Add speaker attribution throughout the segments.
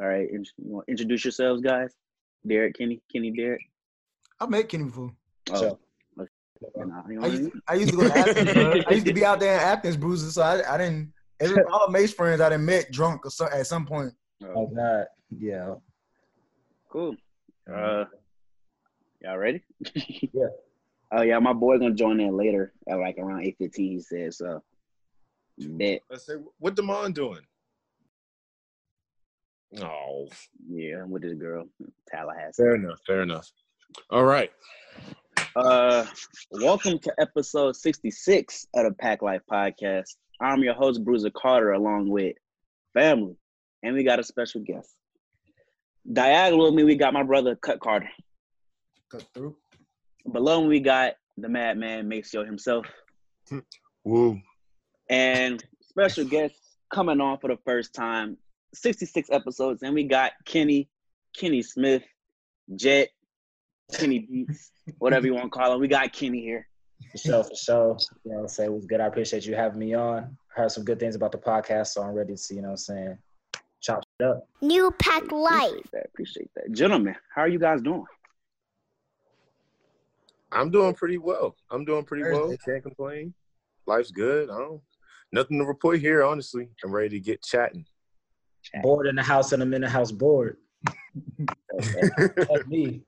Speaker 1: All right, int- you want to introduce yourselves, guys. Derek, Kenny, Kenny, Derek.
Speaker 2: I met Kenny before.
Speaker 1: Oh,
Speaker 3: So-
Speaker 1: okay. Nah, you know what
Speaker 2: I
Speaker 1: I
Speaker 2: used,
Speaker 1: mean?
Speaker 2: I used to go to Athens. bro. I used to be out there in Athens bruising, so I, I didn't. Every, all of Mace friends I didn't met drunk or so, at some point.
Speaker 3: Oh
Speaker 1: Oh,
Speaker 3: God, yeah.
Speaker 1: cool. Uh, y'all ready?
Speaker 3: Yeah.
Speaker 1: Oh yeah, my boy gonna join in later at like around eight fifteen. He said so. Bet.
Speaker 4: Let's say what Demond doing? Oh,
Speaker 1: Yeah, I'm with this girl, Tallahassee.
Speaker 4: fair enough. Fair enough. All right.
Speaker 1: Uh, welcome to episode 66 of the Pack Life Podcast. I'm your host, Bruiser Carter, along with family, and we got a special guest. Diagonal with me, we got my brother, Cut Carter.
Speaker 2: Cut through.
Speaker 1: Below me, we got the madman, Maceo himself,
Speaker 4: Woo.
Speaker 1: and special guest coming on for the first time, 66 episodes, and we got Kenny, Kenny Smith, Jet, Kenny Beats, whatever you want to call him. We got Kenny here.
Speaker 3: For sure, for sure. You know what I'm saying? It was good. I appreciate you having me on. I heard some good things about the podcast, so I'm ready to see, you know what I'm saying? Chop it up.
Speaker 5: New Pack Life.
Speaker 1: Appreciate that. Appreciate that. Gentlemen, how are you guys doing?
Speaker 4: I'm doing pretty well. I'm doing pretty well.
Speaker 2: Thursday.
Speaker 4: Can't complain. Life's good. I don't. Nothing to report here, honestly. I'm ready to get chatting.
Speaker 3: Bored in the house and I'm in the house bored. That's me.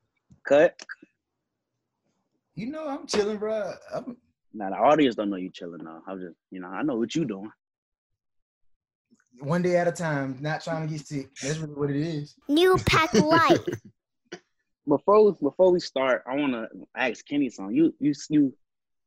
Speaker 1: Cut.
Speaker 2: You know, I'm chilling, bro. I'm,
Speaker 1: Now the audience don't know you chilling though. I'm just, you know, I know what you doing.
Speaker 2: one day at a time, not trying to get sick. That's really what it is.
Speaker 5: New Pack Life.
Speaker 1: Before before we start, I wanna ask Kenny something. You you you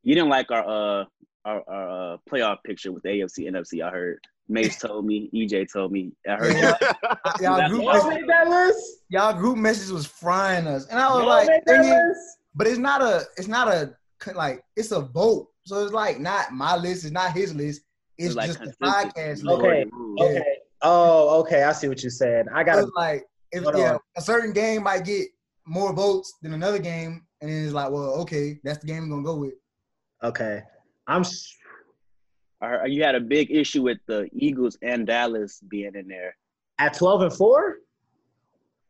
Speaker 1: you didn't like our uh our, our uh, playoff picture with the AFC NFC. I heard Mace told me, EJ told me. I heard.
Speaker 2: Yeah.
Speaker 1: that.
Speaker 2: Y'all group,
Speaker 3: Y'all
Speaker 2: message,
Speaker 3: made that list?
Speaker 2: y'all group message was frying us, and I was
Speaker 3: Y'all
Speaker 2: like,
Speaker 3: made that
Speaker 2: thing is-
Speaker 3: list?
Speaker 2: but it's not a, it's not a, like, it's a vote. So it's like not my list, it's not his list. It's,
Speaker 1: It's like
Speaker 2: just the
Speaker 1: consensus.
Speaker 2: podcast.
Speaker 1: You
Speaker 2: list.
Speaker 3: Okay.
Speaker 1: know the rules.
Speaker 2: Yeah.
Speaker 3: Okay. Oh, okay. I see what you're saying. I got
Speaker 2: So
Speaker 3: to
Speaker 2: it's like if
Speaker 3: Hold
Speaker 2: yeah,
Speaker 3: on.
Speaker 2: a certain game might get more votes than another game, and then it's like, well, okay, that's the game we're gonna go with.
Speaker 3: Okay. I'm s-
Speaker 1: I heard you had a big issue with the Eagles and Dallas being in there.
Speaker 3: at 12 and 4?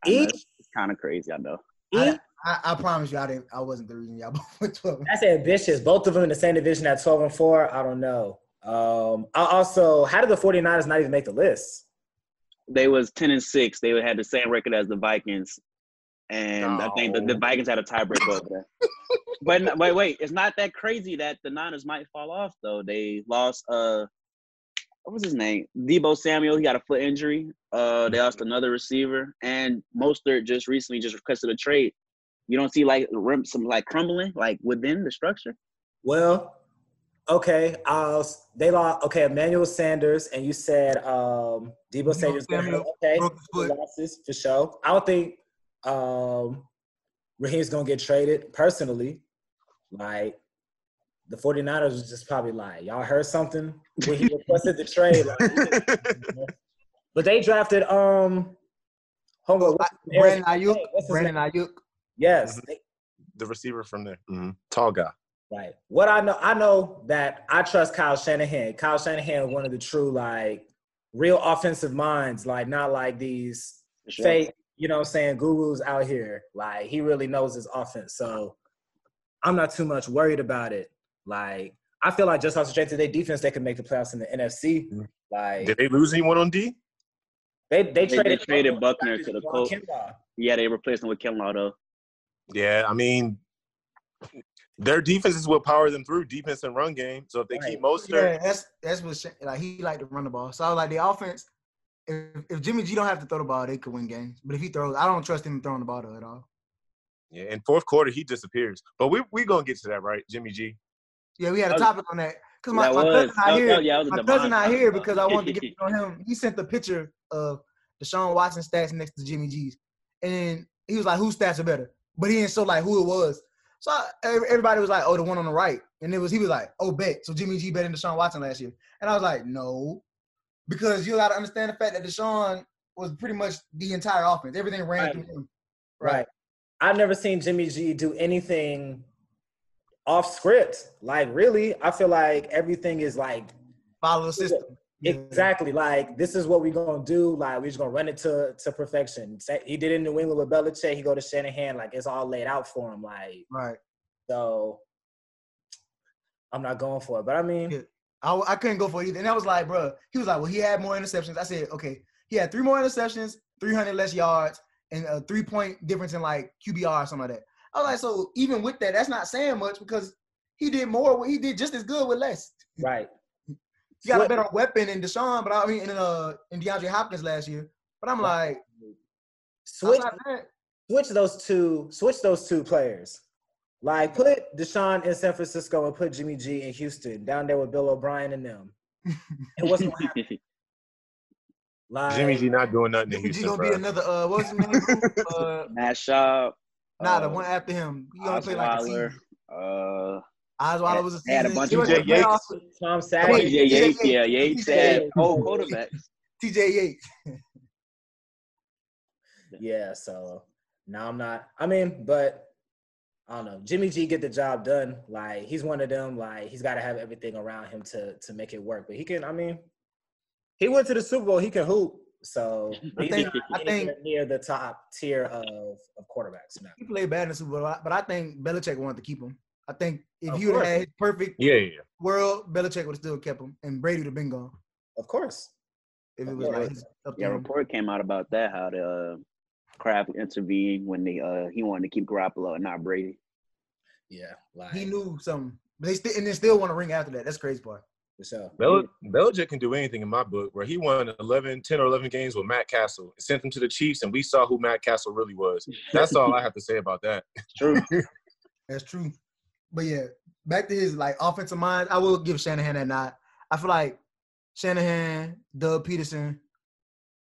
Speaker 1: I know,
Speaker 3: Each?
Speaker 1: It's, kind of crazy. I know.
Speaker 3: Each?
Speaker 2: I, I promise you, I didn't. I wasn't the reason y'all went twelve.
Speaker 3: That's ambitious. Both of them in the same division at 12 and 4. I don't know. Um, I also, how did the 49ers not even make the list?
Speaker 1: They was ten and six. They had the same record as the Vikings, and I think the, the
Speaker 4: No.
Speaker 1: Vikings had a tiebreaker over there. but no- wait, wait, it's not that crazy that the Niners might fall off though. They lost uh, what was his name? Debo Samuel. He got a foot injury. Uh, they lost another receiver, and Mostert just recently just requested a trade. You don't see like rim- some like crumbling like within the structure.
Speaker 3: Well, okay. Uh, they lost. Okay, Emmanuel Sanders, and you said um, Debo Sanders. got hurt.
Speaker 2: Samuel
Speaker 3: Okay,
Speaker 2: broke his foot.
Speaker 3: losses for sure. I don't think um, Raheem's gonna get traded personally. Like the 49ers was just probably like, y'all heard something when he requested the trade. like- but they drafted um, hold on, what's his name?
Speaker 2: Brandon Ayuk,
Speaker 3: What's his
Speaker 2: Brandon
Speaker 3: name?
Speaker 2: Ayuk.
Speaker 3: Yes, they-
Speaker 4: The receiver from there, Mhm. tall guy.
Speaker 3: Right. What I know, I know that I trust Kyle Shanahan. Kyle Shanahan, one of the true like real offensive minds, like not like these
Speaker 1: For sure.
Speaker 3: fake, you know, what I'm saying gurus out here. Like he really knows his offense, so I'm not too much worried about it. Like I feel like just off the strength of their defense, they could make the playoffs in the NFC.
Speaker 4: Mhm. Did
Speaker 3: Like
Speaker 4: they lose anyone on D?
Speaker 3: they they,
Speaker 1: Mm-hmm. they
Speaker 3: traded
Speaker 1: traded Buckner to the Colts.
Speaker 3: Kinlaw.
Speaker 1: Yeah, they replaced him with Kinlaw though.
Speaker 4: Yeah, I mean, their defense is what power them through defense and run game. So if they keep Mostert,
Speaker 2: Yeah, that's that's what Sha- like he liked to run the ball. So I was like, the offense. If, if Jimmy G don't have to throw the ball, they could win games. But if he throws, I don't trust him throwing the ball though at all.
Speaker 4: yeah, in fourth quarter he disappears. But we we gonna get to that, right, Jimmy G?
Speaker 2: Yeah, we had a
Speaker 1: That was-
Speaker 2: topic on that because my,
Speaker 1: Oh, That
Speaker 2: my
Speaker 1: was-
Speaker 2: cousin out
Speaker 1: that-
Speaker 2: here.
Speaker 1: that- yeah, that was a
Speaker 2: my cousin
Speaker 1: Devon
Speaker 2: out here
Speaker 1: topic.
Speaker 2: because I wanted to get on him. He sent the picture of Deshaun Watson stats next to Jimmy G's, and he was like, "Whose stats are better?" But he didn't show like who it was. So I, ev- everybody was like, "Oh, the one on the right," and it was he was like, "Oh, bet." So Jimmy G better than Deshaun Watson last year, and I was like, "No," because you got to understand the fact that Deshaun was pretty much the entire offense. Everything ran
Speaker 3: Right.
Speaker 2: through him.
Speaker 3: Right. I've never seen Jimmy G do anything off script. Like really, I feel like everything is like
Speaker 2: Follow the system. Yeah.
Speaker 3: Exactly. Like this is what we're gonna do. Like we're just gonna run it to to perfection. Sa- He did it in New England with Belichick. He go to Shanahan. Like it's all laid out for him. Like
Speaker 2: Right.
Speaker 3: so, I'm not going for it. But I mean,
Speaker 2: Yeah. I, I couldn't go for it either. And I was like, bro, he was like, well, he had more interceptions. I said, okay, he had three more interceptions, 300 less yards, and a three point difference in like QBR or something like that. I was like, so even with that, that's not saying much because he did more. He did just as good with less.
Speaker 3: right.
Speaker 2: You got a better weapon in Deshaun, but I mean, in uh, in DeAndre Hopkins last year. But I'm like,
Speaker 3: Switch
Speaker 2: outside of that,
Speaker 3: switch those two switch those two players. Like put Deshaun in San Francisco and put Jimmy G in Houston down there with Bill O'Brien and them. And what's gonna happen? Like,
Speaker 4: Jimmy G not doing nothing in
Speaker 2: Jimmy G
Speaker 4: Houston,
Speaker 2: gonna be
Speaker 4: bro.
Speaker 2: another. Uh, what was his name? uh,
Speaker 1: Matt Schaub.
Speaker 2: nah, the
Speaker 1: uh,
Speaker 2: one after him. He gonna play like a
Speaker 1: Osweiler.
Speaker 2: season.
Speaker 1: Uh,
Speaker 2: Osweiler was a season.
Speaker 1: They had a bunch
Speaker 2: He
Speaker 1: of
Speaker 2: went to
Speaker 4: Jay Yates.
Speaker 2: playoffs with Come on,
Speaker 3: Tom
Speaker 1: TJ
Speaker 3: Savage.
Speaker 2: Jay
Speaker 1: Yates.
Speaker 2: Yates.
Speaker 1: uh, Yeah, oh, Yates had old quarterbacks.
Speaker 2: TJ Yates.
Speaker 3: Yeah, so now I'm not. I mean, but I don't know. Jimmy G get the job done. Like he's one of them. Like he's got to have everything around him to to make it work. But he can. I mean, he went to the Super Bowl. He can hoop. So
Speaker 2: I
Speaker 3: he's
Speaker 2: think-
Speaker 3: not
Speaker 2: I think-
Speaker 3: anywhere near the top tier of, of quarterbacks now.
Speaker 2: He played bad in the Super Bowl, but I think Belichick wanted to keep him. I think if
Speaker 3: Of
Speaker 2: you would have
Speaker 3: course.
Speaker 2: had his perfect
Speaker 4: Yeah, yeah.
Speaker 2: world, Belichick would have still kept him, and Brady would have been gone
Speaker 3: Of course.
Speaker 2: if it
Speaker 3: Of
Speaker 2: was like
Speaker 3: course.
Speaker 2: his up
Speaker 1: Yeah, a
Speaker 2: there.
Speaker 1: report came out about that how the uh, Kraft intervened when they uh he wanted to keep Garoppolo and not Brady.
Speaker 3: Yeah. Like
Speaker 2: He knew something, but they still and they still want to ring after that. That's the crazy part.
Speaker 3: for sure.
Speaker 4: Bel- Belichick can do anything in my book, where he won 11, 10 or 11 games with Matt Castle and sent him to the Chiefs, and we saw who Matt Castle really was. That's all I have to say about that.
Speaker 1: True.
Speaker 2: That's true. But yeah, back to his like offensive mind, I will give Shanahan that nod. I feel like Shanahan, Doug Peterson,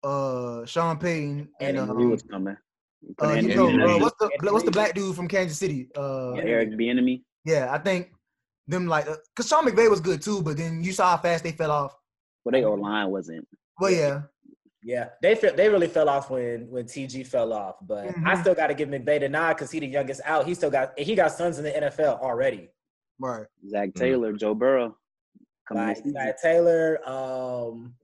Speaker 2: uh, Sean Payton, and
Speaker 3: Andy
Speaker 2: uh,
Speaker 1: he was coming. He put
Speaker 2: uh,
Speaker 1: Andy
Speaker 2: you know,
Speaker 1: Reid in
Speaker 2: uh,
Speaker 1: there.
Speaker 2: what's the what's the black dude from Kansas City? Uh,
Speaker 1: Uh, Eric Bieniemy.
Speaker 2: Yeah, I think them like because Sean McVay was good too, but then you saw how fast they fell off.
Speaker 1: Well,
Speaker 2: Uh-huh.
Speaker 1: they O line wasn't.
Speaker 2: Well, yeah,
Speaker 3: Yeah, they fe- they really fell off when when TG fell off, but I
Speaker 2: Mhm.
Speaker 3: still got to give McVay the nod because he the youngest out. He still got he got sons in the NFL already.
Speaker 2: right.
Speaker 1: Zach Taylor, Joe Burrow. Coming
Speaker 3: Like
Speaker 1: this season.
Speaker 3: Ty Taylor, um,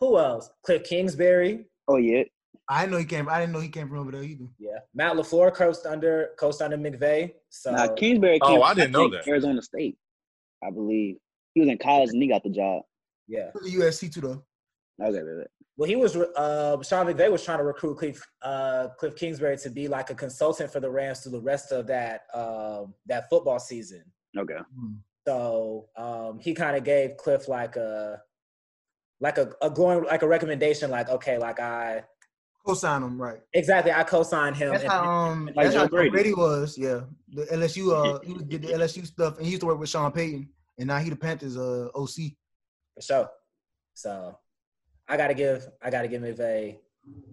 Speaker 3: who else? Cliff Kingsbury.
Speaker 1: Oh yeah.
Speaker 2: I didn't know he came. I didn't know he came from over there either.
Speaker 3: Yeah, Matt Lafleur coached under coached under McVay. So
Speaker 1: Now Kingsbury
Speaker 4: Oh,
Speaker 1: came
Speaker 4: I didn't know
Speaker 1: think,
Speaker 4: that.
Speaker 1: Arizona State, I believe. He was in college and he got the job.
Speaker 3: yeah,
Speaker 2: He was at USC too though.
Speaker 1: Okay, baby.
Speaker 3: well, he was re- uh, Sean McVay was trying to recruit Cliff uh, Cliff Kingsbury to be like a consultant for the Rams through the rest of that um, that football season.
Speaker 1: Okay.
Speaker 2: Mm.
Speaker 3: So um, he kind of gave Cliff like a like a, a glowing like a recommendation, like okay, like I
Speaker 2: Co-sign him, right?
Speaker 3: exactly I co-signed him.
Speaker 2: That's
Speaker 3: and-
Speaker 2: how um
Speaker 3: Like
Speaker 2: that's
Speaker 1: Joe
Speaker 2: how
Speaker 1: Brady.
Speaker 2: Brady. was. Yeah, the LSU uh he was- did the LSU stuff and he used to work with Sean Payton and now he the Panthers uh OC.
Speaker 3: for sure. So I gotta give I gotta give McVay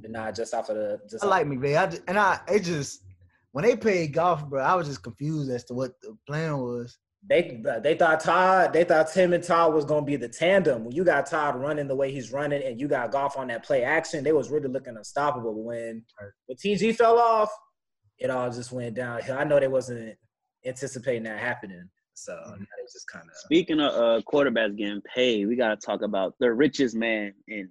Speaker 3: the nod just off of the just
Speaker 2: I
Speaker 3: off-
Speaker 2: like McVay. I just, and I it just when they played golf, bro, I was just confused as to what the plan was.
Speaker 3: they they thought Todd they thought Tim and Todd was gonna be the tandem. When you got Todd running the way he's running and you got golf on that play action, they was really looking unstoppable. But when
Speaker 2: Right.
Speaker 3: when TG fell off, it all just went downhill. I know they wasn't anticipating that happening. So now they just kind of
Speaker 1: Speaking of uh, quarterbacks getting paid, we gotta talk about the richest man in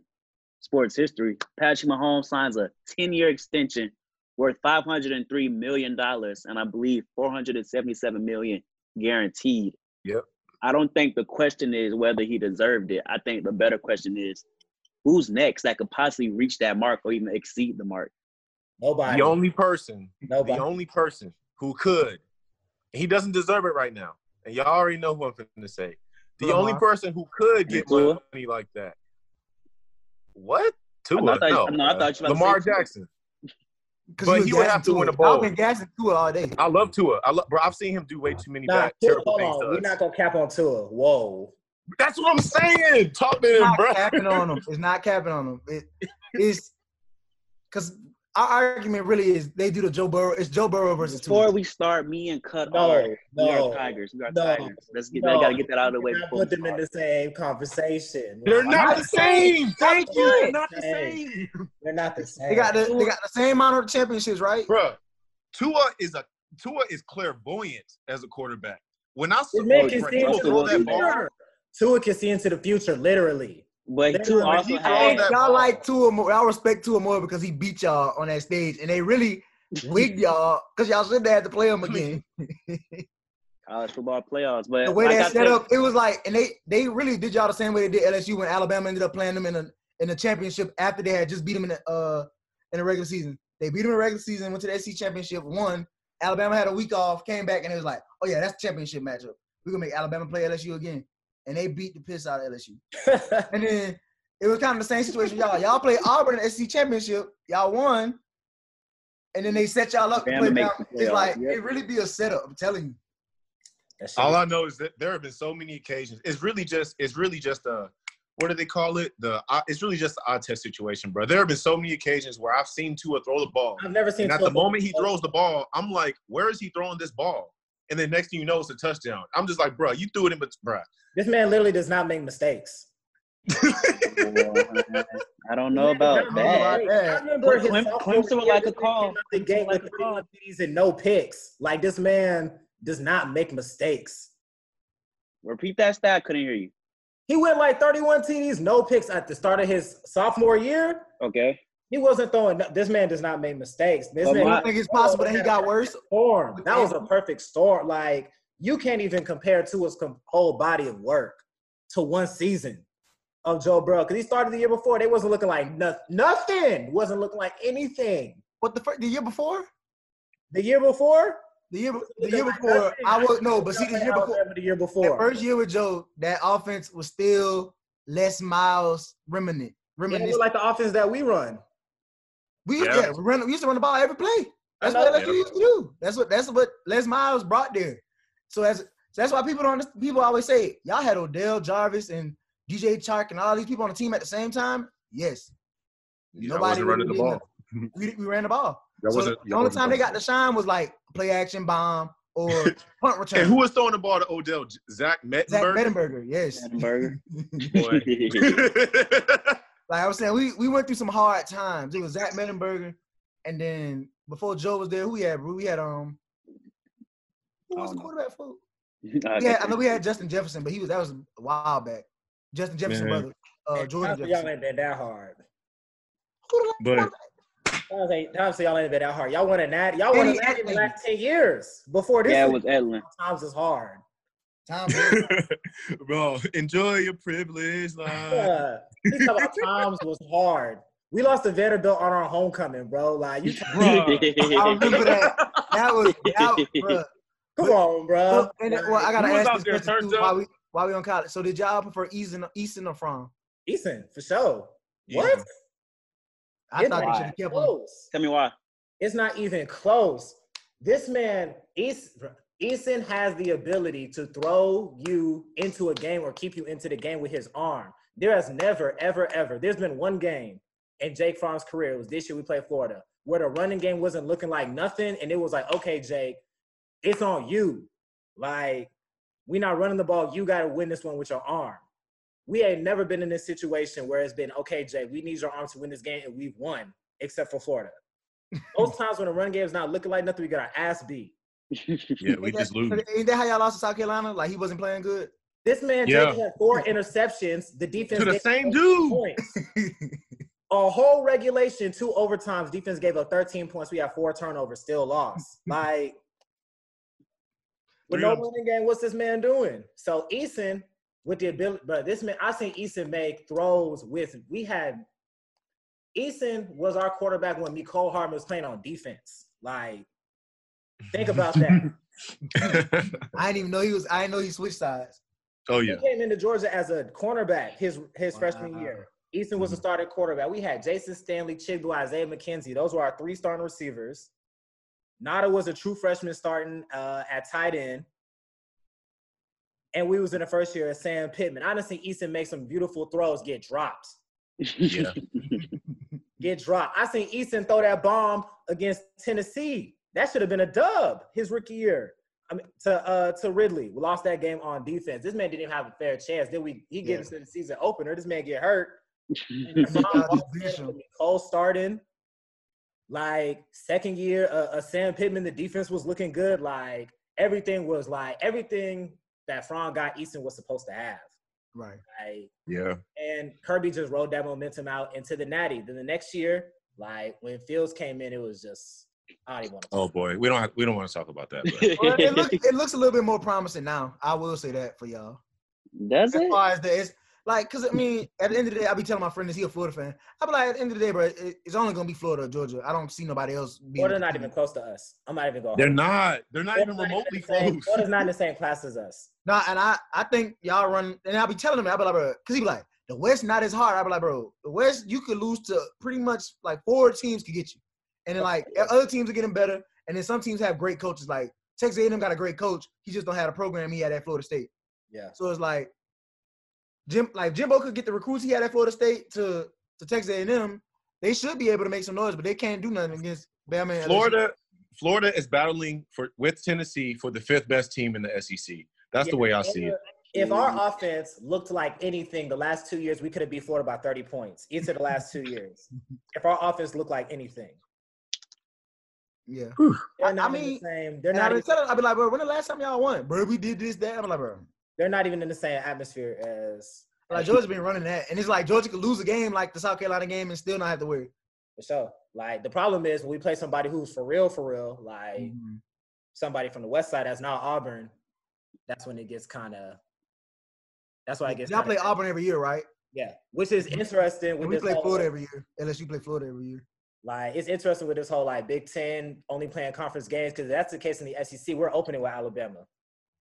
Speaker 1: sports history. Patrick Mahomes signs a 10-year extension worth 503 million dollars, and I believe 477 million guaranteed.
Speaker 4: Yep.
Speaker 1: I don't think the question is whether he deserved it. I think the better question is who's next that could possibly reach that mark or even exceed the mark.
Speaker 3: nobody
Speaker 4: The only person,
Speaker 3: nobody
Speaker 4: the only person who could, he doesn't deserve it right now, and y'all already know who I'm finna say. The
Speaker 2: Lamar.
Speaker 4: only person who could get
Speaker 1: Tua.
Speaker 4: money like that. What? Tua?
Speaker 1: I thought you-
Speaker 4: no.
Speaker 1: no, I thought you were about to
Speaker 4: Lamar
Speaker 1: say Tua.
Speaker 4: Jackson.
Speaker 2: 'Cause
Speaker 4: But
Speaker 2: was
Speaker 4: he would
Speaker 2: gassing
Speaker 4: have to
Speaker 2: Tua.
Speaker 4: win a
Speaker 2: I've
Speaker 4: bowl.
Speaker 2: been gassing Tua all day.
Speaker 4: I love Tua. I love, bro. I've seen him do way too many
Speaker 3: Nah,
Speaker 4: bad,
Speaker 3: Tua,
Speaker 4: terrible
Speaker 3: hold
Speaker 4: things.
Speaker 3: on.
Speaker 4: to
Speaker 3: We're
Speaker 4: us.
Speaker 3: not gonna cap on Tua. Whoa.
Speaker 4: That's what I'm saying. Talk to
Speaker 2: It's
Speaker 4: him,
Speaker 2: not
Speaker 4: bro.
Speaker 2: capping on them. It's not capping on them. It, it's because our argument really is they do the Joe Burrow. It's Joe Burrow versus
Speaker 1: Before
Speaker 2: two.
Speaker 1: we start, me and Cut are
Speaker 3: No,
Speaker 1: Oh, we are
Speaker 3: no.
Speaker 1: Tigers. We are
Speaker 3: No.
Speaker 1: Tigers. Let's get. I
Speaker 3: No.
Speaker 1: gotta get that out of the way.
Speaker 3: Not
Speaker 1: before we
Speaker 3: put them in
Speaker 1: start.
Speaker 3: the same conversation.
Speaker 4: They're
Speaker 3: Like,
Speaker 4: not the same. Thank you. They're not the
Speaker 3: Hey.
Speaker 4: same.
Speaker 3: They're not the same.
Speaker 2: They got the they got the same amount of championships, right?
Speaker 4: Bruh, Tua is a Tua is clairvoyant as a quarterback. When I saw
Speaker 3: This man
Speaker 1: Oh,
Speaker 3: can
Speaker 1: right.
Speaker 3: see into
Speaker 1: Russell
Speaker 4: throw
Speaker 1: won't
Speaker 4: that
Speaker 3: the
Speaker 1: do that.
Speaker 4: ball,
Speaker 3: future. Tua can see into the future, literally.
Speaker 1: But two
Speaker 4: Damn,
Speaker 1: also
Speaker 4: he
Speaker 1: had
Speaker 4: called that-
Speaker 2: y'all like Tua more. Y'all respect Tua more because he beat y'all on that stage, and they really wigged y'all because y'all shouldn't have had to play him again.
Speaker 1: college football playoffs. But
Speaker 2: The way
Speaker 1: like I
Speaker 2: that set
Speaker 1: said-
Speaker 2: up, it was like, and they they really did y'all the same way they did LSU when Alabama ended up playing them in a in the championship after they had just beat them in the uh in the regular season. They beat them in the regular season, went to the SC championship, won. Alabama had a week off, came back, and it was like, oh yeah, that's the championship matchup. We're gonna make Alabama play LSU again, and they beat the piss out of LSU. And then it was kind of the same situation, y'all. Y'all played Auburn in the SC championship, y'all won, and then they set y'all up to
Speaker 1: Alabama
Speaker 2: play
Speaker 1: makes
Speaker 2: down.
Speaker 1: the
Speaker 2: It's
Speaker 1: playoffs,
Speaker 2: like
Speaker 1: yep.
Speaker 2: it really be a setup. I'm telling you.
Speaker 3: That shit
Speaker 4: All
Speaker 3: was-
Speaker 4: I know is that there have been so many occasions. It's really just it's really just a what do they call it? The eye- it's really just the eye test situation, bro. There have been so many occasions where I've seen Tua throw the ball,
Speaker 3: I've never seen.
Speaker 4: and at
Speaker 3: Tua
Speaker 4: the moment he
Speaker 3: throw-
Speaker 4: throws the ball, I'm like, where is he throwing this ball? And then next thing you know, it's a touchdown. I'm just like, bro, you threw it in, but bro,
Speaker 3: This man literally does not make mistakes.
Speaker 1: Well, I don't know
Speaker 3: This man
Speaker 1: about
Speaker 3: does not
Speaker 1: that.
Speaker 2: that.
Speaker 3: make mistakes. I remember his
Speaker 1: Clem-
Speaker 3: sophomore
Speaker 1: Clemson would
Speaker 3: year,
Speaker 1: like a
Speaker 3: this man
Speaker 1: call.
Speaker 3: came out The
Speaker 1: Clemson would
Speaker 3: game with
Speaker 1: like a
Speaker 3: three
Speaker 1: call.
Speaker 3: TDs and no picks. Like this man does not make mistakes.
Speaker 1: Repeat that stat. I couldn't hear you.
Speaker 3: He went like 31 TDs, no picks at the start of his sophomore year.
Speaker 1: Okay.
Speaker 3: He wasn't throwing. no- This man does not make mistakes. This
Speaker 1: But
Speaker 3: man
Speaker 1: my-
Speaker 2: I think it's possible that he got worse.
Speaker 3: storm. That was a perfect storm. Like you can't even compare to his com- whole body of work to one season of Joe Burrow because he started the year before. They wasn't looking like nothing. Nothing wasn't looking like anything.
Speaker 2: What the fir- the year before?
Speaker 3: The year before,
Speaker 2: The year the year before, I was no, but see the year before,
Speaker 3: the year
Speaker 2: that
Speaker 3: before,
Speaker 2: first year with Joe, that offense was still less miles remnant,
Speaker 3: It didn't
Speaker 2: reminiscent.
Speaker 3: look like the offense that we run.
Speaker 2: we used,
Speaker 4: Yeah.
Speaker 2: yeah, we run, we used to run the ball every play.
Speaker 3: I
Speaker 2: That's
Speaker 3: know
Speaker 2: what
Speaker 4: that.
Speaker 2: LSU used to do. That's what that's what Les Miles brought there. So that's so that's why people don't. underst- People always say y'all had Odell Jarvis and DJ Chark and all these people on the team at the same time. Yes,
Speaker 4: I wasn't
Speaker 2: really
Speaker 4: running the
Speaker 2: did
Speaker 4: ball.
Speaker 2: nothing. we, we ran the ball.
Speaker 4: That
Speaker 2: So
Speaker 4: wasn't
Speaker 2: the only time they got to shine was like play action bomb or punt return.
Speaker 4: And who was throwing the ball to Odell? J- Zach
Speaker 2: Zach
Speaker 4: Mettenberg.
Speaker 2: Mettenberger, yes.
Speaker 1: Mettenberger.
Speaker 4: Boy.
Speaker 2: like I was saying, we, we went through some hard times. It was Zach Mettenberger, and then before Joe was there, who we had? Bro? We had um, who
Speaker 1: I
Speaker 2: was
Speaker 1: don't
Speaker 2: the
Speaker 4: Oh,
Speaker 1: know.
Speaker 2: quarterback for?
Speaker 1: Okay.
Speaker 2: Yeah, I know we had Justin Jefferson, but he was that was a while back. Justin Jefferson,
Speaker 4: Man.
Speaker 2: brother, uh,
Speaker 3: And
Speaker 2: Jordan
Speaker 3: honestly, y'all
Speaker 2: Jefferson.
Speaker 3: ain't been that hard.
Speaker 2: Who the
Speaker 4: but
Speaker 3: Honestly, honestly, y'all ain't been that hard. Y'all won a nat. Y'all won a
Speaker 2: Eddie
Speaker 3: nat in the
Speaker 2: Etling.
Speaker 3: last ten years before this.
Speaker 1: Yeah, it
Speaker 3: one.
Speaker 1: was Edlin.
Speaker 3: Sometimes it's hard.
Speaker 2: Tom Brady.
Speaker 4: bro, enjoy your privilege. Like,
Speaker 3: Yeah. These couple of times was hard. We lost to Vanderbilt on our homecoming, bro. Like you, come
Speaker 4: bro,
Speaker 2: I remember that. That was that, bro.
Speaker 3: on, bro.
Speaker 2: Well, and, well, I gotta
Speaker 4: You was out
Speaker 2: ask
Speaker 4: there
Speaker 2: this question
Speaker 4: turned
Speaker 2: too, while
Speaker 4: up.
Speaker 2: we while we on college. So did y'all prefer Easton, Easton or Fromm?
Speaker 3: Eason, for sure.
Speaker 4: Yeah.
Speaker 3: What?
Speaker 2: I
Speaker 3: It's
Speaker 2: thought they
Speaker 3: not
Speaker 2: should have kept him.
Speaker 3: close.
Speaker 1: Tell me why.
Speaker 3: It's not even close. This man, East, Eason has the ability to throw you into a game or keep you into the game with his arm. There has never, ever, ever, there's been one game in Jake Fromm's career. It was this year we played Florida, where the running game wasn't looking like nothing. And it was like, okay, Jake, it's on you. Like, we not running the ball. You got to win this one with your arm. We ain't never been in this situation where it's been, okay, Jake, we need your arm to win this game, and we've won, except for Florida. Most times when the run game's not looking like nothing, we get our ass beat.
Speaker 4: yeah, we
Speaker 2: Ain't
Speaker 4: just
Speaker 2: that-
Speaker 4: lose.
Speaker 2: Ain't that how y'all lost to South Carolina? Like he wasn't playing good.
Speaker 3: This man
Speaker 4: Yeah.
Speaker 3: Jake, had four interceptions. The defense
Speaker 4: To the
Speaker 3: gave
Speaker 4: same
Speaker 3: up
Speaker 4: dude.
Speaker 3: Points. A whole regulation, two overtimes. Defense gave up 13 points. We had four turnovers, still lost. Like, with no
Speaker 4: Three-
Speaker 3: running game, what's this man doing? So Eason with the ability, but this man, I seen Eason make throws with. We had Eason was our quarterback when Nicole Hardman was playing on defense. Like, think about that.
Speaker 2: I didn't even know he was. I didn't know he switched sides.
Speaker 4: oh yeah,
Speaker 3: He came into Georgia as a cornerback his his freshman
Speaker 2: Wow.
Speaker 3: year. Easton was a starting quarterback. We had Jason Stanley, Chigbu, Isaiah McKenzie. Those were our three starting receivers. Nada was a true freshman starting uh, at tight end. And we was in the first year at Sam Pittman. Honestly, Easton make some beautiful throws, get dropped.
Speaker 4: yeah.
Speaker 3: Get dropped. I seen Easton throw that bomb against Tennessee. That should have been a dub his rookie year. I mean, to uh, to Ridley, we lost that game on defense. This man didn't even have a fair chance. Then we he gets to the season opener. This man get hurt.
Speaker 2: Y'all just benched him.
Speaker 3: Cole starting, like second year, uh, uh, Sam Pittman. The defense was looking good. Like everything was like everything that Fron got, Easton was supposed to have.
Speaker 2: Right.
Speaker 3: Like,
Speaker 4: Yeah.
Speaker 3: and Kirby just rolled that momentum out into the Natty. Then the next year, like when Fields came in, it was just I don't even want to.
Speaker 4: Oh boy, we don't have, we don't want to talk about that. But.
Speaker 2: Well, it, look, it looks a little bit more promising now. I will say that for y'all.
Speaker 1: Does
Speaker 2: As
Speaker 1: it?
Speaker 2: far as the it's like, cause I mean, at the end of the day, I'll be telling my friend this. He a Florida fan. I'll be like, at the end of the day, bro, it, it's only gonna be Florida or Georgia. I don't see nobody else. Being
Speaker 3: Florida's not even close to us. I'm not even going.
Speaker 4: They're not. They're not even
Speaker 3: Florida's not
Speaker 4: remotely
Speaker 3: in the same-
Speaker 4: close.
Speaker 3: Florida's not in the same class as us.
Speaker 2: No, and I, I think y'all run, and I'll be telling him, I'll be like, bro, cause he be like, the West not as hard. I'll be like, bro, the West you could lose to pretty much like four teams could get you, and then like other teams are getting better, and then some teams have great coaches. Like Texas A&M got a great coach, he just don't have a program he had at Florida State.
Speaker 3: Yeah.
Speaker 2: So it's like, Jim, like Jimbo could get the recruits he had at Florida State to to Texas A&M. They should be able to make some noise, but they can't do nothing against Bama. and LSU.
Speaker 4: Florida, Florida is battling for with Tennessee for the fifth best team in the SEC. That's the
Speaker 3: Yeah,
Speaker 4: way I
Speaker 3: if-
Speaker 4: see it.
Speaker 3: If our offense looked like anything the last two years, we could have beat Florida by 30 points each of the last two years. If our offense looked like anything,
Speaker 2: Yeah. I- I
Speaker 3: they're not in
Speaker 2: mean,
Speaker 3: the same. They're
Speaker 2: And I've
Speaker 3: not.
Speaker 2: been
Speaker 3: Even,
Speaker 2: telling, I've been like, bro, when the last time y'all won? Bro, we did this, that. I'm like, bro.
Speaker 3: e, they're not even in the same atmosphere as.
Speaker 2: Like Georgia been running that, and it's like Georgia could lose a game like the South Carolina game and still not have to worry.
Speaker 3: So, like, the problem is when we play somebody who's for real, for real, like somebody from the west side that's not Auburn, that's when it gets kind of. That's why it gets.
Speaker 2: Y'all
Speaker 3: kinda-
Speaker 2: play Auburn every year, right?
Speaker 3: Yeah, which is interesting. With
Speaker 2: And we
Speaker 3: this
Speaker 2: play
Speaker 3: whole-
Speaker 2: Florida every year. LSU play Florida every year.
Speaker 3: Like it's interesting with this whole like Big Ten only playing conference games because that's the case in the SEC. We're opening with Alabama.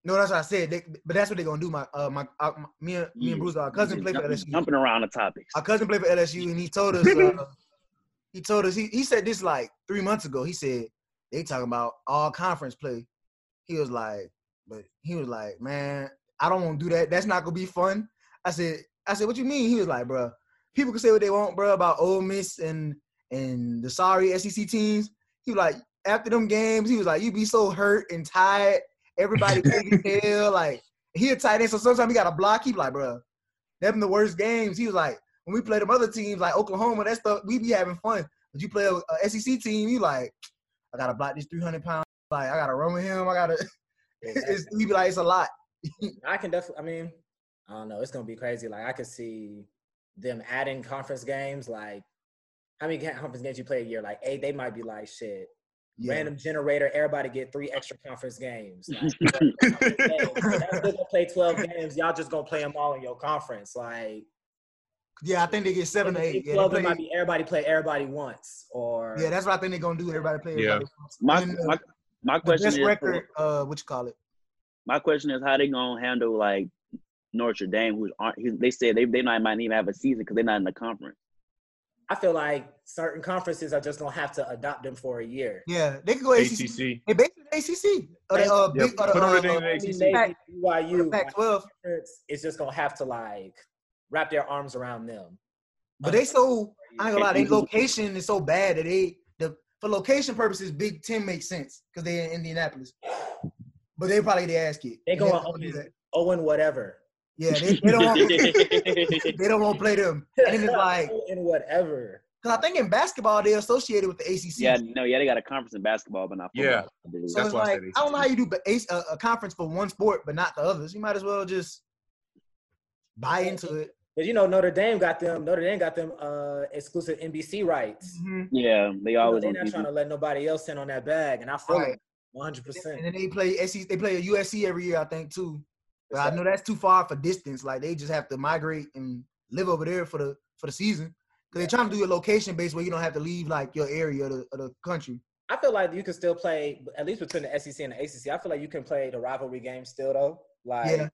Speaker 2: No, that's what I said. They, but that's what they're gonna do. My, uh, my, uh, my me and me
Speaker 1: Yeah.
Speaker 2: and Bruce, our cousin played for
Speaker 1: Jumping-
Speaker 2: LSU.
Speaker 1: Jumping around the topics.
Speaker 2: Our cousin played for LSU, and he told us. Uh, he told us he, he said this like three months ago. He said they talking about all conference play. He was like, but he was like, man, I don't want to do that. That's not gonna be fun. I said, I said, what you mean? He was like, bruh, people can say what they want, bruh, about Ole Miss and and the sorry SEC teams. He was like, after them games, he was like, you be so hurt and tired. Everybody big as hell. Like he a tight end, so sometimes he got a block. He be like, bruh, them the worst games. He was like, when we play them other teams like Oklahoma, that stuff, we be having fun. But you play a, a SEC team, you like, I gotta block this 300 pound. Like I gotta run with him. I gotta. It's, we be like, it's a lot.
Speaker 3: I can definitely. I mean, I don't know. It's gonna be crazy. Like I could see them adding conference games. Like how many ca- conference games you play a year? Like eight. They might be like shit.
Speaker 2: Yeah.
Speaker 3: Random generator. Everybody get three extra conference games. Like, that's still gonna play twelve games. Y'all just gonna play them all in your conference. Like
Speaker 2: Yeah, I think they get seven to eight. Yeah, they
Speaker 3: twelve. it
Speaker 2: play-
Speaker 3: might be everybody play everybody once. Or
Speaker 2: yeah, that's what I think they're gonna do. Everybody play.
Speaker 4: Yeah.
Speaker 2: Everybody.
Speaker 1: My
Speaker 2: And, uh,
Speaker 1: my, my
Speaker 2: The
Speaker 1: question
Speaker 2: best
Speaker 1: is
Speaker 2: record. Uh, what you call it?
Speaker 1: my question is how they gonna handle like Notre Dame, who's aren't who- they said they they not might even have a season because they're not in the conference.
Speaker 3: I feel like certain conferences are just gonna have to adopt them for a year.
Speaker 2: Yeah, they could go ACC.
Speaker 4: ACC.
Speaker 2: They basically ACC. Or the, uh,
Speaker 4: Yeah,
Speaker 2: big, or
Speaker 4: put
Speaker 2: the,
Speaker 4: Notre
Speaker 2: uh,
Speaker 4: Dame in
Speaker 3: Maybe
Speaker 4: the ACC.
Speaker 3: BYU like,
Speaker 2: Pac-12.
Speaker 3: conference is just gonna have to like wrap their arms around them.
Speaker 2: But they so I ain't gonna lie, their location is so bad that they the for location purposes, Big Ten makes sense because they're in Indianapolis. But they probably get their ass kicked.
Speaker 3: They
Speaker 2: And
Speaker 3: going
Speaker 2: don't
Speaker 3: home
Speaker 2: wanna do
Speaker 3: Oh, and-
Speaker 2: that.
Speaker 3: Owen whatever.
Speaker 2: Yeah, they, they don't want they don't want to play them. And it's like
Speaker 3: Oh, and whatever.
Speaker 2: because I think in basketball they're associated with the ACC.
Speaker 1: Yeah, no, yeah, they got a conference in basketball, but not football.
Speaker 4: Yeah.
Speaker 1: I believe.
Speaker 2: so
Speaker 4: That's
Speaker 2: it's
Speaker 4: why I
Speaker 2: like
Speaker 4: said
Speaker 2: I don't know how you do ba- ace- a, a conference for one sport but not the others. You might as well just buy into it.
Speaker 3: But you know Notre Dame got them. Notre Dame got them uh, exclusive NBC rights.
Speaker 2: Mm-hmm.
Speaker 1: yeah, they
Speaker 3: You know,
Speaker 1: always
Speaker 3: they're
Speaker 1: on
Speaker 3: not trying
Speaker 1: TV.
Speaker 3: to let nobody else in on that bag, and I feel
Speaker 2: Right.
Speaker 3: it 100.
Speaker 2: And
Speaker 3: percent
Speaker 2: then they play SEC, they play a USC every year, I think too. But I know that's too far for distance. Like they just have to migrate and live over there for the for the season. Cause they're trying to do a location base where you don't have to leave like your area of the, of the country.
Speaker 3: I feel like you can still play at least between the SEC and the ACC. I feel like you can play the rivalry game still though. Like
Speaker 2: Yeah.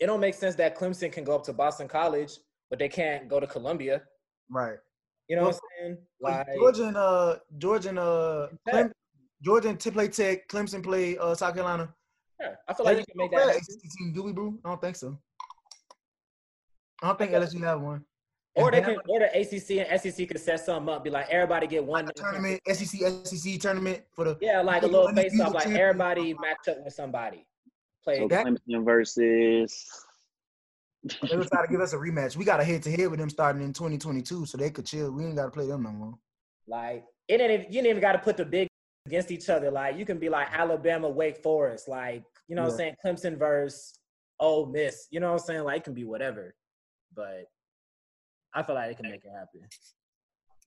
Speaker 3: it don't make sense that Clemson can go up to Boston College, but they can't go to Columbia.
Speaker 2: Right.
Speaker 3: You know
Speaker 2: Well,
Speaker 3: what I'm saying?
Speaker 2: Like,
Speaker 3: Like
Speaker 2: Georgia and uh Georgia and uh
Speaker 3: Tech.
Speaker 2: Clem- Georgia and Tip play Tech, Clemson play uh South Carolina.
Speaker 3: yeah, I feel like you can make that.
Speaker 2: Play a
Speaker 3: happen.
Speaker 2: ACC team, do we, bro? I don't think so. I don't think LSU have one.
Speaker 3: Or they
Speaker 2: And
Speaker 3: can, or the ACC and SEC could set something up, be like everybody get one
Speaker 2: tournament, E SEC, SEC tournament for the
Speaker 3: Yeah, like a
Speaker 2: They
Speaker 3: little
Speaker 2: can undefeated
Speaker 3: face off, like
Speaker 2: champion.
Speaker 3: everybody match up with somebody. Play
Speaker 1: So
Speaker 2: that-
Speaker 1: Clemson versus
Speaker 2: They were trying to give us a rematch. We got a head to head with them starting in 2022, so they could chill. We ain't got to play them no more.
Speaker 3: like it ain't. even- You ain't even got to put the big against each other. Like you can be like Alabama, Wake Forest, like you know what I'm saying, Clemson versus oh miss. You know what I'm saying? Like it can be whatever. But I feel like they can make it happen.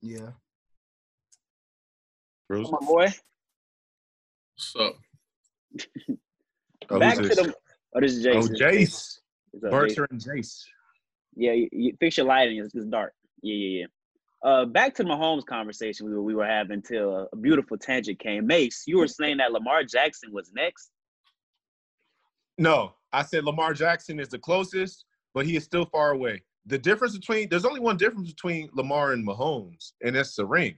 Speaker 2: Yeah.
Speaker 4: Bruce.
Speaker 1: Come on, boy.
Speaker 6: So
Speaker 4: Oh,
Speaker 1: Back to
Speaker 4: who's this?
Speaker 1: the. Oh, this is
Speaker 4: Oh,
Speaker 1: Jason.
Speaker 4: Jace.
Speaker 1: What's up, Jason?
Speaker 4: Bertrand Jace.
Speaker 1: Yeah, you, you fix your lighting. It's, it's dark. Yeah, yeah, yeah. Uh, back to the Mahomes conversation we were, we were having till a, a beautiful tangent came. Mace, you were saying that Lamar Jackson was next.
Speaker 4: No, I said Lamar Jackson is the closest, but he is still far away. The difference between there's only one difference between Lamar and Mahomes, and that's the ring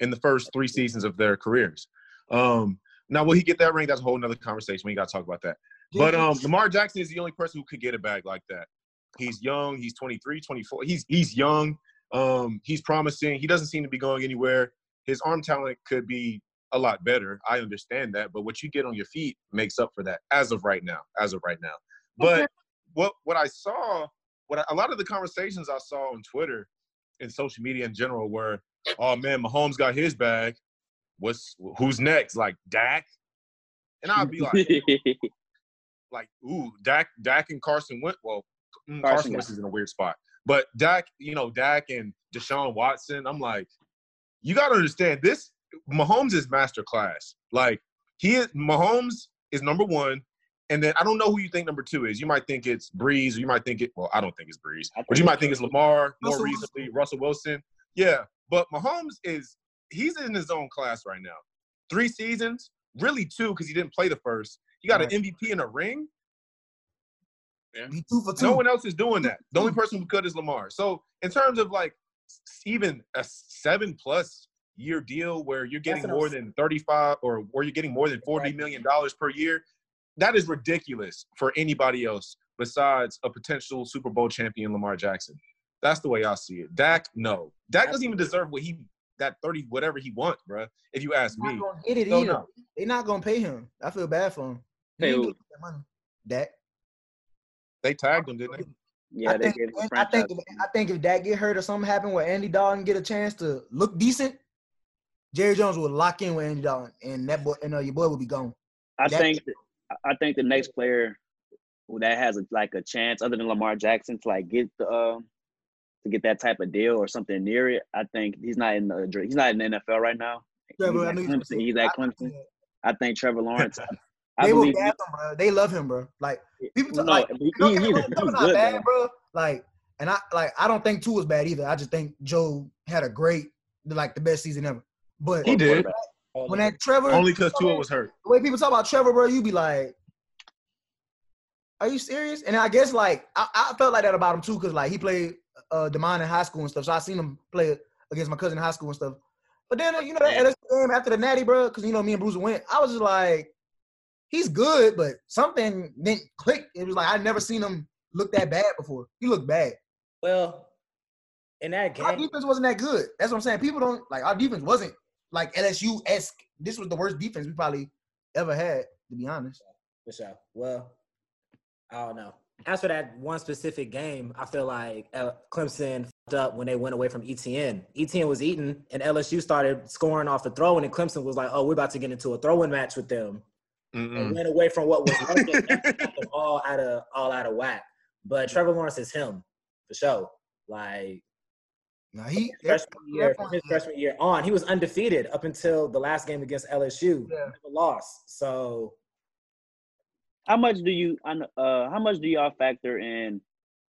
Speaker 4: in the first three seasons of their careers. Um, now, will he get that ring? That's a whole nother conversation. We ain't got to talk about that. But um, Lamar Jackson is the only person who could get a bag like that. He's young. He's 23, 24. He's he's young. Um, he's promising. He doesn't seem to be going anywhere. His arm talent could be a lot better. I understand that, but what you get on your feet makes up for that as of right now. As of right now, but what what I saw, what I, a lot of the conversations I saw on Twitter and social media in general were, "Oh man, Mahomes got his bag. What's who's next? Like Dak?" And I'd be like, like ooh, Dak, Dak and Carson Wentz. Well, mm,
Speaker 1: Carson
Speaker 4: Carson Wentz is in a weird spot, but Dak, you know, Dak and Deshaun Watson. I'm like, you got to understand this. Mahomes is masterclass. Like he is Mahomes is number one, and then I don't know who you think number two is. You might think it's Breeze, or you might think it. Well, I don't think it's Breeze,
Speaker 1: I think
Speaker 4: but you might think it's Lamar. More
Speaker 2: Russell
Speaker 4: recently, Russell Wilson. Yeah, but Mahomes is he's in his own class right now. Three seasons, really two, because he didn't play the first. He got
Speaker 2: Right.
Speaker 4: an MVP and a ring.
Speaker 2: He two for
Speaker 3: Mm.
Speaker 2: two.
Speaker 4: No one else is doing that. The only person who could is Lamar. So in terms of like s- even a seven plus year deal where you're getting
Speaker 3: That's what I
Speaker 4: more
Speaker 3: was-
Speaker 4: than 35 or where you're getting more than 40 million dollars per year, that is ridiculous for anybody else besides a potential Super Bowl champion Lamar Jackson. That's the way I see it. Dak, no. Dak doesn't even deserve what he that 30 whatever he wants, bruh. If you ask
Speaker 2: They're
Speaker 4: me.
Speaker 2: not gonna get it
Speaker 4: So,
Speaker 2: either.
Speaker 4: no.
Speaker 2: They're not gonna pay him. I feel bad for him. He
Speaker 1: Pay
Speaker 2: ain't
Speaker 1: who?
Speaker 2: gonna get that money. Dak.
Speaker 4: They tagged him, didn't they?
Speaker 1: yeah,
Speaker 2: I
Speaker 1: they
Speaker 2: think,
Speaker 1: gave him a
Speaker 2: I think
Speaker 1: franchise.
Speaker 2: if, I think if that get hurt or something happen where Andy Dalton get a chance to look decent, Jerry Jones would lock in with Andy Dalton, and that boy and uh, your boy would be gone.
Speaker 1: I
Speaker 2: that-
Speaker 1: think I think the next player who that has a, like a chance, other than Lamar Jackson, to like get the um to get that type of deal or something near it. I think he's not in the he's not in the NFL right now.
Speaker 2: Trevor, I
Speaker 1: he's,
Speaker 2: knew
Speaker 1: at
Speaker 2: you was gonna
Speaker 1: Clemson.
Speaker 2: say-
Speaker 1: he's at
Speaker 2: I-
Speaker 1: Clemson.
Speaker 2: yeah.
Speaker 1: I think Trevor Lawrence. I, I
Speaker 2: They will
Speaker 1: believe.
Speaker 2: gas him, bro. They love him, bro. Like people
Speaker 1: no,
Speaker 2: talk, like
Speaker 1: but he-
Speaker 2: no,
Speaker 1: he's,
Speaker 2: everyone-
Speaker 1: he's
Speaker 2: Trevor's not
Speaker 1: good.
Speaker 2: bad,
Speaker 1: though.
Speaker 2: bro. Like, and I like I don't think two was bad either. I just think Joe had a great, like the best season ever. But
Speaker 4: He did.
Speaker 2: when that Trevor,
Speaker 4: Only because Tua was hurt.
Speaker 2: the way people talk about Trevor, bro, you be like, "Are you serious?" And I guess like I, I felt like that about him too, cause like he played uh Demond in high school and stuff, so I seen him play against my cousin in high school and stuff. But then uh, you know that LSU game after the Natty, bro, cause you know me and Bruce went. I was just like, he's good, but something didn't click. It was like I never seen him look that bad before. He looked bad.
Speaker 3: Well, in that
Speaker 2: Our
Speaker 3: game,
Speaker 2: defense wasn't that good. That's what I'm saying. People don't like our defense wasn't like LSU esque. This was the worst defense we probably ever had, to be honest.
Speaker 3: for sure. Well, I don't know. As for that one specific game, I feel like uh, Clemson fucked up when they went away from E ETN. ETN was eating, and LSU started scoring off a throw, and then Clemson was like, "Oh, we're about to get into a throwing match with them."
Speaker 4: Mm-mm.
Speaker 3: and ran away from what was working and got them all out of all out of whack. But Trevor Lawrence is him for sure. Like
Speaker 2: Now he
Speaker 3: freshman year,
Speaker 2: everyone-
Speaker 3: his freshman year on, he was undefeated up until the last game against LSU.
Speaker 2: Yeah.
Speaker 3: Never lost. So
Speaker 1: How much do you I kn- uh how much do y'all factor in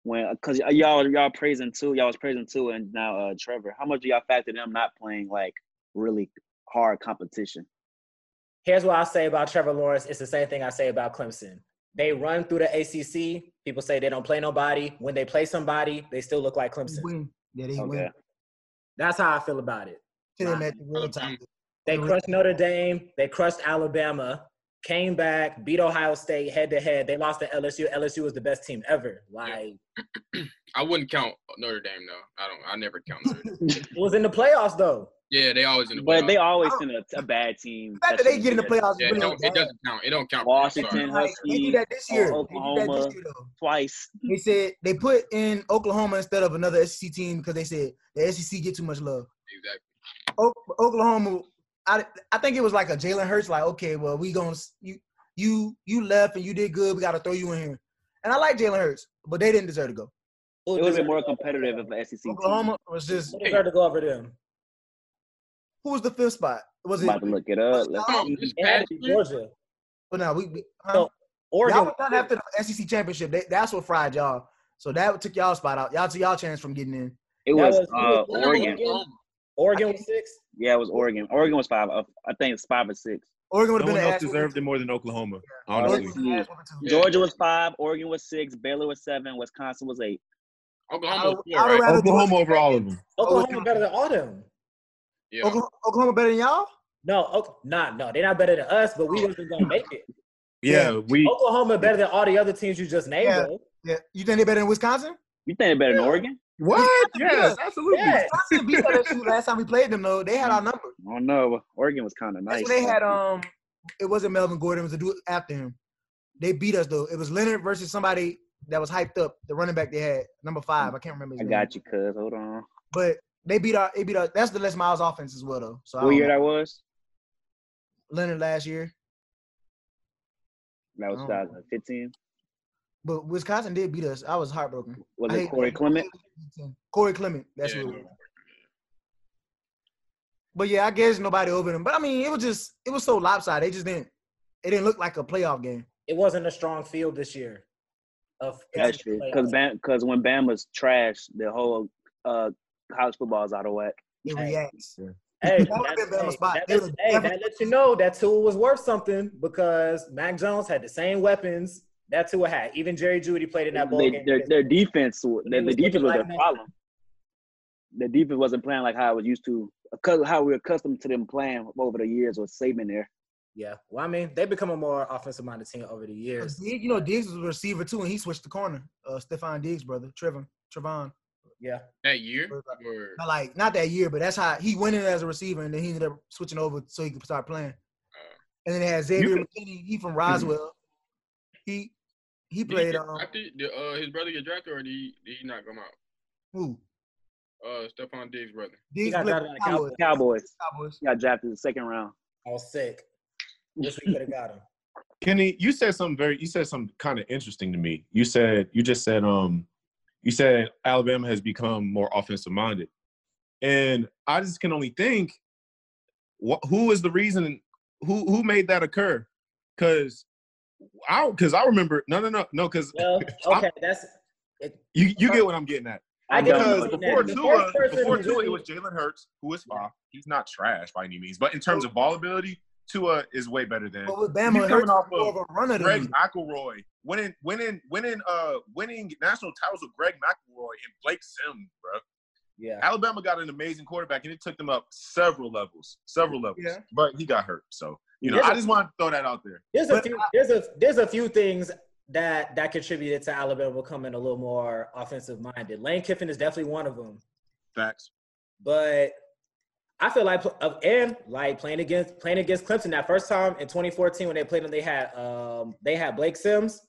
Speaker 1: when because y'all y'all praising too y'all was praising too and now uh Trevor how much do y'all factor them not playing like really hard competition?
Speaker 3: here's what I say about Trevor Lawrence. It's the same thing I say about Clemson. They run through the ACC. People say they don't play nobody. When they play somebody, they still look like
Speaker 2: he
Speaker 3: Clemson.
Speaker 2: win. Yeah, they
Speaker 1: Okay.
Speaker 2: win.
Speaker 3: That's how I feel about it.
Speaker 2: Till they match the real time.
Speaker 3: They
Speaker 2: Mhm.
Speaker 3: crushed Notre Dame. They crushed Alabama. Came back, beat Ohio State head to head. They lost to LSU. LSU was the best team ever. Like
Speaker 6: I wouldn't count Notre Dame though. I don't. I never count Notre Dame.
Speaker 3: it was in the playoffs though.
Speaker 6: Yeah, they always in the.
Speaker 1: But
Speaker 6: playoffs.
Speaker 1: they always send a, a bad team.
Speaker 2: The fact that they get in the playoffs
Speaker 6: Yeah,
Speaker 2: is
Speaker 6: it,
Speaker 2: really
Speaker 6: don't, it
Speaker 2: bad.
Speaker 6: doesn't count. It don't count.
Speaker 1: Washington
Speaker 6: Sorry.
Speaker 2: Like, they
Speaker 1: Husky
Speaker 2: did that this year. They did that
Speaker 1: Oklahoma.
Speaker 2: this year though.
Speaker 1: twice.
Speaker 2: They said they put in Oklahoma instead of another SEC team because they said the SEC get too much love.
Speaker 6: Exactly.
Speaker 2: O- Oklahoma, I, I think it was like a Jalen Hurts, like okay, well we gonna s- you you you left and you did good. We gotta throw you in here. And I like Jalen Hurts, but they didn't deserve to go.
Speaker 3: Who
Speaker 1: It would have been
Speaker 3: deserved-
Speaker 1: more competitive if the SEC team
Speaker 2: Oklahoma was just
Speaker 3: who deserved to go over them?
Speaker 2: who was the fifth spot? Was
Speaker 1: I'm
Speaker 2: it?
Speaker 1: about to look it up. Let's
Speaker 6: Come
Speaker 1: see.
Speaker 6: on, this
Speaker 3: It had
Speaker 6: past
Speaker 3: to be
Speaker 6: year,
Speaker 3: Georgia.
Speaker 2: But no, we. we huh?
Speaker 3: So,
Speaker 2: y'all
Speaker 3: Oregon.
Speaker 2: was done after the SEC E championship. They, that's what fried y'all. So that took y'all spot out. Y'all took y'all chance from getting in.
Speaker 1: It
Speaker 3: That
Speaker 1: was
Speaker 3: was-
Speaker 1: uh,
Speaker 3: that was
Speaker 1: Oregon.
Speaker 3: Oregon. Oregon was six.
Speaker 1: Yeah, it was Oregon. Oregon was five. uh, I think it's five or six.
Speaker 2: Oregon would
Speaker 4: No
Speaker 2: have
Speaker 4: one
Speaker 2: been an
Speaker 4: else
Speaker 2: ass
Speaker 4: deserved it more than Oklahoma,
Speaker 2: Oregon
Speaker 4: honestly.
Speaker 2: would've been an ass whooping too.
Speaker 6: Yeah.
Speaker 1: Georgia was five. Oregon was six. Baylor was seven. Wisconsin was eight.
Speaker 6: Oklahoma was
Speaker 2: I
Speaker 6: four,
Speaker 2: would
Speaker 6: right?
Speaker 2: rather
Speaker 4: Oklahoma over all of them.
Speaker 3: Oklahoma better than all them.
Speaker 6: Yeah.
Speaker 2: Oklahoma, Oklahoma better than y'all.
Speaker 3: No, okay, nah, no, they're not better than us, but we wasn't gonna make it.
Speaker 4: Yeah, we
Speaker 3: Oklahoma better than all the other teams you just named.
Speaker 2: Yeah.
Speaker 3: though.
Speaker 2: Yeah, you think they better than Wisconsin?
Speaker 1: You think they better than Oregon?
Speaker 4: what? Yes, absolutely.
Speaker 3: Yeah.
Speaker 2: Wisconsin beat LSU last time we played them though. They had our number.
Speaker 1: I don't know. Oregon was kind of nice.
Speaker 2: That's when they had um. It wasn't Melvin Gordon. It was a dude after him. They beat us though. It was Leonard versus somebody that was hyped up. The running back they had, number five. I can't remember. His
Speaker 1: Hmm. I
Speaker 2: name.
Speaker 1: got you, cuz. Hold on.
Speaker 2: But they beat our. They beat our. That's the Les Miles offense as well though. So I
Speaker 1: What
Speaker 2: don't
Speaker 1: year
Speaker 2: know.
Speaker 1: that was?
Speaker 2: Leonard last year,
Speaker 1: That was
Speaker 2: I don't know.
Speaker 1: 2015.
Speaker 2: but Wisconsin did beat us. I was heartbroken.
Speaker 1: Was
Speaker 2: I
Speaker 1: it
Speaker 2: hate-
Speaker 1: Corey Clement?
Speaker 2: Corey Clement. That's
Speaker 6: Yeah.
Speaker 2: who it was. But yeah, I guess nobody over them. But I mean, it was just it was so lopsided. They just didn't. It didn't look like a playoff game.
Speaker 3: It wasn't a strong field this year. Of
Speaker 1: That's true. Because when Bama's trash, the whole uh, college football is out of whack.
Speaker 2: It
Speaker 3: Hey.
Speaker 2: reacts.
Speaker 3: Hey,
Speaker 2: That would've
Speaker 3: that-
Speaker 2: been Bama's
Speaker 3: hey,
Speaker 2: spot.
Speaker 3: that
Speaker 2: They
Speaker 3: lets-
Speaker 2: would've
Speaker 3: hey,
Speaker 2: never-
Speaker 3: that lets you know that tool was worth something because Mac Jones had the same weapons that tool had. Even Jerry Judy played in that ball
Speaker 1: They,
Speaker 3: game.
Speaker 1: their, their defense, w-
Speaker 3: It
Speaker 1: their, the
Speaker 3: was
Speaker 1: defense was their
Speaker 3: looking like that.
Speaker 1: problem. The defense wasn't playing like how I was used to, accu- how we were accustomed to them playing over the years with Saban there.
Speaker 3: yeah, well, I mean, they become a more offensive minded team over the
Speaker 2: Diggs-
Speaker 3: years.
Speaker 2: You know, Diggs was a receiver too, and he switched the corner. Uh, Stephon Diggs' brother, Trevon. Trevon.
Speaker 3: Yeah,
Speaker 6: That year?
Speaker 2: Or-
Speaker 6: Or-
Speaker 2: Not like not that year, but that's how he went in as a receiver, and then he ended up switching over so he could start playing. And then they had Xavier McKinney. He from Roswell. He he
Speaker 6: Did he
Speaker 2: played
Speaker 6: get
Speaker 2: um
Speaker 6: drafted? Did, uh, his brother get drafted, or did he, did he not come out?
Speaker 2: who
Speaker 6: Uh, Stephon Diggs' brother.
Speaker 3: he
Speaker 2: Diggs
Speaker 3: got
Speaker 2: played
Speaker 3: drafted
Speaker 2: for
Speaker 3: by the
Speaker 2: Cowboys.
Speaker 3: Cowboys.
Speaker 1: Cowboys
Speaker 2: Cowboys.
Speaker 1: got drafted in the second round.
Speaker 3: I was sick. Wish we could have got him.
Speaker 4: Kenny, you said something very you said something kind of interesting to me. You said you just said um you said Alabama has become more offensive minded. And I just can only think wh- who is the reason who who made that occur? Cuz I cuz I remember no no no no cuz
Speaker 3: Well, okay, that's it,
Speaker 4: you you get what I'm getting at.
Speaker 1: I
Speaker 3: get
Speaker 1: don't know.
Speaker 4: Because
Speaker 3: what
Speaker 4: before
Speaker 3: The
Speaker 4: Tua,
Speaker 3: first person
Speaker 4: before
Speaker 3: who
Speaker 4: Tua,
Speaker 3: did
Speaker 4: it
Speaker 3: it-
Speaker 4: was Jalen Hurts, who is five. He's not trash by any means, but in terms of ball ability, Tua is way better than
Speaker 2: But with Bama,
Speaker 4: coming
Speaker 2: Hurts
Speaker 4: off
Speaker 2: was more
Speaker 4: of
Speaker 2: of a runner than
Speaker 4: Greg
Speaker 2: me.
Speaker 4: McElroy winning, winning, winning, uh, winning national titles with Greg McElroy and Blake Sims, bro.
Speaker 3: yeah.
Speaker 4: Alabama got an amazing quarterback, and it took them up several levels, several levels.
Speaker 2: Yeah.
Speaker 4: But he got hurt, so you know,
Speaker 3: There's
Speaker 4: I
Speaker 3: a-
Speaker 4: just want to throw that out there.
Speaker 3: There's a
Speaker 2: But
Speaker 3: few there's a there's a few things that that contributed to Alabama becoming a little more offensive minded. Lane Kiffin is definitely one of them,
Speaker 4: Facts.
Speaker 3: but I feel like of and like playing against playing against Clemson that first time in 2014 when they played them they had um they had Blake Sims,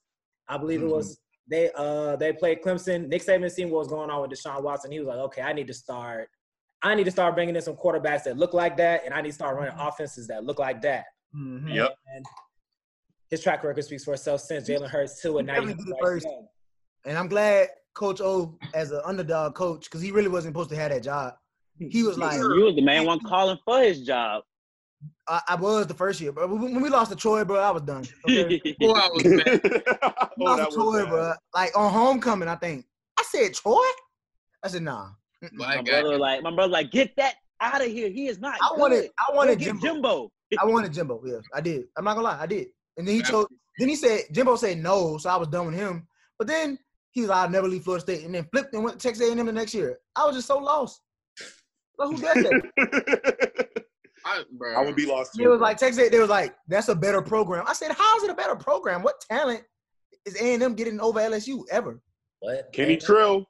Speaker 3: I believe
Speaker 2: Mm-hmm.
Speaker 3: it was they uh they played Clemson. Nick Saban seen what was going on with Deshaun Watson. He was like, okay, I need to start. I need to start bringing in some quarterbacks that look like that, and I need to start
Speaker 2: Mm-hmm.
Speaker 3: running offenses that look like that.
Speaker 2: Mhm.
Speaker 4: Yep.
Speaker 3: And his track record speaks for itself since Jalen Hurts too, and now you have
Speaker 2: Definitely
Speaker 3: Bryce
Speaker 2: the first.
Speaker 3: Young.
Speaker 2: And I'm glad Coach O, as an underdog coach, because he really wasn't supposed to have that job. He was like,
Speaker 1: You was the main one calling for his job.
Speaker 2: I, I was the first year, but when we lost to Troy, bro, I was done. Okay?
Speaker 6: Four hours back.
Speaker 4: Oh,
Speaker 2: we lost to Troy, bro. Like on homecoming, I think. I said Troy. I said nah.
Speaker 1: my
Speaker 6: Black guy.
Speaker 1: brother, like my brother, like get that out of here. He is not.
Speaker 2: I wanted, I
Speaker 1: Go
Speaker 2: wanted
Speaker 1: get
Speaker 2: Jimbo.
Speaker 1: Jimbo.
Speaker 2: I wanted Jimbo. Yes, I did. I'm not gonna lie, I did. And then he chose. Then he said Jimbo said no, so I was done with him. But then he was like, I'll never leave Florida State, and then flipped and went to Texas A&M the next year. I was just so lost. Like who does that?
Speaker 6: I, bro,
Speaker 4: I would be lost too.
Speaker 2: It was
Speaker 4: bro.
Speaker 2: like Texas. They was like, "That's a better program." I said, "How is it a better program? What talent is A and M getting over LSU ever?"
Speaker 3: What?
Speaker 4: Kenny
Speaker 3: Ain't no-
Speaker 4: Trill.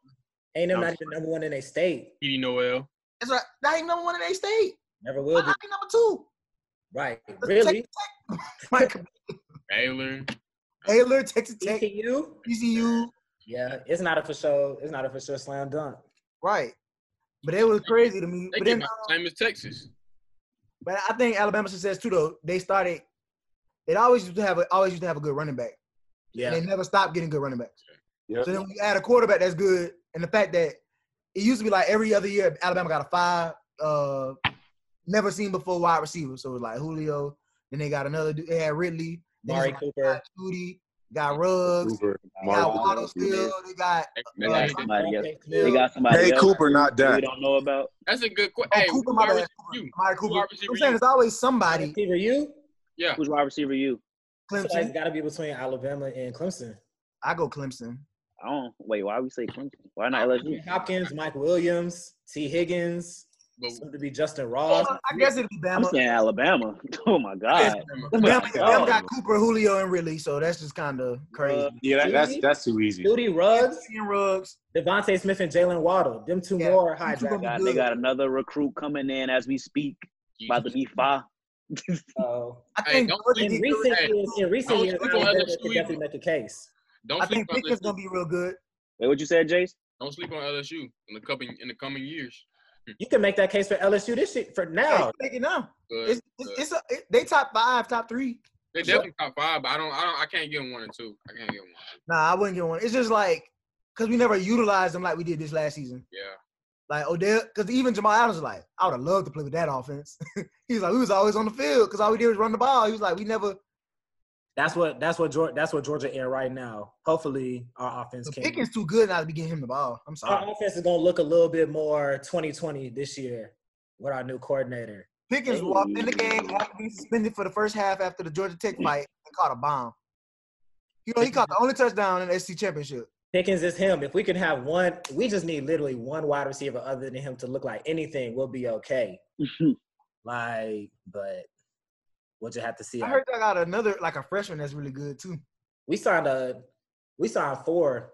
Speaker 3: Ain't them
Speaker 4: I'm
Speaker 3: not even number one in a state.
Speaker 6: Petey Noel.
Speaker 2: It's like not even number one in a state.
Speaker 3: Never
Speaker 2: Why
Speaker 3: will be.
Speaker 2: not even number two?
Speaker 3: Right.
Speaker 2: Texas
Speaker 3: Really?
Speaker 2: Tech- Like
Speaker 6: Baylor.
Speaker 2: Baylor, Texas Tech,
Speaker 3: TCU?
Speaker 2: TCU,
Speaker 3: Yeah, it's not a for sure. It's not a for sure slam dunk.
Speaker 2: right? But it was crazy to me.
Speaker 6: They
Speaker 2: But
Speaker 6: get
Speaker 2: then,
Speaker 6: my
Speaker 2: uh,
Speaker 6: same as Texas.
Speaker 2: but I think Alabama success too. Though they started, it always used to have a, always used to have a good running back.
Speaker 3: Yeah.
Speaker 2: and they never stop getting good running backs.
Speaker 7: Yep.
Speaker 2: So then when you add a quarterback that's good, and the fact that it used to be like every other year Alabama got a five, uh, never seen before wide receiver. So it was like Julio, then they got another. dude. They had Ridley, then
Speaker 3: Mari
Speaker 2: it's like
Speaker 3: Cooper.
Speaker 2: got Judy, got Ruggs,
Speaker 7: Cooper,
Speaker 2: they got
Speaker 7: Marvin
Speaker 2: Waddle
Speaker 7: Jones,
Speaker 2: still. They got
Speaker 6: That-
Speaker 1: got
Speaker 6: that-
Speaker 1: somebody else.
Speaker 3: Yeah.
Speaker 1: They got somebody
Speaker 7: Hey,
Speaker 1: else
Speaker 7: Cooper, not
Speaker 1: that we
Speaker 7: that.
Speaker 1: don't know about.
Speaker 6: That's a good question.
Speaker 2: oh,
Speaker 6: Hey,
Speaker 2: Cooper,
Speaker 6: who
Speaker 2: my
Speaker 6: wide
Speaker 2: bad.
Speaker 6: receiver you?
Speaker 2: Mari
Speaker 6: Who
Speaker 2: Cooper.
Speaker 6: wide
Speaker 2: I'm
Speaker 6: receiver
Speaker 2: saying
Speaker 6: you?
Speaker 2: there's always somebody.
Speaker 3: Receiver, you?
Speaker 6: Yeah.
Speaker 1: Who's wide receiver? You?
Speaker 3: Somebody's
Speaker 2: Clemson.
Speaker 3: got to be between Alabama and Clemson.
Speaker 2: I go Clemson.
Speaker 1: I don't. Wait, why we say Clemson? Why not LSU?
Speaker 3: Hopkins, Mike Williams, T. Higgins,
Speaker 6: But
Speaker 3: soon to be Justin
Speaker 2: I
Speaker 3: Ross.
Speaker 2: guess it'd be
Speaker 1: I'm
Speaker 2: Bama.
Speaker 1: saying Alabama. Oh my god.
Speaker 6: remember,
Speaker 1: That's what I
Speaker 2: Bama, Bama
Speaker 1: thought.
Speaker 2: got Cooper, Julio, and Ridley, so that's just kind of
Speaker 1: Uh,
Speaker 2: crazy.
Speaker 7: Yeah, that, that's that's too easy.
Speaker 3: Judy Ruggs,
Speaker 2: And Ruggs,
Speaker 3: Devontae Smith, and Jalen Waddle. Them two
Speaker 2: Yeah.
Speaker 3: more high draft.
Speaker 1: God, they got another recruit coming in as we speak. About to be five.
Speaker 3: So
Speaker 2: I
Speaker 6: Hey,
Speaker 2: think
Speaker 6: don't
Speaker 2: Georgia
Speaker 3: in
Speaker 6: forget-
Speaker 2: get good.
Speaker 3: recent
Speaker 6: Hey,
Speaker 3: years, in recent
Speaker 6: don't
Speaker 3: years,
Speaker 6: sleep
Speaker 3: I
Speaker 6: on
Speaker 3: think Baylor
Speaker 6: LSU
Speaker 3: could definitely
Speaker 6: either.
Speaker 3: make a case.
Speaker 6: Don't
Speaker 2: I
Speaker 6: sleep
Speaker 2: think
Speaker 6: on
Speaker 2: Pickett's
Speaker 6: LSU.
Speaker 2: gonna be real good.
Speaker 1: Wait, what you said, Jace?
Speaker 6: Don't sleep on LSU in the coming in the coming years.
Speaker 3: You can make that case for LSU this year for
Speaker 2: Yeah,
Speaker 3: now.
Speaker 2: you think it now.
Speaker 6: But
Speaker 2: It's, it's, it's a, it, they top five, top three.
Speaker 6: they definitely top five, but I don't, I don't, I can't give them one or two. I can't give them one. or two.
Speaker 2: Nah, I wouldn't get one. It's just like because we never utilized them like we did this last season.
Speaker 6: Yeah,
Speaker 2: Like Odell, because even Jamal Adams was like, I would have loved to play with that offense. he was like, we was always on the field because all we did was run the ball. He was like, we never.
Speaker 3: That's what that's what Georgia, that's what Georgia in right now. Hopefully, our offense
Speaker 2: The
Speaker 3: can.
Speaker 2: Pickett's too good not to be getting him the ball. I'm sorry.
Speaker 3: Our offense is gonna look a little bit more 2020 this year with our new coordinator.
Speaker 2: Pickens
Speaker 1: Hey.
Speaker 2: walked in the game after being suspended for the first half after the Georgia Tech fight and caught a bomb. You know, he caught the only touchdown in the SC championship.
Speaker 3: Pickens is him. If we can have one, we just need literally one wide receiver other than him to look like anything. We'll be okay. Like, but we'll just have to see.
Speaker 2: I
Speaker 3: how-
Speaker 2: heard y'all got another like a freshman that's really good too.
Speaker 3: we signed a we signed four